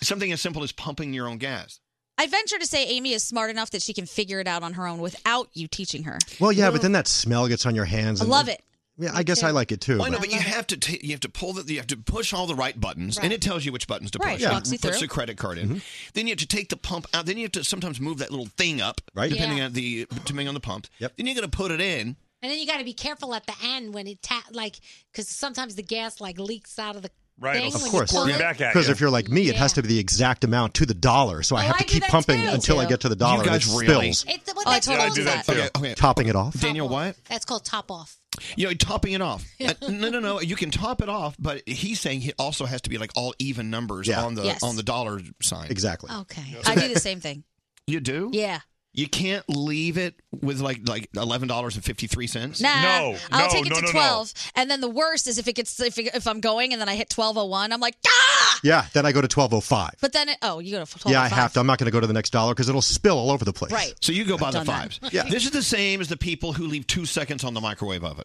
S4: Something as simple as pumping your own gas.
S7: I venture to say Amy is smart enough that she can figure it out on her own without you teaching her.
S30: Well, yeah, but then that smell gets on your hands.
S7: I
S30: and-
S7: love it.
S30: Yeah, I guess I like it too.
S4: Well, I know,
S30: but-
S4: but you have to t- you have to pull the you have to push all the right buttons,
S30: Right.
S4: and it tells you which buttons to
S30: Right,
S4: push.
S30: it
S4: It
S30: walks you
S4: puts
S30: through.
S4: the credit card
S30: Mm-hmm.
S4: in. Then you have to take the pump out. Then you have to sometimes move that little thing up,
S30: Right.
S4: Depending
S2: Yeah.
S4: on the depending on the pump. Yep. Then you're going to put it in.
S2: And then you got to be careful at the end when it ta- like because sometimes the gas like leaks out of the thing
S30: of
S2: when you
S30: course.
S2: pull it.
S30: Because if you're like me, it has to be the exact amount to the dollar. So I have
S2: I
S30: to
S2: do
S30: keep
S2: that
S30: pumping
S2: too.
S30: until I
S2: Yeah.
S30: get to the dollar.
S4: You guys
S30: and it
S4: really?
S30: spills.
S2: It's the,
S7: Oh,
S2: what that's called top-
S4: Okay, okay.
S30: Topping it off.
S4: Daniel, what?
S2: That's called top off.
S4: You know, topping it off. Uh, no, no, no. You can top it off, but he's saying it also has to be like all even numbers
S30: Yeah.
S4: on the
S7: Yes.
S4: on the dollar sign.
S30: Exactly.
S7: Okay. I do the same thing.
S4: You do?
S7: Yeah.
S4: You can't leave it with like like eleven dollars and fifty three cents.
S7: Nah, I'll take it to twelve, and then the worst is if it gets if, it, if I'm going and then I hit twelve oh one, I'm like, ah!
S30: Yeah, then I go to 1205.
S7: But then it, oh, you go to twelve.
S30: Yeah, I have to. I'm not going to go to the next dollar because it'll spill all over the place.
S7: Right.
S4: So you go by
S30: I've
S4: the
S30: done that.
S4: fives. Yeah. This is the same as the people who leave two seconds on the microwave oven.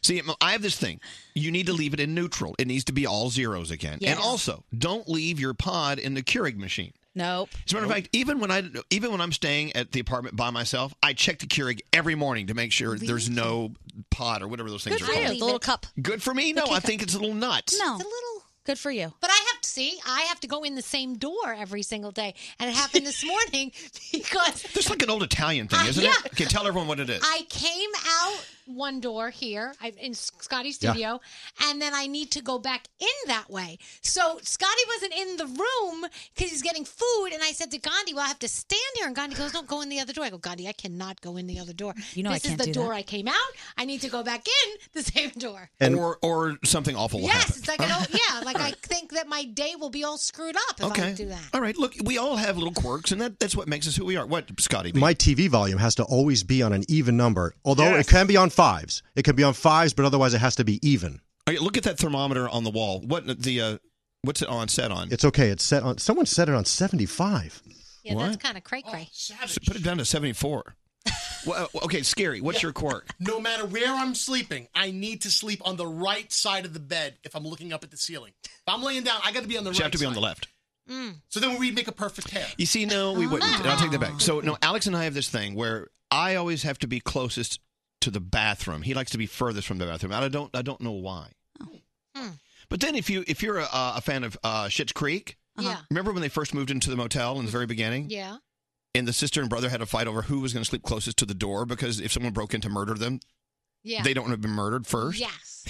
S4: See, I have this thing. You need to leave it in neutral. It needs to be all zeros again. And
S7: Yes.
S4: also, don't leave your pod in the Keurig machine.
S7: Nope.
S4: As a matter of fact, even when I even when I'm staying at the apartment by myself, I check the Keurig every morning to make sure there's no pod or whatever those things
S7: Good
S4: are
S7: for you.
S4: called.
S7: The little cup.
S4: Good for me? No, I think it's a little nuts.
S7: No. It's a little. Good for you.
S2: Oh. But I have to see. I have to go in the same door every single day, and it happened this morning because
S4: There's like an old Italian
S7: Uh,
S4: thing, isn't
S2: Yeah.
S4: it? Okay, tell everyone what it is.
S2: I came out one door here I, in Scotty's
S4: Yeah.
S2: studio, and then I need to go back in that way. So Scotty wasn't in the room because he's getting food, and I said to Gandhi, "Well, I have to stand here." And Gandhi goes, "No, go in the other door." I go, "Gandhi, I cannot go in the other door.
S7: You know I
S2: this
S7: can't
S2: is the
S7: do
S2: door
S7: that."
S2: I came out. I need to go back in the same door."
S4: or or something awful will
S2: yes,
S4: happen.
S2: it's like an old, yeah, like I think that my day will be all screwed up if I
S4: Okay.
S2: do that.
S4: All right. Look, we all have little quirks, and that, that's what makes us who we are. What, Scotty?
S30: My TV volume has to always be on an even number, although
S4: Yes.
S30: it can be on fives. It can be on fives, but otherwise it has to be even.
S4: Okay, look at that thermometer on the wall. What the? Uh, what's it on set on?
S30: It's okay. It's set on. Someone set it on 75.
S2: Yeah, that's
S4: What?
S2: kind of cray cray.
S4: S- Put it down to seventy four. well, uh, okay, scary. What's your quirk?
S11: No matter where I'm sleeping, I need to sleep on the right side of the bed if I'm looking up at the ceiling. If I'm laying down, I got to be on the
S4: You
S11: right
S4: have to be on
S11: side.
S4: the left.
S11: So then we make a perfect pair.
S4: You see, no, we wouldn't. I'll take that back. So no, Alex and I have this thing where I always have to be closest to the bathroom. He likes to be furthest from the bathroom. I don't. I don't know why.
S2: Oh. Hmm.
S4: But then, if you if you're a, a fan of uh, Schitt's Creek,
S2: Yeah.
S4: remember when they first moved into the motel in the very beginning?
S2: Yeah.
S4: and the sister and brother had a fight over who was going to sleep closest to the door because if someone broke in to murder them,
S2: Yeah.
S4: they don't want to be murdered first.
S2: Yes.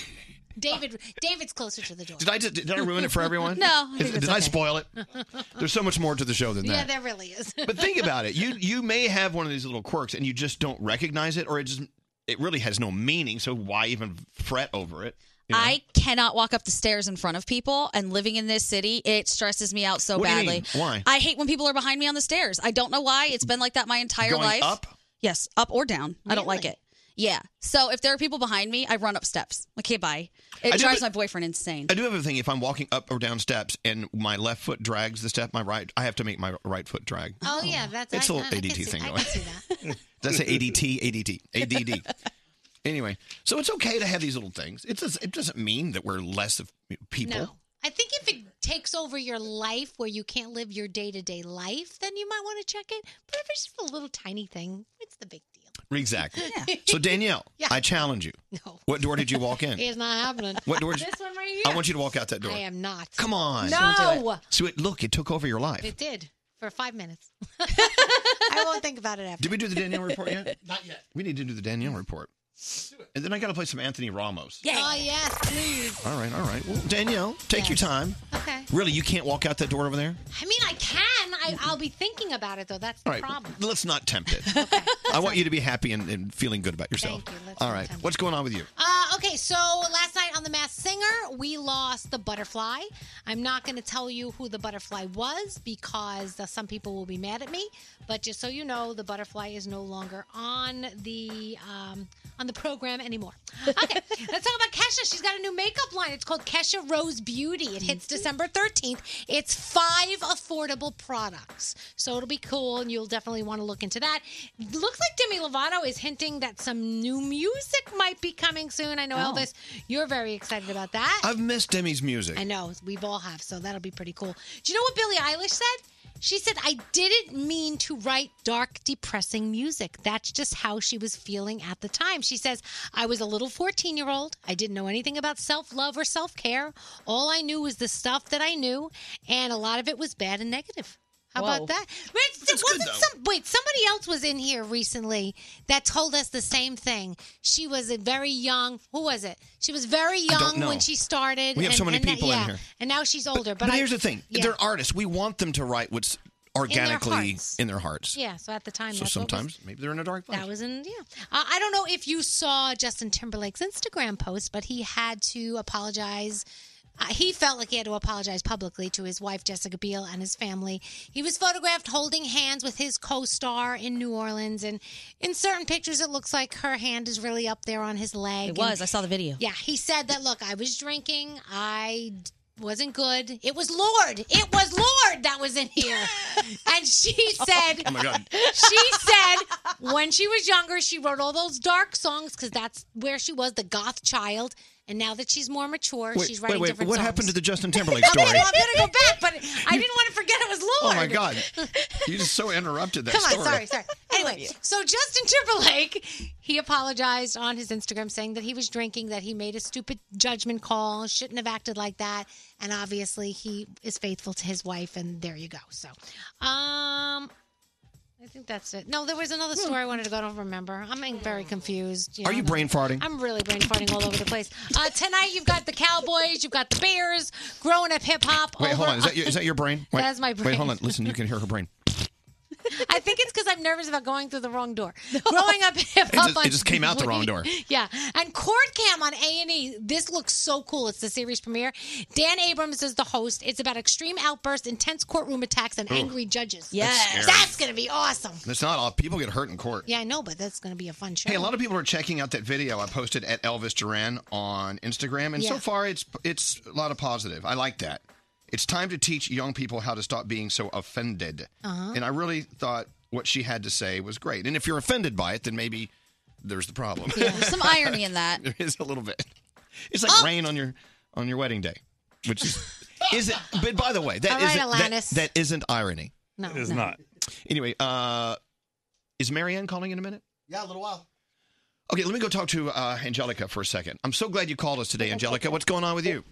S2: David David's closer to the door.
S4: Did I just, did I ruin it for everyone?
S2: No, I
S4: Is-
S2: think
S4: did
S2: it's
S4: I
S2: okay.
S4: spoil it? There's so much more to the show than
S2: yeah,
S4: that.
S2: there really is.
S4: But think about it. You you may have one of these little quirks and you just don't recognize it, or it just it really has no meaning. So why even fret over it? you know?
S7: I cannot walk up the stairs in front of people, and living in this city, it stresses me out so
S4: What do you
S7: badly.
S4: mean? Why?
S7: I hate when people are behind me on the stairs. I don't know why. It's been like that my entire
S4: Going
S7: life.
S4: up?
S7: Yes, up or down. I don't like it. Yeah. So if there are people behind me, I run up steps. Okay, bye.
S4: I
S7: It
S4: do
S7: drives
S4: the-
S7: my boyfriend insane.
S4: I do have a thing. If I'm walking up or down steps and my left foot drags the step, my right, I have to make my right foot drag.
S2: Oh yeah, that's
S4: It's
S2: I,
S4: a little
S2: I- I can
S4: ADT
S2: see-
S4: thing
S2: I
S4: going.
S2: can see that.
S4: Did I say ADT? ADT. ADD. anyway, so it's okay to have these little things. It, does, it doesn't mean that we're less of people.
S2: No. I think if it takes over your life where you can't live your day to day life, then you might want to check it. But if it's just a little tiny thing, it's the big deal.
S4: Exactly. So, Danielle,
S2: Yeah.
S4: I challenge you.
S2: No.
S4: What door did you walk in?
S2: It's not happening.
S4: What door-
S2: This one right here.
S4: I want you to walk out that door.
S2: I am not.
S4: Come on.
S2: No.
S4: So, it, look, it took over your life.
S2: It did for five minutes. I won't think about it after.
S4: Did we do the Danielle report yet? Not yet. We need to do the Danielle report. And then I got to play some Anthony Ramos.
S2: Yeah. Oh yes, please.
S4: All right, all right. Well, Danielle, take your time.
S2: Okay.
S4: Really, you can't walk out that door over there?
S2: I mean, I can. I, I'll be thinking about it though. That's the
S4: All right,
S2: problem.
S4: let's not tempt it. I want you to be happy and, and feeling good about yourself.
S2: Thank you. Let's
S4: All
S2: not
S4: right,
S2: tempt
S4: what's going on with you?
S2: Uh, okay, so last night on The Masked Singer, we lost the butterfly. I'm not going to tell you who the butterfly was because uh, some people will be mad at me. But just so you know, the butterfly is no longer on the um, on the program anymore. Okay, let's talk about Kesha. She's got a new makeup line. It's called Kesha Rose Beauty. It hits December 13th. It's five affordable products, so it'll be cool, and you'll definitely want to look into that. Looks like Demi Lovato is hinting that some new music might be coming soon. I know
S4: Oh.
S2: Elvis, you're very excited about that.
S4: I've missed Demi's music.
S2: I know we've all have, so that'll be pretty cool. Do you know what Billie Eilish said? She said, "I didn't mean to write dark, depressing music. That's just how she was feeling at the time." She says, "I was a little 14-year-old. I didn't know anything about self-love or self-care. All I knew was the stuff that I knew, and a lot of it was bad and negative." How
S10: Whoa.
S2: about that? Rich, wasn't some wait, somebody else was in here recently that told us the same thing. She was a very young. Who was it? She was very
S4: I don't
S2: young
S4: know.
S2: when she started.
S4: We have so many
S2: and that-
S4: people in
S2: yeah,
S4: here.
S2: And now she's older. But,
S4: But
S2: I-
S4: here's the thing
S2: Yeah.
S4: they're artists. We want them to write what's organically
S2: hearts.
S4: in their hearts.
S2: Yeah, so at the time, that's
S4: So
S2: what was-
S4: sometimes maybe they're in a dark place.
S2: that was in yeah. Uh, I don't know if you saw Justin Timberlake's Instagram post, but he had to apologize. Uh, he felt like he had to apologize publicly to his wife Jessica Biel and his family. He was photographed holding hands with his co-star in New Orleans, and in certain pictures, it looks like her hand is really up there on his leg.
S7: It was.
S2: And-
S7: I saw the video.
S2: yeah, he said that. Look, I was drinking. I d- wasn't good. It was Lord. It was Lord that was in here, and she said,
S3: Oh my God.
S2: She said when she was younger, she wrote all those dark songs because that's where she was, the goth child. And now that she's more mature,
S4: wait,
S2: she's
S4: wait,
S2: writing
S4: wait,
S2: different
S4: What
S2: songs.
S4: happened to the Justin Timberlake story?
S2: Okay, well, I'm gonna go back, but I didn't want to forget it was
S4: oh
S2: Lord.
S4: my God. You just so interrupted that
S2: Come
S4: story.
S2: on, sorry, sorry. Anyway, so Justin Timberlake, he apologized on his Instagram saying that he was drinking, that he made a stupid judgment call, shouldn't have acted like that, and obviously he is faithful to his wife, and there you go. So, um. I think that's it. No, there was another story I wanted to go. I don't remember. I'm getting very confused.
S4: Are you brain farting?
S2: I'm really brain farting all over the place. Uh, tonight you've got the Cowboys, you've got the Bears, growing up hip hop.
S4: Wait, hold on. Is that your, is that your brain? Wait,
S2: That's my
S4: Wait,
S2: brain.
S4: hold on. Listen, you can hear her brain.
S2: I think it's because I'm nervous about going through the wrong door. Growing up hip
S4: just-
S2: hop, on
S4: it just came out the wrong
S2: TV.
S4: door.
S2: Yeah, and Court Cam on A and E. This looks so cool. It's the series premiere. Dan Abrams is the host. It's about extreme outbursts, intense courtroom attacks, and
S4: Ooh.
S2: angry judges.
S4: Yes. scary.
S2: that's gonna be awesome.
S4: It's not all. People get hurt in court.
S2: Yeah, I know, but that's gonna be a fun show.
S4: Hey, a lot of people are checking out that video I posted at Elvis Duran on Instagram, and so
S2: Yeah.
S4: far it's it's a lot of positive. I like that. It's time to teach young people how to stop being so offended.
S3: Uh-huh.
S4: And I really thought what she had to say was great. And if you're offended by it, then maybe there's the problem.
S7: There's some irony in that.
S4: there is a little bit. It's
S2: Um,
S4: like rain on your on your wedding day, which is is it. But by the way,
S2: All
S4: that
S2: right,
S4: isn't-
S2: Alanis.
S4: that, that isn't irony.
S2: No, It is no. not.
S4: Anyway, uh, is Marianne calling in a minute?
S18: Yeah, a little while.
S4: Okay, let me go talk to uh, Angelica for a second. I'm so glad you called us today, Angelica. What's going on with you?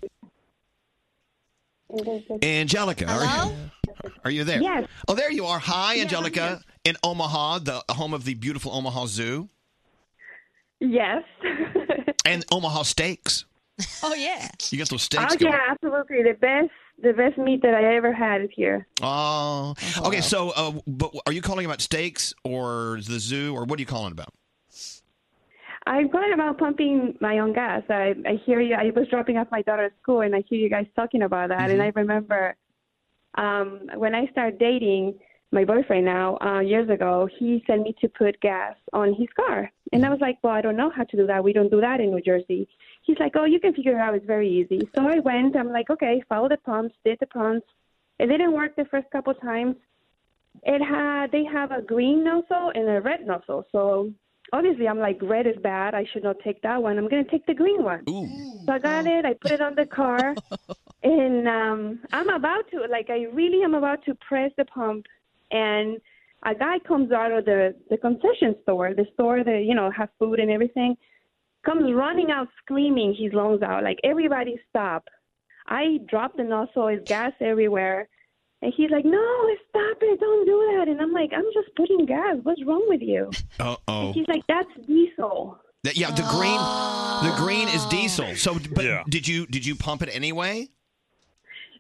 S4: Angelica, are you, are you there?
S9: Yes.
S4: Oh, there you are. Hi, Angelica. in Omaha, the home of the beautiful Omaha Zoo
S10: Yes.
S4: and Omaha Steaks.
S10: Oh yeah.
S4: You got those steaks.
S10: Oh
S4: going.
S10: yeah, absolutely. The best, the best meat that I ever had is here.
S4: Oh,
S10: Uh-huh.
S4: okay. So, uh, but are you calling about steaks or the zoo or what are you calling about?
S10: I'm calling about pumping my own gas. I, I hear you. I was dropping off my daughter at school, and I hear you guys talking about that. And I remember um, when I started dating my boyfriend now uh, years ago, he sent me to put gas on his car, and I was like, "Well, I don't know how to do that. We don't do that in New Jersey." He's like, "Oh, you can figure it out. It's very easy." So I went. I'm like, "Okay, follow the prompts." Did the prompts. It didn't work the first couple times. It had they have a green nozzle and a red nozzle. So obviously I'm like red is bad. I should not take that one. I'm gonna take the green one. So I got it. I put it on the car, and um, I'm about to like I really am about to press the pump, and a guy comes out of the the concession store, the store that you know has food and everything, comes running out screaming his lungs out like everybody stop. I drop the nozzle. It's gas everywhere. And he's like, no, stop it, don't do that. And I'm like, I'm just putting gas. What's wrong with you?
S4: Uh oh.
S10: He's like, that's diesel.
S4: Yeah, the green, the green is diesel. So, but did you did you pump it anyway?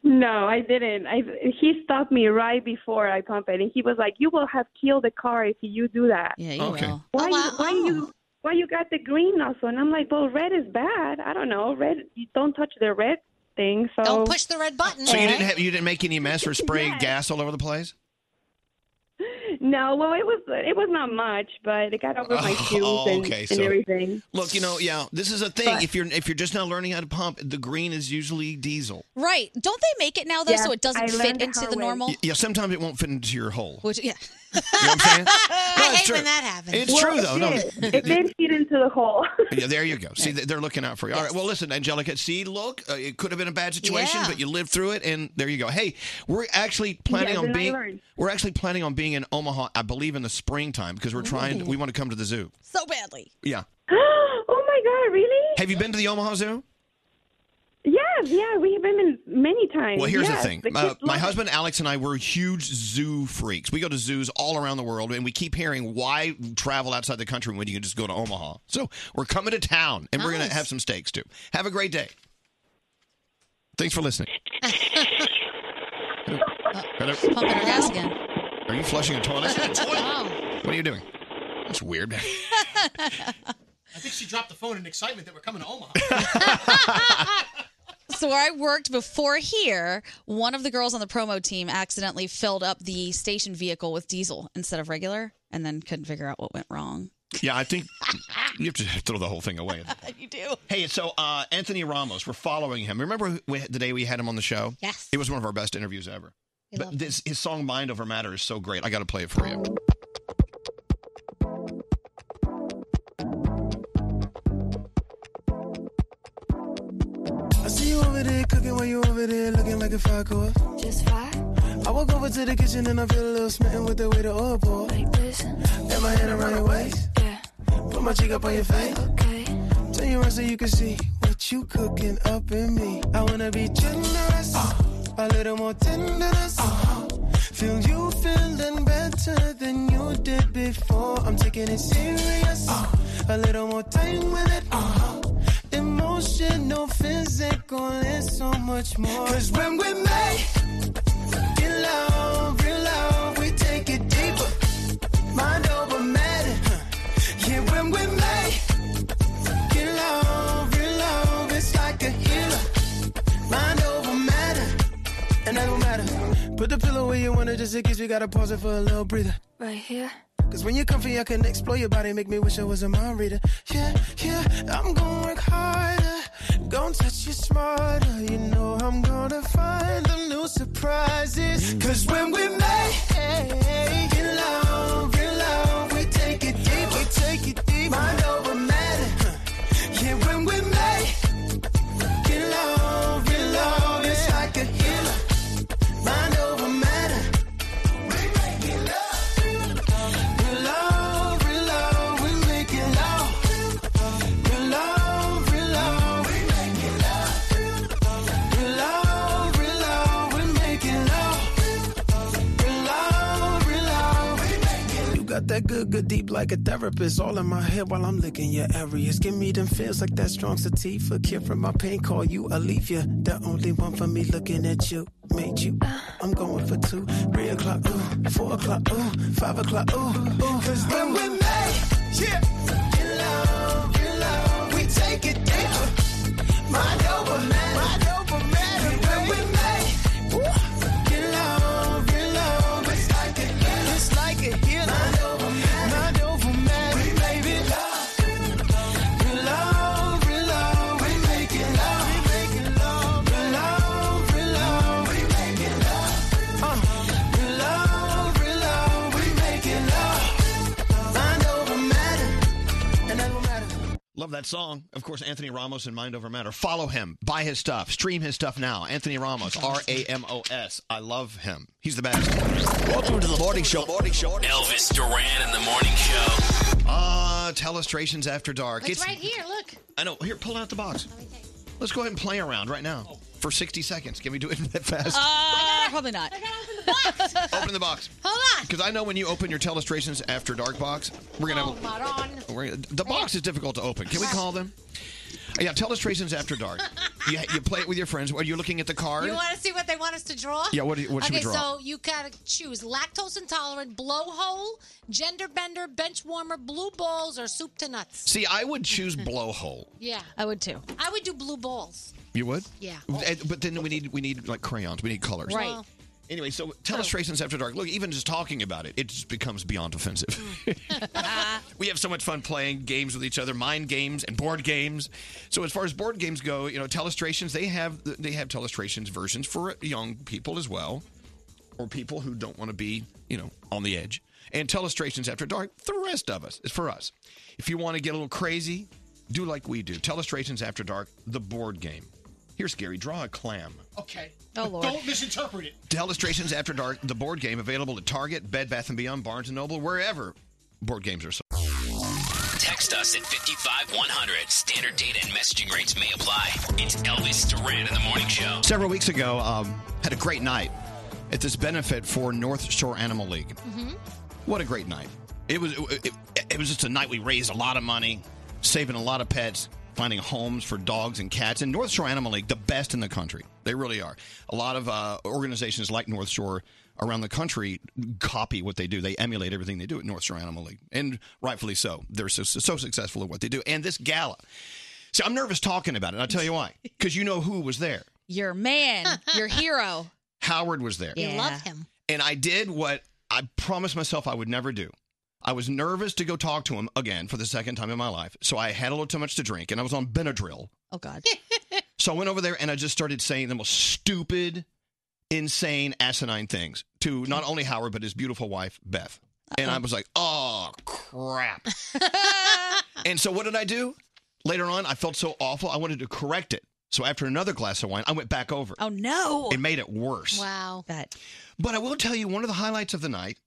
S10: No, I didn't. I he stopped me right before I pump it, and he was like, "You will have killed the car if you do that." Yeah,
S4: you Okay. will.
S10: Why you, why you why you got the green nozzle? And I'm like, "Well, red is bad. I don't know. Red, you don't touch the red thing. So
S2: Don't push the
S10: Uh,
S2: red button.
S4: So you didn't have you didn't make any mess or spray gas all over the place?
S10: No, well, it was it was not much, but it got over my shoes and,
S4: Oh, okay,
S10: and
S4: so-
S10: everything.
S4: Look, you know, yeah, this is a thing. if you're if you're just now learning how to pump, the green is usually diesel.
S7: Right. Don't they make it now, though,
S10: Yes,
S7: so it doesn't
S10: I
S7: fit
S10: learned
S7: into
S10: her
S7: the
S10: way.
S7: normal?
S4: Y- Yeah, sometimes it won't fit into your hole.
S7: Which, yeah.
S4: You know what I'm saying?
S7: I
S4: hate when that happens. It's true, though. No,
S10: It did. It did feed into the hole.
S4: Yeah, there you go. See, th- they're looking out for you. All right. Well, listen, Angelica. See, look, uh, it could have been a bad situation,
S10: Yeah.
S4: but you lived through it, and there you go. Hey, we're actually planning
S10: Yes,
S4: on
S10: and I
S4: being
S10: learned.
S4: we're actually planning on being in Omaha, I believe, in the springtime because we're trying. We want to come to the zoo.
S10: so badly.
S4: Yeah.
S10: oh my god, really?
S4: Have you been to the Omaha Zoo?
S10: Yes, yeah, we've been in many times.
S4: Well, here's
S10: Yes,
S4: the thing.
S10: kids
S4: Uh, my
S10: love it.
S4: husband Alex and I were huge zoo freaks. We go to zoos all around the world, and we keep hearing why travel outside the country when you can just go to Omaha. So we're coming to town, and we're going to have some steaks too. Have a great day. Thanks for listening. Hello.
S7: Pumping her gas again.
S4: Are you flushing a toilet? What are you doing? That's weird.
S11: I think she dropped the phone in excitement that we're coming to Omaha.
S7: So where I worked before here, one of the girls on the promo team accidentally filled up the station vehicle with diesel instead of regular, and then couldn't figure out what went wrong.
S4: Yeah, I think you have to throw the whole thing away.
S7: You do.
S4: Hey, so uh, Anthony Ramos, we're following him. Remember we, the day we had him on the show?
S7: Yes.
S4: It was one of our best interviews ever.
S7: We
S4: But this, his song Mind Over Matter is so great. I got to play it for you.
S9: I see you over there cooking while you over there looking like a fire off. Just fire? I walk over to the kitchen and I feel a little smitten with the way the oil pour. Like this. Got my hand around your waist. Yeah. Put my cheek up on your face. Okay. Turn you around so you can see what you cooking up in me. I wanna be generous. A little more tenderness. Feel you feeling better than you did before. I'm taking it serious. A little more time with it. Emotional, physical, and so much more. Cause when we make it love, real love, we take it deeper. Mind over matter. huh. Yeah, when we make it love, real love, it's like a healer. Mind over matter. And that don't matter. Put the pillow where you want it just in case we gotta pause it for a little breather. Right here. Cause when you're comfy, I can explore your body. Make me wish I was a mind reader. Yeah, yeah, I'm gonna work harder. Gonna touch you smarter. You know I'm gonna find them new surprises. Cause when we make it love, real love, we take it deep. We take it deep. Mind over matter. huh. Yeah, when we make it love, real love, it's like a healer. Mind over matter. Real love, real love, we make it love. Real love, real love, we make it love. Real love, real love, we make it love. Real love, real love,
S28: good, good deep like a therapist. All in my head while I'm licking your areas. Give me them feels like that strong sativa. Cure from my pain, call you Alivia. The only one for me looking at you. Made you. I'm going for two. Three o'clock, ooh. Four o'clock, ooh. Five o'clock, ooh. ooh. Cause
S3: When we make yeah. in love, in love, we take it deeper. My dopamine, my dopamine. And When we make in love, in love, it's like a healer, it's like a healer. My dopamine, my dopamine. We make it love, in love, in love, we make it love, we make it love, in love, in love, we make it love. Uh, in love, in love, we make it love. Mind over matter, and that don't matter.
S4: Love that song. Of course, Anthony Ramos and Mind Over Matter. Follow him. Buy his stuff. Stream his stuff now. Anthony Ramos. R A M O S. I love him. He's the best. Welcome to the morning show. Morning show.
S8: Elvis Duran in the morning show.
S4: Uh, Telestrations After Dark.
S2: It's right here. Look.
S4: I know. Here, pull out the box. Let's go ahead and play around right now for 60 seconds. Can we do it that fast?
S7: Oh. Uh, probably not.
S4: open the box.
S2: Hold
S4: Because I know when you open your Telestrations After Dark box, we're going to
S2: Oh,
S4: have a-
S2: on.
S4: We're- The box is difficult to open. Can we call them? Yeah, Telestrations After Dark. you, you play it with your friends. Are you looking at the card?
S2: You want to see what they want us to draw?
S4: Yeah, what do you- what should we
S2: okay,
S4: draw?
S2: so you gotta choose lactose intolerant, blowhole, gender bender, bench warmer, blue balls, or soup to nuts.
S4: See, I would choose blowhole.
S2: Yeah,
S7: I would too.
S2: I would do blue balls.
S4: You would?
S2: Yeah.
S4: And- But then we need we need like crayons. We need colors.
S2: Right.
S4: Anyway, so Telestrations After Dark. Look, even just talking about it, it just becomes beyond offensive. we have so much fun playing games with each other, mind games and board games. So as far as board games go, you know, Telestrations they have they have Telestrations versions for young people as well, or people who don't want to be you know on the edge. And Telestrations After Dark, the rest of us, is for us. If you want to get a little crazy, do like we do. Telestrations After Dark, the board game. Here's Gary. Draw a clam.
S11: Okay.
S7: Oh
S11: Lord. Don't misinterpret it.
S4: Telestrations After Dark, the board game available at Target, Bed Bath & Beyond, Barnes & Noble, wherever board games are sold.
S8: Text us at 55100. Standard data and messaging rates may apply. It's Elvis Duran in the morning show.
S4: Several weeks ago, um, had a great night at this benefit for North Shore Animal League. What a great night. It was it, it- it was just a night we raised a lot of money, saving a lot of pets, finding homes for dogs and cats. And North Shore Animal League, the best in the country. They really are. A lot of uh, organizations like North Shore around the country copy what they do. They emulate everything they do at North Shore Animal League. And rightfully so. They're so, so successful at what they do. And this gala. See, I'm nervous talking about it. and I'll tell you why. Because you know who was there.
S7: Your man, your hero.
S4: Howard was there.
S7: You love him.
S4: And I did what I promised myself I would never do. I was nervous to go talk to him again for the second time in my life. So I had a little too much to drink and I was on Benadryl.
S7: Oh God.
S4: So I went over there and I just started saying the most stupid, insane, asinine things to not only Howard, but his beautiful wife, Beth. And I was like, oh, crap. and so what did I do? Later on, I felt so awful. I wanted to correct it. So after another glass of wine, I went back over.
S7: Oh, no.
S4: It made it worse.
S2: Wow.
S7: That.
S4: But I will tell you one of the highlights of the night.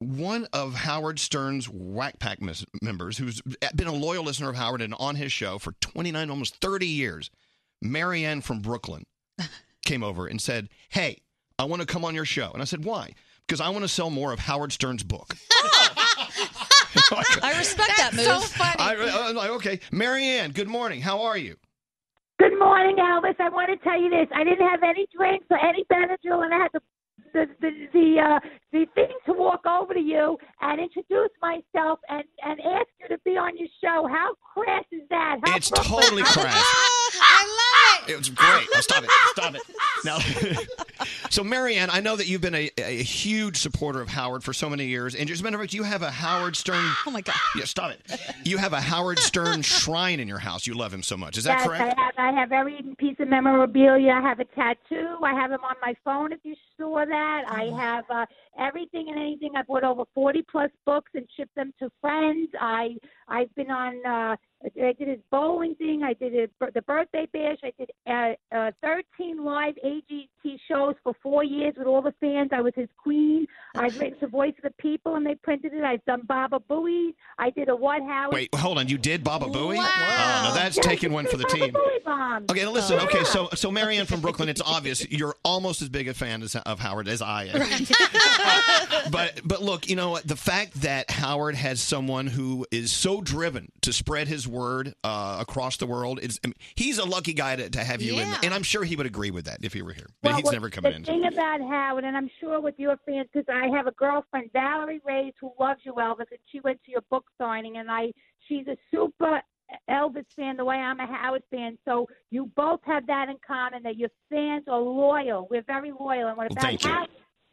S4: One of Howard Stern's Whack Pack mis- members, who's been a loyal listener of Howard and on his show for 29, almost 30 years, Marianne from Brooklyn, came over and said, Hey, I want to come on your show. And I said, Why? Because I want to sell more of Howard Stern's book.
S7: I respect that move.
S4: I, I'm like, okay, Marianne, good morning. How are you?
S14: Good morning, Elvis. I want to tell you this. I didn't have any drinks or any Benadryl, and I had the the the the, uh, the thing to walk over to you and introduce myself and and ask you to be on your show. How crass is that? How
S4: It's totally crass.
S14: I
S4: It was great. Now, stop it. Stop it. Now, so Marianne, I know that you've been a, a huge supporter of Howard for so many years, and as a matter of fact, you have a Howard Stern. Oh my God! Yeah, stop it. You have a Howard Stern shrine in your house. You love him so much. Is that
S14: yes,
S4: correct?
S14: I have, I have every piece of memorabilia. I have a tattoo. I have him on my phone if you saw that. I
S4: Mm-hmm.
S14: have uh, everything and anything. I bought over 40 plus books and shipped them to friends. I I've been on uh I did his bowling thing. I did a, the birthday bash. I did uh, uh, 13 live AGT shows for four years with all the fans. I was his queen. I've written to Voice of the People, and they printed it. I've done Baba Booey. I did a What Howard.
S4: Wait, hold on. You did Baba Booey?
S14: Wow.
S4: Oh, no, that's
S14: Yes,
S4: taking one for the team.
S14: Booey Bomb.
S4: Okay, now listen.
S14: Yeah.
S4: Okay, so so Marianne from Brooklyn, it's obvious you're almost as big a fan as, of Howard as I am. but but look, you know what? The fact that Howard has someone who is so driven to spread his word uh, across the world is I mean, he's a lucky guy to, to have you in, and I'm sure he would agree with that if he were here. But he's
S14: what-
S4: never coming
S14: the
S4: in.
S14: thing about Howard, and I'm sure with your fans, because I have a girlfriend, Valerie Reyes, who loves you, Elvis, and she went to your book signing, and I she's a super Elvis fan the way I'm a Howard fan. So you both have that in common that your fans are loyal. We're very loyal, and what about
S4: thank you.
S14: Howard?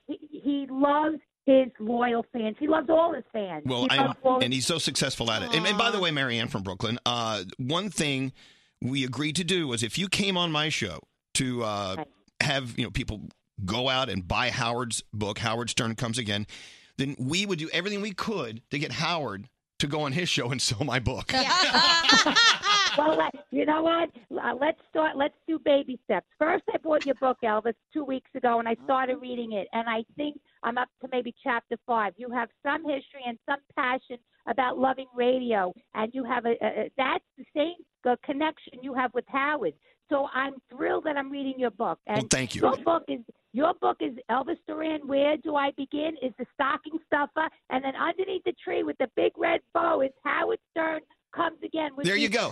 S14: He, he loves his loyal fans. He loves all his fans.
S4: Well,
S14: he
S4: I,
S14: loves all
S4: and he's so successful at it. And, and by the way, Marianne from Brooklyn, uh, one thing we agreed to do was if you came on my show to uh, have you know people go out and buy Howard's book, Howard Stern comes again, then we would do everything we could to get Howard to go on his show and sell my book.
S14: well, let, you know what? Uh, let's start. Let's do baby steps. First, I bought your book, Elvis, two weeks ago, and I started
S4: Mm-hmm.
S14: reading it. And I think I'm up to maybe chapter five. You have some history and some passion about loving radio, and you have a, a a- that's the same uh, connection you have with Howard. So I'm thrilled that I'm reading your book. And
S4: Well, thank you.
S14: Your book is your book is Elvis Duran. Where do I begin? Is the stocking stuffer, and then underneath the tree with the big red bow is Howard Stern comes again. which
S4: There you Oh.
S14: is
S4: go.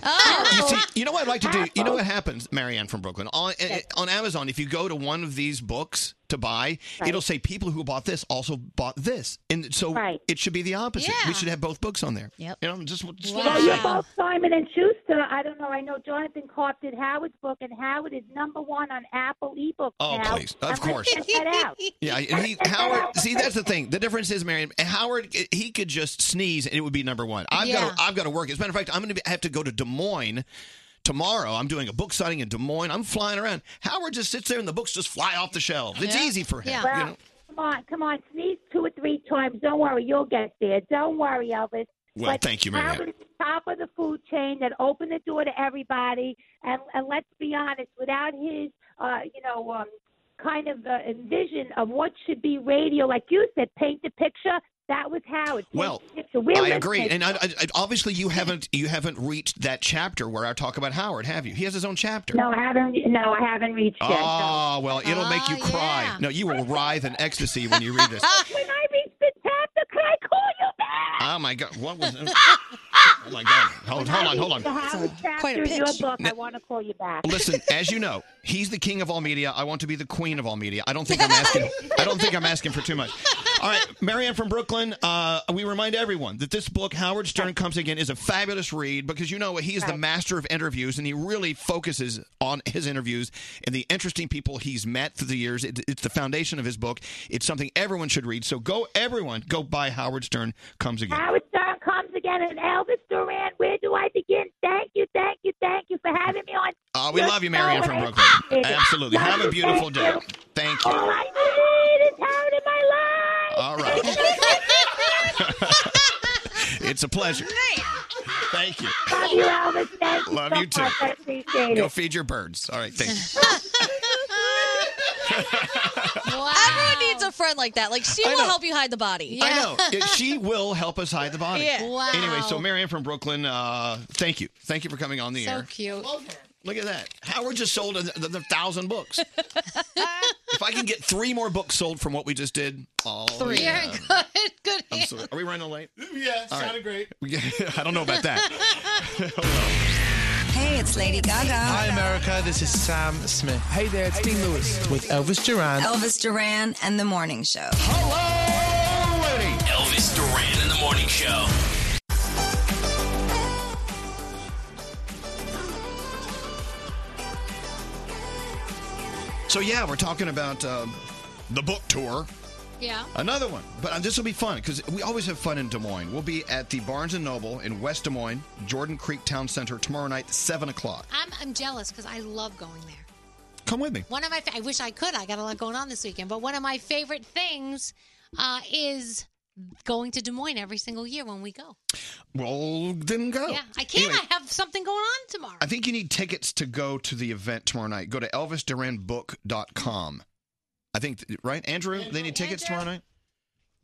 S4: You,
S14: Apple.
S4: see, you know what I'd like to do? You know
S14: Apple.
S4: what happens, Marianne from Brooklyn? On, eh, on Amazon, if you go to one of these books to buy, it'll say people who bought this also bought this. And so it should be the opposite. We should have both books on there. Yep. You know, just, just
S14: Well, you're both Simon and Schuster. I don't know. I know Jonathan Karp did Howard's book, and Howard is number one on Apple eBooks.
S4: Oh,
S14: now.
S4: please. Of
S14: I'm gonna
S4: course.
S14: check that out.
S4: Yeah, and he, Howard. See, that's the thing. The difference is, Marion. Howard, eh, he could just sneeze and it would be number one. I've
S15: Yeah.
S4: got, to, I've got to work. As a matter of fact, I'm going to have to go to Des Moines tomorrow. I'm doing a book signing in Des Moines. I'm flying around. Howard just sits there and the books just fly off the shelves. It's easy for him.
S14: Well,
S4: you know?
S14: Come on, come on. Sneeze two or three times. Don't worry. You'll get there. Don't worry, Elvis.
S4: Well,
S14: But
S4: thank you, Marianne.
S14: Howard is the top of the food chain that opened the door to everybody. And, and let's be honest, without his, uh, you know, um, kind of uh, vision of what should be radio, like you said, paint the picture. That was Howard. Paint
S4: Well,
S14: the picture. We're
S4: I agree,
S14: listening.
S4: and I, I, I- obviously you haven't you haven't reached that chapter where I talk about Howard, have you? He has his own chapter.
S14: No, I haven't. No, I haven't reached it.
S4: Oh well, it'll make you cry. No, you will writhe in ecstasy when you read this.
S14: when I reach the chapter, can I call you back?
S4: Oh my god, what was? Oh my god, hold, hold on, hold
S14: The
S4: on.
S14: Howard chapter
S4: quite a
S14: in your
S4: pitch.
S14: book, I
S4: Now-
S14: want to call you back.
S4: Listen, as you know, he's the king of all media. I want to be the queen of all media. I don't think I'm asking. I don't think I'm asking for too much. All right, Marianne from Brooklyn. Uh, we remind everyone that this book, Howard Stern Comes Again, is a fabulous read because you know what? He is the master of interviews, and he really focuses on his interviews and the interesting people he's met through the years. It, it's the foundation of his book. It's something everyone should read. So go, everyone, go buy Howard Stern Comes Again.
S14: Howard Stern comes again, and Elvis Duran. Where do I begin? Thank you, thank you, thank you for having me on.
S4: Uh, we
S14: You're
S4: love you,
S14: so
S4: Marianne from Brooklyn.
S14: amazing.
S4: Absolutely. Have a
S14: Thank
S4: beautiful day.
S14: you.
S4: Thank you.
S14: All I need is Howard in my life.
S4: All right. it's a pleasure. Thank you.
S14: Love you, Elvis. Thank you
S4: Love
S14: so
S4: you too.
S14: much. I appreciate
S4: Go
S14: it.
S4: feed your birds. All right, thank you.
S7: Everyone needs a friend like that. Like she
S4: I
S7: will
S4: know.
S7: help you hide the body.
S4: I know. It- She will help us hide the body.
S7: Yeah. Wow.
S4: Anyway, so Marianne from Brooklyn, uh, thank you. Thank you for coming on the
S2: So
S4: air.
S2: cute.
S4: Look at that. Howard just sold another thousand books. if I can get three more books sold from what we just did, oh,
S2: Three.
S4: yeah.
S2: You're good. Good.
S4: I'm sorry. Are we running late?
S11: Yeah,
S4: All right.
S11: sounded great.
S4: I don't know about that.
S20: Hey, it's Lady Gaga.
S15: Hi, America. This is Sam Smith. Hey there, it's Dean Lewis with Elvis Duran.
S20: Elvis Duran and the Morning Show.
S8: Elvis Duran in the morning show.
S4: So yeah, we're talking about um, the book tour.
S2: Yeah.
S4: Another one, but uh, this will be fun because we always have fun in Des Moines. We'll be at the Barnes and Noble in West Des Moines, Jordan Creek Town Center tomorrow night, seven o'clock.
S2: I'm, I'm jealous because I love going there.
S4: Come with me.
S2: One of my, fa- I wish I could. I got a lot going on this weekend, but one of my favorite things uh, is going to Des Moines every single year when we go.
S4: Well, then go.
S2: Yeah, I can't.
S4: Anyway,
S2: I have something going on tomorrow.
S4: I think you need tickets to go to the event tomorrow night. Go to elvisduranbook.com. I think right, Andrew. They need tickets tomorrow night.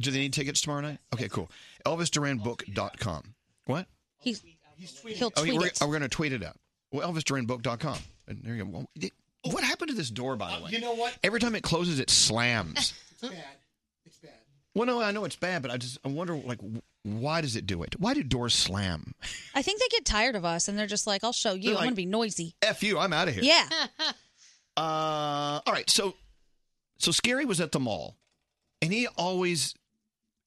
S4: Do they need tickets tomorrow night? Okay, cool. elvisduranbook.com. What?
S7: He's, he'll
S4: Oh, yeah,
S7: tweet
S4: we're,
S7: it.
S4: oh, we're going to tweet it out. Well, ElvisDuranBook.com. And there you go. Well, it- What happened to this door, by the way?
S11: You know what?
S4: Every time it closes, it slams.
S11: It's bad. It's bad.
S4: Well, no, I know it's bad, but I just I wonder like w- why does it do it? Why do doors slam?
S7: I think they get tired of us and they're just like, I'll show you.
S4: They're
S7: I'm
S4: like-
S7: going to be noisy.
S4: F you, I'm out of here.
S7: Yeah.
S4: Uh, all right. So, so Scary was at the mall, and he always,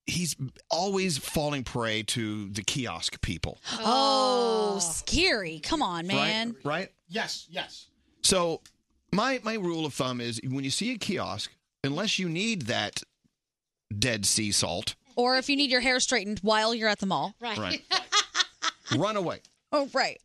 S4: he's always falling prey to the kiosk people.
S7: Oh, scary. Come on, man.
S4: Right. Right.
S11: Yes, yes.
S4: So, my my rule of thumb is when you see a kiosk, unless you need that dead sea salt,
S7: Or if you need your hair straightened while you're at the mall.
S4: Right. run away.
S7: oh, right.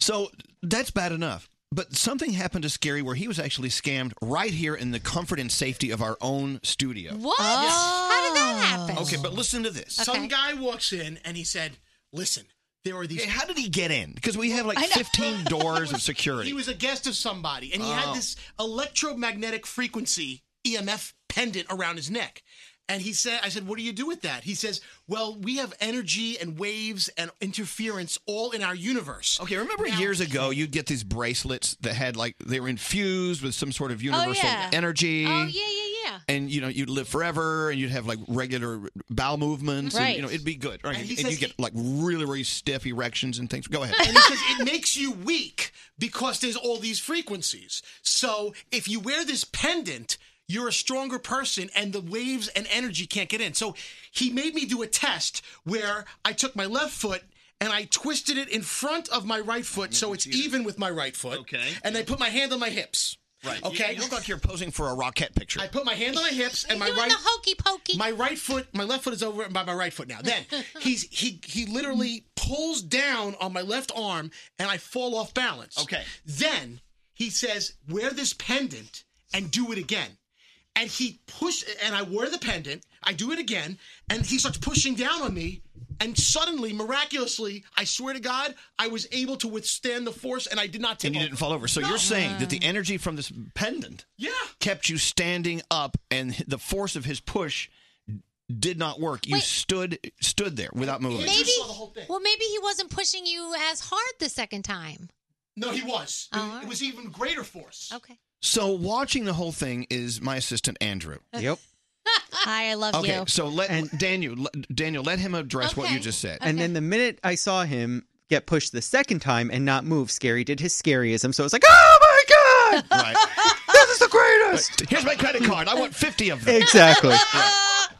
S4: So that's bad enough. But something happened to Scary where he was actually scammed right here in the comfort and safety of our own studio.
S2: What? How did that happen?
S4: Okay, but listen to this.
S11: Some guy walks in and he said, "Listen, there are these."
S4: Yeah, how did he get in? Because we have like 15 doors of security.
S11: He was a guest of somebody, and he
S4: Oh.
S11: had this electromagnetic frequency EMF pendant around his neck. And he said, I said, what do you do with that? He says, well, we have energy and waves and interference all in our universe.
S4: Okay, remember years ago you'd get these bracelets that had like they were infused with some sort of universal
S2: Oh, yeah.
S4: energy.
S2: Oh, yeah, yeah, yeah.
S4: And you know you'd live forever, and you'd have like regular bowel movements, and
S11: Right.
S4: you know it'd be good. Right?
S11: And
S4: And,
S11: he says
S4: you get like really, really stiff erections and things. Go ahead.
S11: and he says it makes you weak because there's all these frequencies. So if you wear this pendant, you're a stronger person and the waves and energy can't get in. So he made me do a test where I took my left foot and I twisted it in front of my right foot so it's even with my right foot. Okay. And I put my hand on my hips.
S4: Right. You-
S11: Okay.
S4: you look like you're posing for a Rockette picture.
S11: I put my hand on my hips and my
S2: Doing
S11: right
S2: the hokey pokey.
S11: my right foot, my left foot is over by my right foot now. Then he's he he literally pulls down on my left arm and I fall off balance. Okay. Then he says, "Wear this pendant and do it again." And he push and I wear the pendant. I do it again, and he starts pushing down on me. And suddenly, miraculously, I swear to God, I was able to withstand the force, and I did not tip
S4: and you
S11: over.
S4: didn't fall over. So
S11: No.
S4: you're saying that the energy from this pendant
S11: Yeah.
S4: kept you standing up, and the force of his push did not work. You stood stood there without moving.
S2: Maybe. Well, maybe he wasn't pushing you as hard the second time.
S11: No, he was. It- it was even greater force.
S2: Okay.
S4: So watching the whole thing is my assistant Andrew.
S25: Uh,
S4: Yep.
S7: Hi, I love
S4: Okay.
S7: you.
S4: So let Daniel let, Daniel let him address what you just said.
S25: And then the minute I saw him get pushed the second time and not move, Scary did his scaryism. So it's like, oh my god, this is the greatest.
S4: Uh, Here's my credit card. I want fifty of them.
S25: Exactly.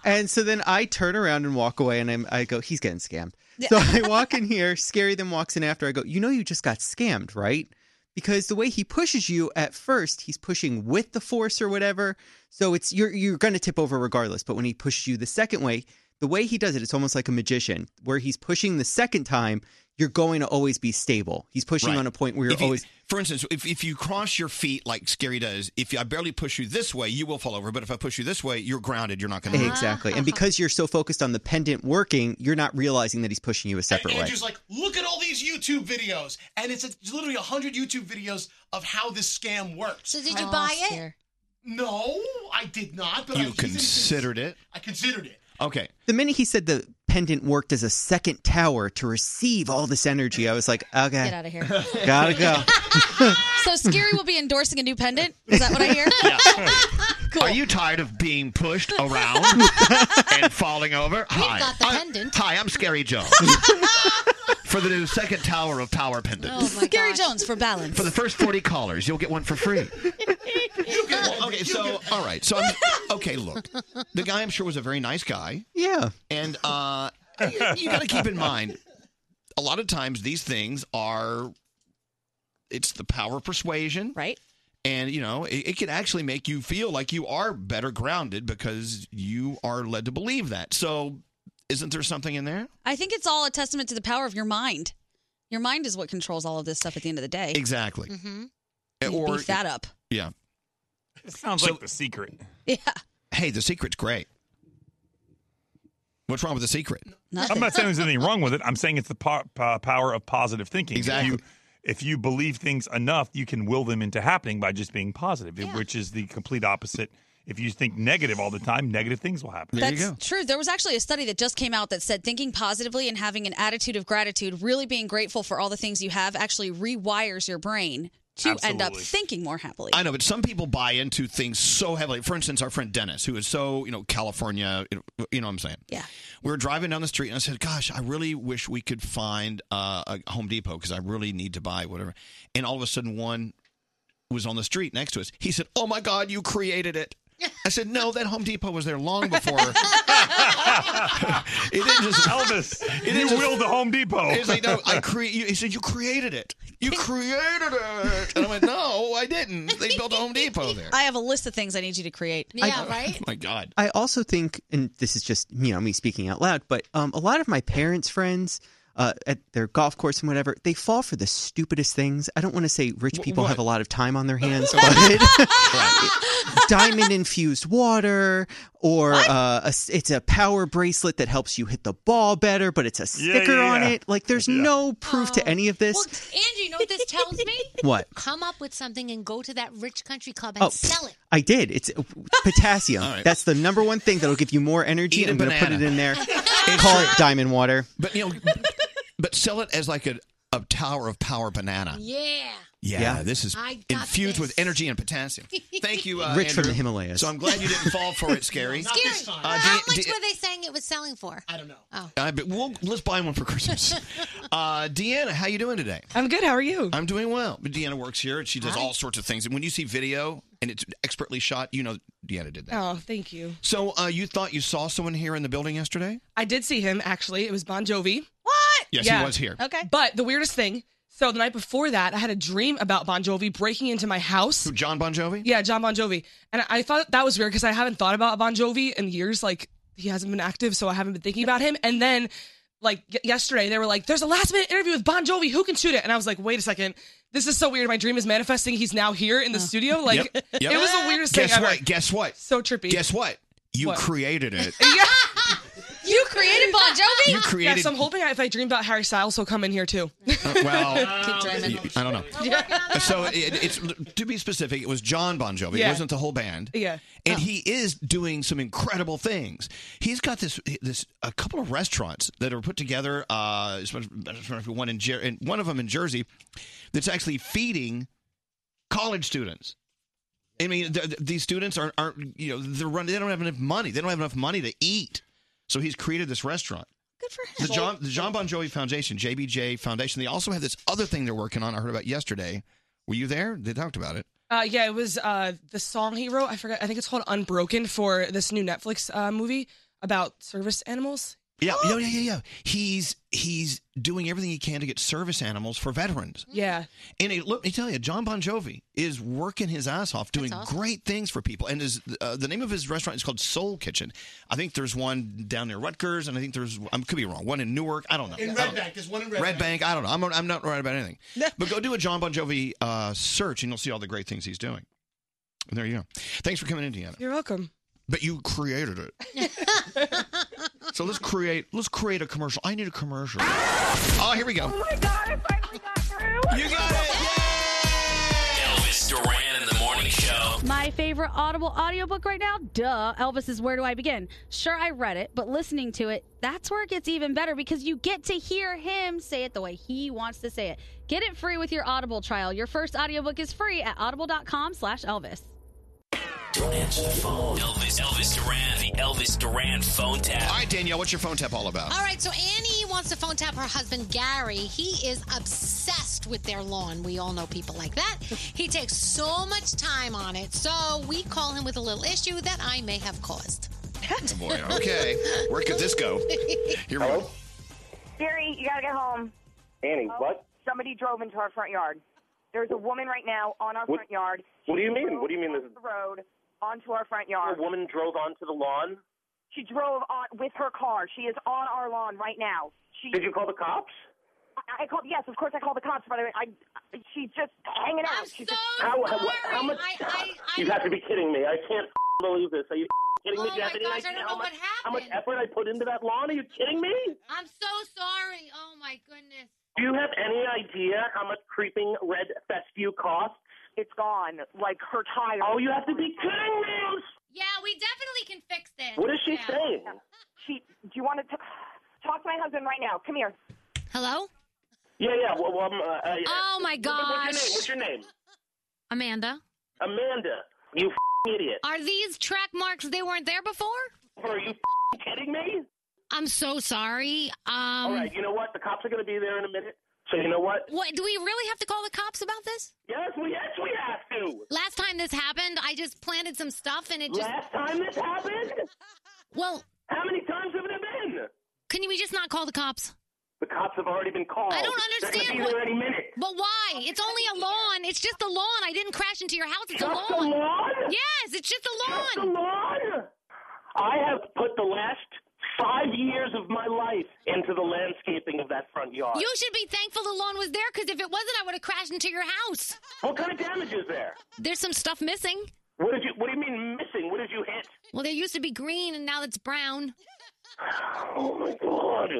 S25: and so then I turn around and walk away, and I'm, I go, he's getting scammed. So I walk in here. Scary then walks in after. I go, you know, you just got scammed, right? Because the way he pushes you at first, he's pushing with the force or whatever. So it's you're you're going to tip over regardless. But when he pushes you the second way, the way he does it, it's almost like a magician, where he's pushing the second time. You're going to always be stable. He's pushing
S4: Right.
S25: on a point where you're
S4: If you-
S25: always
S4: For instance, if, if you cross your feet like Scary does, if I barely push you this way, you will fall over. But if I push you this way, you're grounded. You're not going to
S25: Exactly. And because you're so focused on the pendant working, you're not realizing that he's pushing you a separate way.
S11: Andrew's like, look at all these YouTube videos, and it's it's literally hundred YouTube videos of how this scam works.
S2: So did you Oh, buy it? scare.
S11: No, I did not. But I,
S25: You
S4: considered it.
S11: I considered it.
S4: Okay.
S25: The minute he said the pendant worked as a second tower to receive all this energy, I was like, okay,
S7: Get out of here.
S25: gotta go.
S7: So Scary will be endorsing a new pendant. Is that what I hear? Ah,
S4: Are you tired of being pushed around and falling over? Hi.
S7: got the
S4: I-
S7: pendant.
S4: hi, I'm Scary Joe. for the new second tower of power pendant.
S7: Oh, Scary Jones for balance.
S4: For the first 40 callers, you'll get one for free. Well, okay, so, all right. So, I'm, okay, look. The guy, I'm sure, was a very nice guy.
S25: Yeah.
S4: And uh, you, you got to keep in mind, a lot of times these things are, it's the power of persuasion.
S7: Right.
S4: And, you know, it, it can actually make you feel like you are better grounded because you are led to believe that. So, isn't there something in there?
S7: I think it's all a testament to the power of your mind. Your mind is what controls all of this stuff at the end of the day.
S4: Exactly.
S7: Mm-hmm.
S4: Uh,
S7: You beef that up.
S4: Yeah.
S19: It sounds
S4: So-
S19: like the secret.
S7: Yeah.
S4: Hey, the secret's great. What's wrong with the secret?
S19: I'm not saying there's anything wrong with it. I'm saying it's the po- po- power of positive thinking.
S4: Exactly.
S19: If you, if you believe things enough, you can will them into happening by just being positive, which is the complete opposite. If you think negative all the time, negative things will happen.
S7: That's true. There was actually a study that just came out that said thinking positively and having an attitude of gratitude, really being grateful for all the things you have, actually rewires your brain to end up
S4: Absolutely.
S7: thinking more happily.
S4: I know, but some people buy into things so heavily. For instance, our friend Dennis, who is so, you know, California, you know, you know what I'm saying?
S7: Yeah.
S4: We were driving down the street and I said, Gosh, I really wish we could find uh, a Home Depot because I really need to buy whatever. And all of a sudden, one was on the street next to us. He said, Oh my God, you created it. I said, No, that Home Depot was there long before. it didn't just Elvis. It didn't
S19: you
S4: just-
S19: willed the Home Depot.
S4: He's like, no, I cre- you- He said, you created it. You created it. And I went, no, I didn't. They built a Home Depot there.
S7: I have a list of things I need you to create.
S25: Yeah,
S7: right?
S2: Oh
S4: my God.
S25: I also think, and this is just you know me speaking out loud, but um, a lot of my parents' friends uh, at their golf course and whatever, they fall for the stupidest things. I don't want to say rich people have a lot of time on their hands, but diamond infused water or uh, a s it's a power bracelet that helps you hit the ball better, but it's a
S2: Yeah,
S25: sticker
S2: yeah,
S25: on
S2: yeah.
S25: it. Like, there's no proof to any of this.
S2: Well, Angie, you know what this tells me?
S25: What?
S2: Come up with something and go to that rich country club and
S25: Oh,
S2: sell it.
S25: I did. It's uh, potassium. That's the number one thing that'll give you more energy.
S4: Eat a
S25: I'm going to put
S4: banana.
S25: it in there. Call it diamond water.
S4: But you know, but sell it as like a, a tower of power banana.
S2: Yeah.
S4: Yeah,
S25: Yeah.
S4: this is
S2: I got
S4: infused with energy and potassium. Thank you, uh,
S25: Rich from the
S4: Andrew.
S25: Himalayas.
S4: So I'm glad you didn't fall for it, Scary.
S2: Scary.
S4: Uh,
S2: How
S4: D-
S2: much
S4: D-
S2: were they saying it was selling for? I don't know. Oh.
S4: uh, but we'll, let's buy one for Christmas. Uh, Deanna, how you doing today? I'm good. How are you? I'm doing well. But Deanna works here and she does
S13: Hi.
S4: all sorts of things. And when you see video and it's expertly shot, you know Deanna did that.
S13: Oh, thank you.
S4: So uh, you thought you saw someone here in the building yesterday?
S13: I did see him actually. It was Bon Jovi.
S7: What?
S4: Yes, he was here.
S13: Okay. But the weirdest thing. So the night before that, I had a dream about Bon Jovi breaking into my house.
S4: John Bon Jovi?
S13: Yeah, John Bon Jovi. And I thought that was weird because I haven't thought about Bon Jovi in years. Like he hasn't been active, so I haven't been thinking about him. And then, like y- yesterday, they were like, "There's a last minute interview with Bon Jovi. Who can shoot it?" And I was like, "Wait a second, this is so weird. My dream is manifesting. He's now here in the studio. Like
S4: Yep, yep.
S13: it was the weirdest
S4: Guess
S13: thing ever.
S4: what? Guess what?
S13: So trippy.
S4: Guess what? You created it.
S13: You created
S7: Bon Jovi?
S4: You created-
S13: Yes, I'm hoping if I dream about Harry Styles, he'll come in here too.
S4: Uh, well,
S13: dreaming.
S4: I don't know. So it, it's to be specific, it was John Bon Jovi. It
S13: Yeah.
S4: wasn't the whole band.
S13: Yeah.
S4: And
S7: Oh.
S4: he is doing some incredible things. He's got this this a couple of restaurants that are put together. Uh, one in Jer- and one of them in Jersey, that's actually feeding college students. I mean, th- th- these students aren't, aren't you know they're run, they don't have enough money. They don't have enough money to eat. So he's created this restaurant.
S7: Good for
S4: The John, the John Bon Jovi Foundation, JBJ Foundation. They also have this other thing they're working on. I heard about yesterday. Were you there? They talked about it.
S13: Uh, yeah, it was uh, the song he wrote. I forgot. I think it's called Unbroken for this new Netflix uh, movie about service animals.
S4: Yeah, yeah, yeah, yeah, yeah. He's he's doing everything he can to get service animals for veterans.
S13: Yeah.
S4: And it, let me tell you, John Bon Jovi is working his ass off, doing great things for people. And his, uh, the name of his restaurant is called Soul Kitchen. I think there's one down near Rutgers, and I think there's I could be wrong, one in Newark. I don't know.
S11: In
S4: I
S11: Red
S4: don't-
S11: Bank, there's one in Red,
S4: Red, Bank. I don't know. I'm, I'm not right about anything. but go do a John Bon Jovi uh, search, and you'll see all the great things he's doing. And there you go. Thanks for coming in, Deanna.
S13: You're welcome.
S4: But you created it. so let's create. Let's create a commercial. I need a commercial. Oh, here we go.
S3: You got
S8: Elvis Duran in the morning show.
S26: My favorite Audible audiobook right now, duh, Elvis is Where Do I Begin? Sure, I read it, but listening to it, that's where it gets even better because you get to hear him say it the way he wants to say it. Get it free with your Audible trial. Your first audiobook is free at audible.com slash Elvis.
S8: Don't answer the phone. Elvis, Elvis Duran, the Elvis Duran phone tap.
S4: All right, Danielle, what's your phone tap all about?
S2: All right, so Annie wants to phone tap her husband Gary. He is obsessed with their lawn. We all know people like that. He takes so much time on it, so we call him with a little issue that I may have caused.
S4: Oh, boy. Okay. Where could this go? Here we go.
S1: Gary, you gotta get home. Oh,
S23: Annie, what?
S1: Somebody drove into our front yard. There's a woman right now on our
S23: What-
S1: front yard.
S23: What do you
S1: She
S23: mean?
S1: drove
S23: What do you mean? This
S1: across The road onto our front yard.
S23: a woman drove onto the lawn.
S1: She drove on with her car. She is on our lawn right now. She.
S23: Did you call the cops?
S1: I, I called. Yes, of course I called the cops. By the way, I. I- She's just hanging out. she's just,
S23: How, how, what- how much? you have to be kidding me! I can't believe this. Are you kidding me?
S1: Oh
S23: Do you have
S1: my
S23: any
S1: gosh,
S23: idea
S1: I don't
S23: how
S1: know
S23: much,
S1: what
S23: how much effort I put into that lawn? Are you kidding me?
S2: I'm so sorry. Oh my goodness.
S23: Do you have any idea how much creeping red fescue costs?
S1: It's gone. Like her tire.
S23: Oh, you have to be kidding me! I'm
S2: Yeah, we definitely can fix this.
S23: What is she saying?
S1: She. Do you want to talk to my husband right now? Come here.
S2: Hello.
S23: Yeah, yeah. Well, well, um, uh, uh,
S1: Oh, my
S23: what- What's your name?
S1: gosh.
S23: What's your name?
S2: Amanda,
S23: Amanda, you f***ing idiot.
S2: are these track marks? They weren't there before.
S23: Are you f***ing kidding me?
S2: I'm so sorry. Um,
S23: All right, you know what? The cops are going to be there in a minute. So you know what?
S2: What do we really have to call the cops about this?
S23: Yes, we yes we have to.
S2: Last time this happened, I just planted some stuff and it just.
S23: Last time this happened?
S2: Well,
S23: How many times have it been?
S2: can we just not call the cops?
S23: The cops have already been called.
S2: I don't
S23: They're
S2: understand.
S23: going to be there
S2: What,
S23: any minute.
S2: but why? It's only a lawn. It's just a lawn. I didn't crash into your house. It's a
S23: Just a
S2: lawn.
S23: lawn?
S2: Yes, it's just a lawn.
S23: Just a lawn? I have put the last five years of my life into the landscaping of that front yard.
S2: You should be thankful the lawn was there because if it wasn't, I would have crashed into your house.
S23: What kind of damage is there?
S2: There's some stuff missing.
S23: What did you? What do you mean missing? What did you hit?
S2: Well, there used to be green and now it's brown.
S23: Oh my god!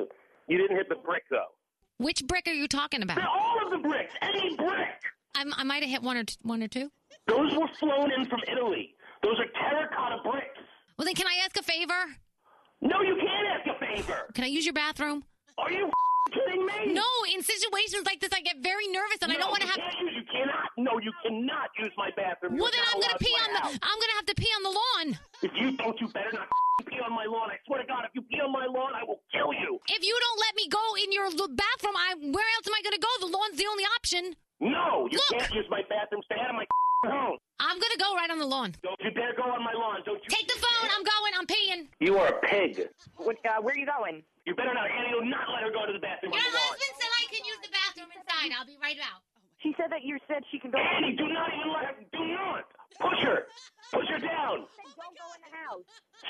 S23: You didn't hit the brick though.
S2: Which brick are you talking about?
S23: All of the bricks, any brick.
S2: I, I might have hit one or t- one or two.
S23: Those were flown in from Italy. Those are terracotta bricks.
S2: Well, then, can I ask a favor?
S23: No, you can't ask a favor.
S2: Can I use your bathroom?
S23: Are you kidding me?
S2: No, in situations like this, I get very nervous and I
S23: No,
S2: don't want to
S23: you
S2: have.
S23: can't use- you cannot. No, you cannot use my bathroom.
S2: Well,
S23: You're
S2: then
S23: not
S2: I'm gonna
S23: allowed
S2: pee
S23: in
S2: on
S23: my
S2: the. I'm
S23: house.
S2: gonna have to pee on the lawn.
S23: If you don't, you better not pee on my lawn. I swear to God, if you pee on my lawn, I will kill you.
S2: If you don't let me go in your l- bathroom, I where else am I gonna go? The lawn's the only option.
S23: No, you
S2: Look.
S23: can't use my bathroom. Stay out of my home.
S2: I'm gonna go right on the lawn.
S23: Don't you dare go on my lawn. Don't you?
S2: Take the phone. I'm going. I'm peeing.
S23: You are a pig.
S20: What, uh, where are you going?
S23: You better not, Annie. Do not let her go to the bathroom on the lawn.
S2: said I can use the bathroom inside. I'll be right out.
S20: She said that you said she can go.
S23: Annie, do not even let her. Do not push her. Push her down.
S20: Don't go in the house.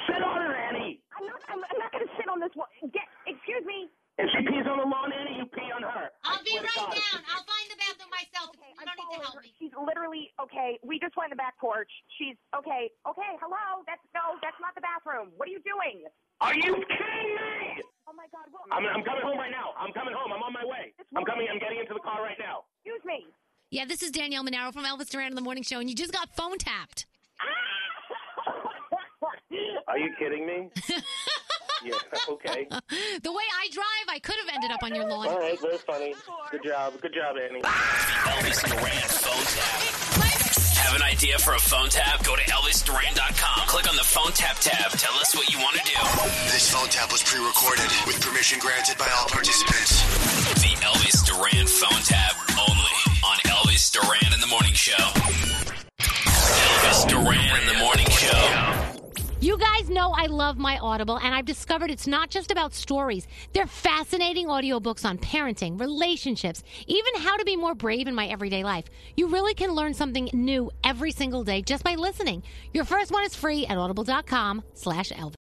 S23: Sit on her, Annie.
S20: I'm not. I'm, I'm not going to sit on this one. Get. Excuse me.
S23: If she pees on the lawn, Annie, you pee on her.
S2: I'll be
S23: swear to
S2: right
S23: God.
S2: down. I'll find the bathroom myself. you don't need to help me.
S20: She's literally okay. We just went in the back porch. She's okay. Okay. Hello. That's no. That's not the bathroom. What are you doing?
S23: Are you kidding me?
S20: Oh my God. Well,
S23: I'm, I'm coming home right now. I'm coming home. I'm on my way. I'm coming. I'm getting into the car right now.
S20: Excuse me.
S2: Yeah, this is Danielle Monaro from Elvis Duran in the Morning Show, and you just got phone tapped.
S23: Are you kidding me? yeah. Okay.
S2: The way I drive, I could have ended up on your lawn.
S23: All right. Very funny. Good job. Good job, Annie.
S8: Elvis Duran phone tap. Have an idea for a phone tap? Go to ElvisDuran.com. Click on the phone tap tab. Tell us what you want to do.
S31: This phone tap was pre-recorded with permission granted by all participants.
S8: The Elvis Duran phone tap only on Elvis Duran in the Morning Show. Elvis Duran in the Morning Show.
S32: You guys know I love my Audible, and I've discovered it's not just about stories. They're fascinating audiobooks on parenting, relationships, even how to be more brave in my everyday life. You really can learn something new every single day just by listening. Your first one is free at audible.com slash Elvis.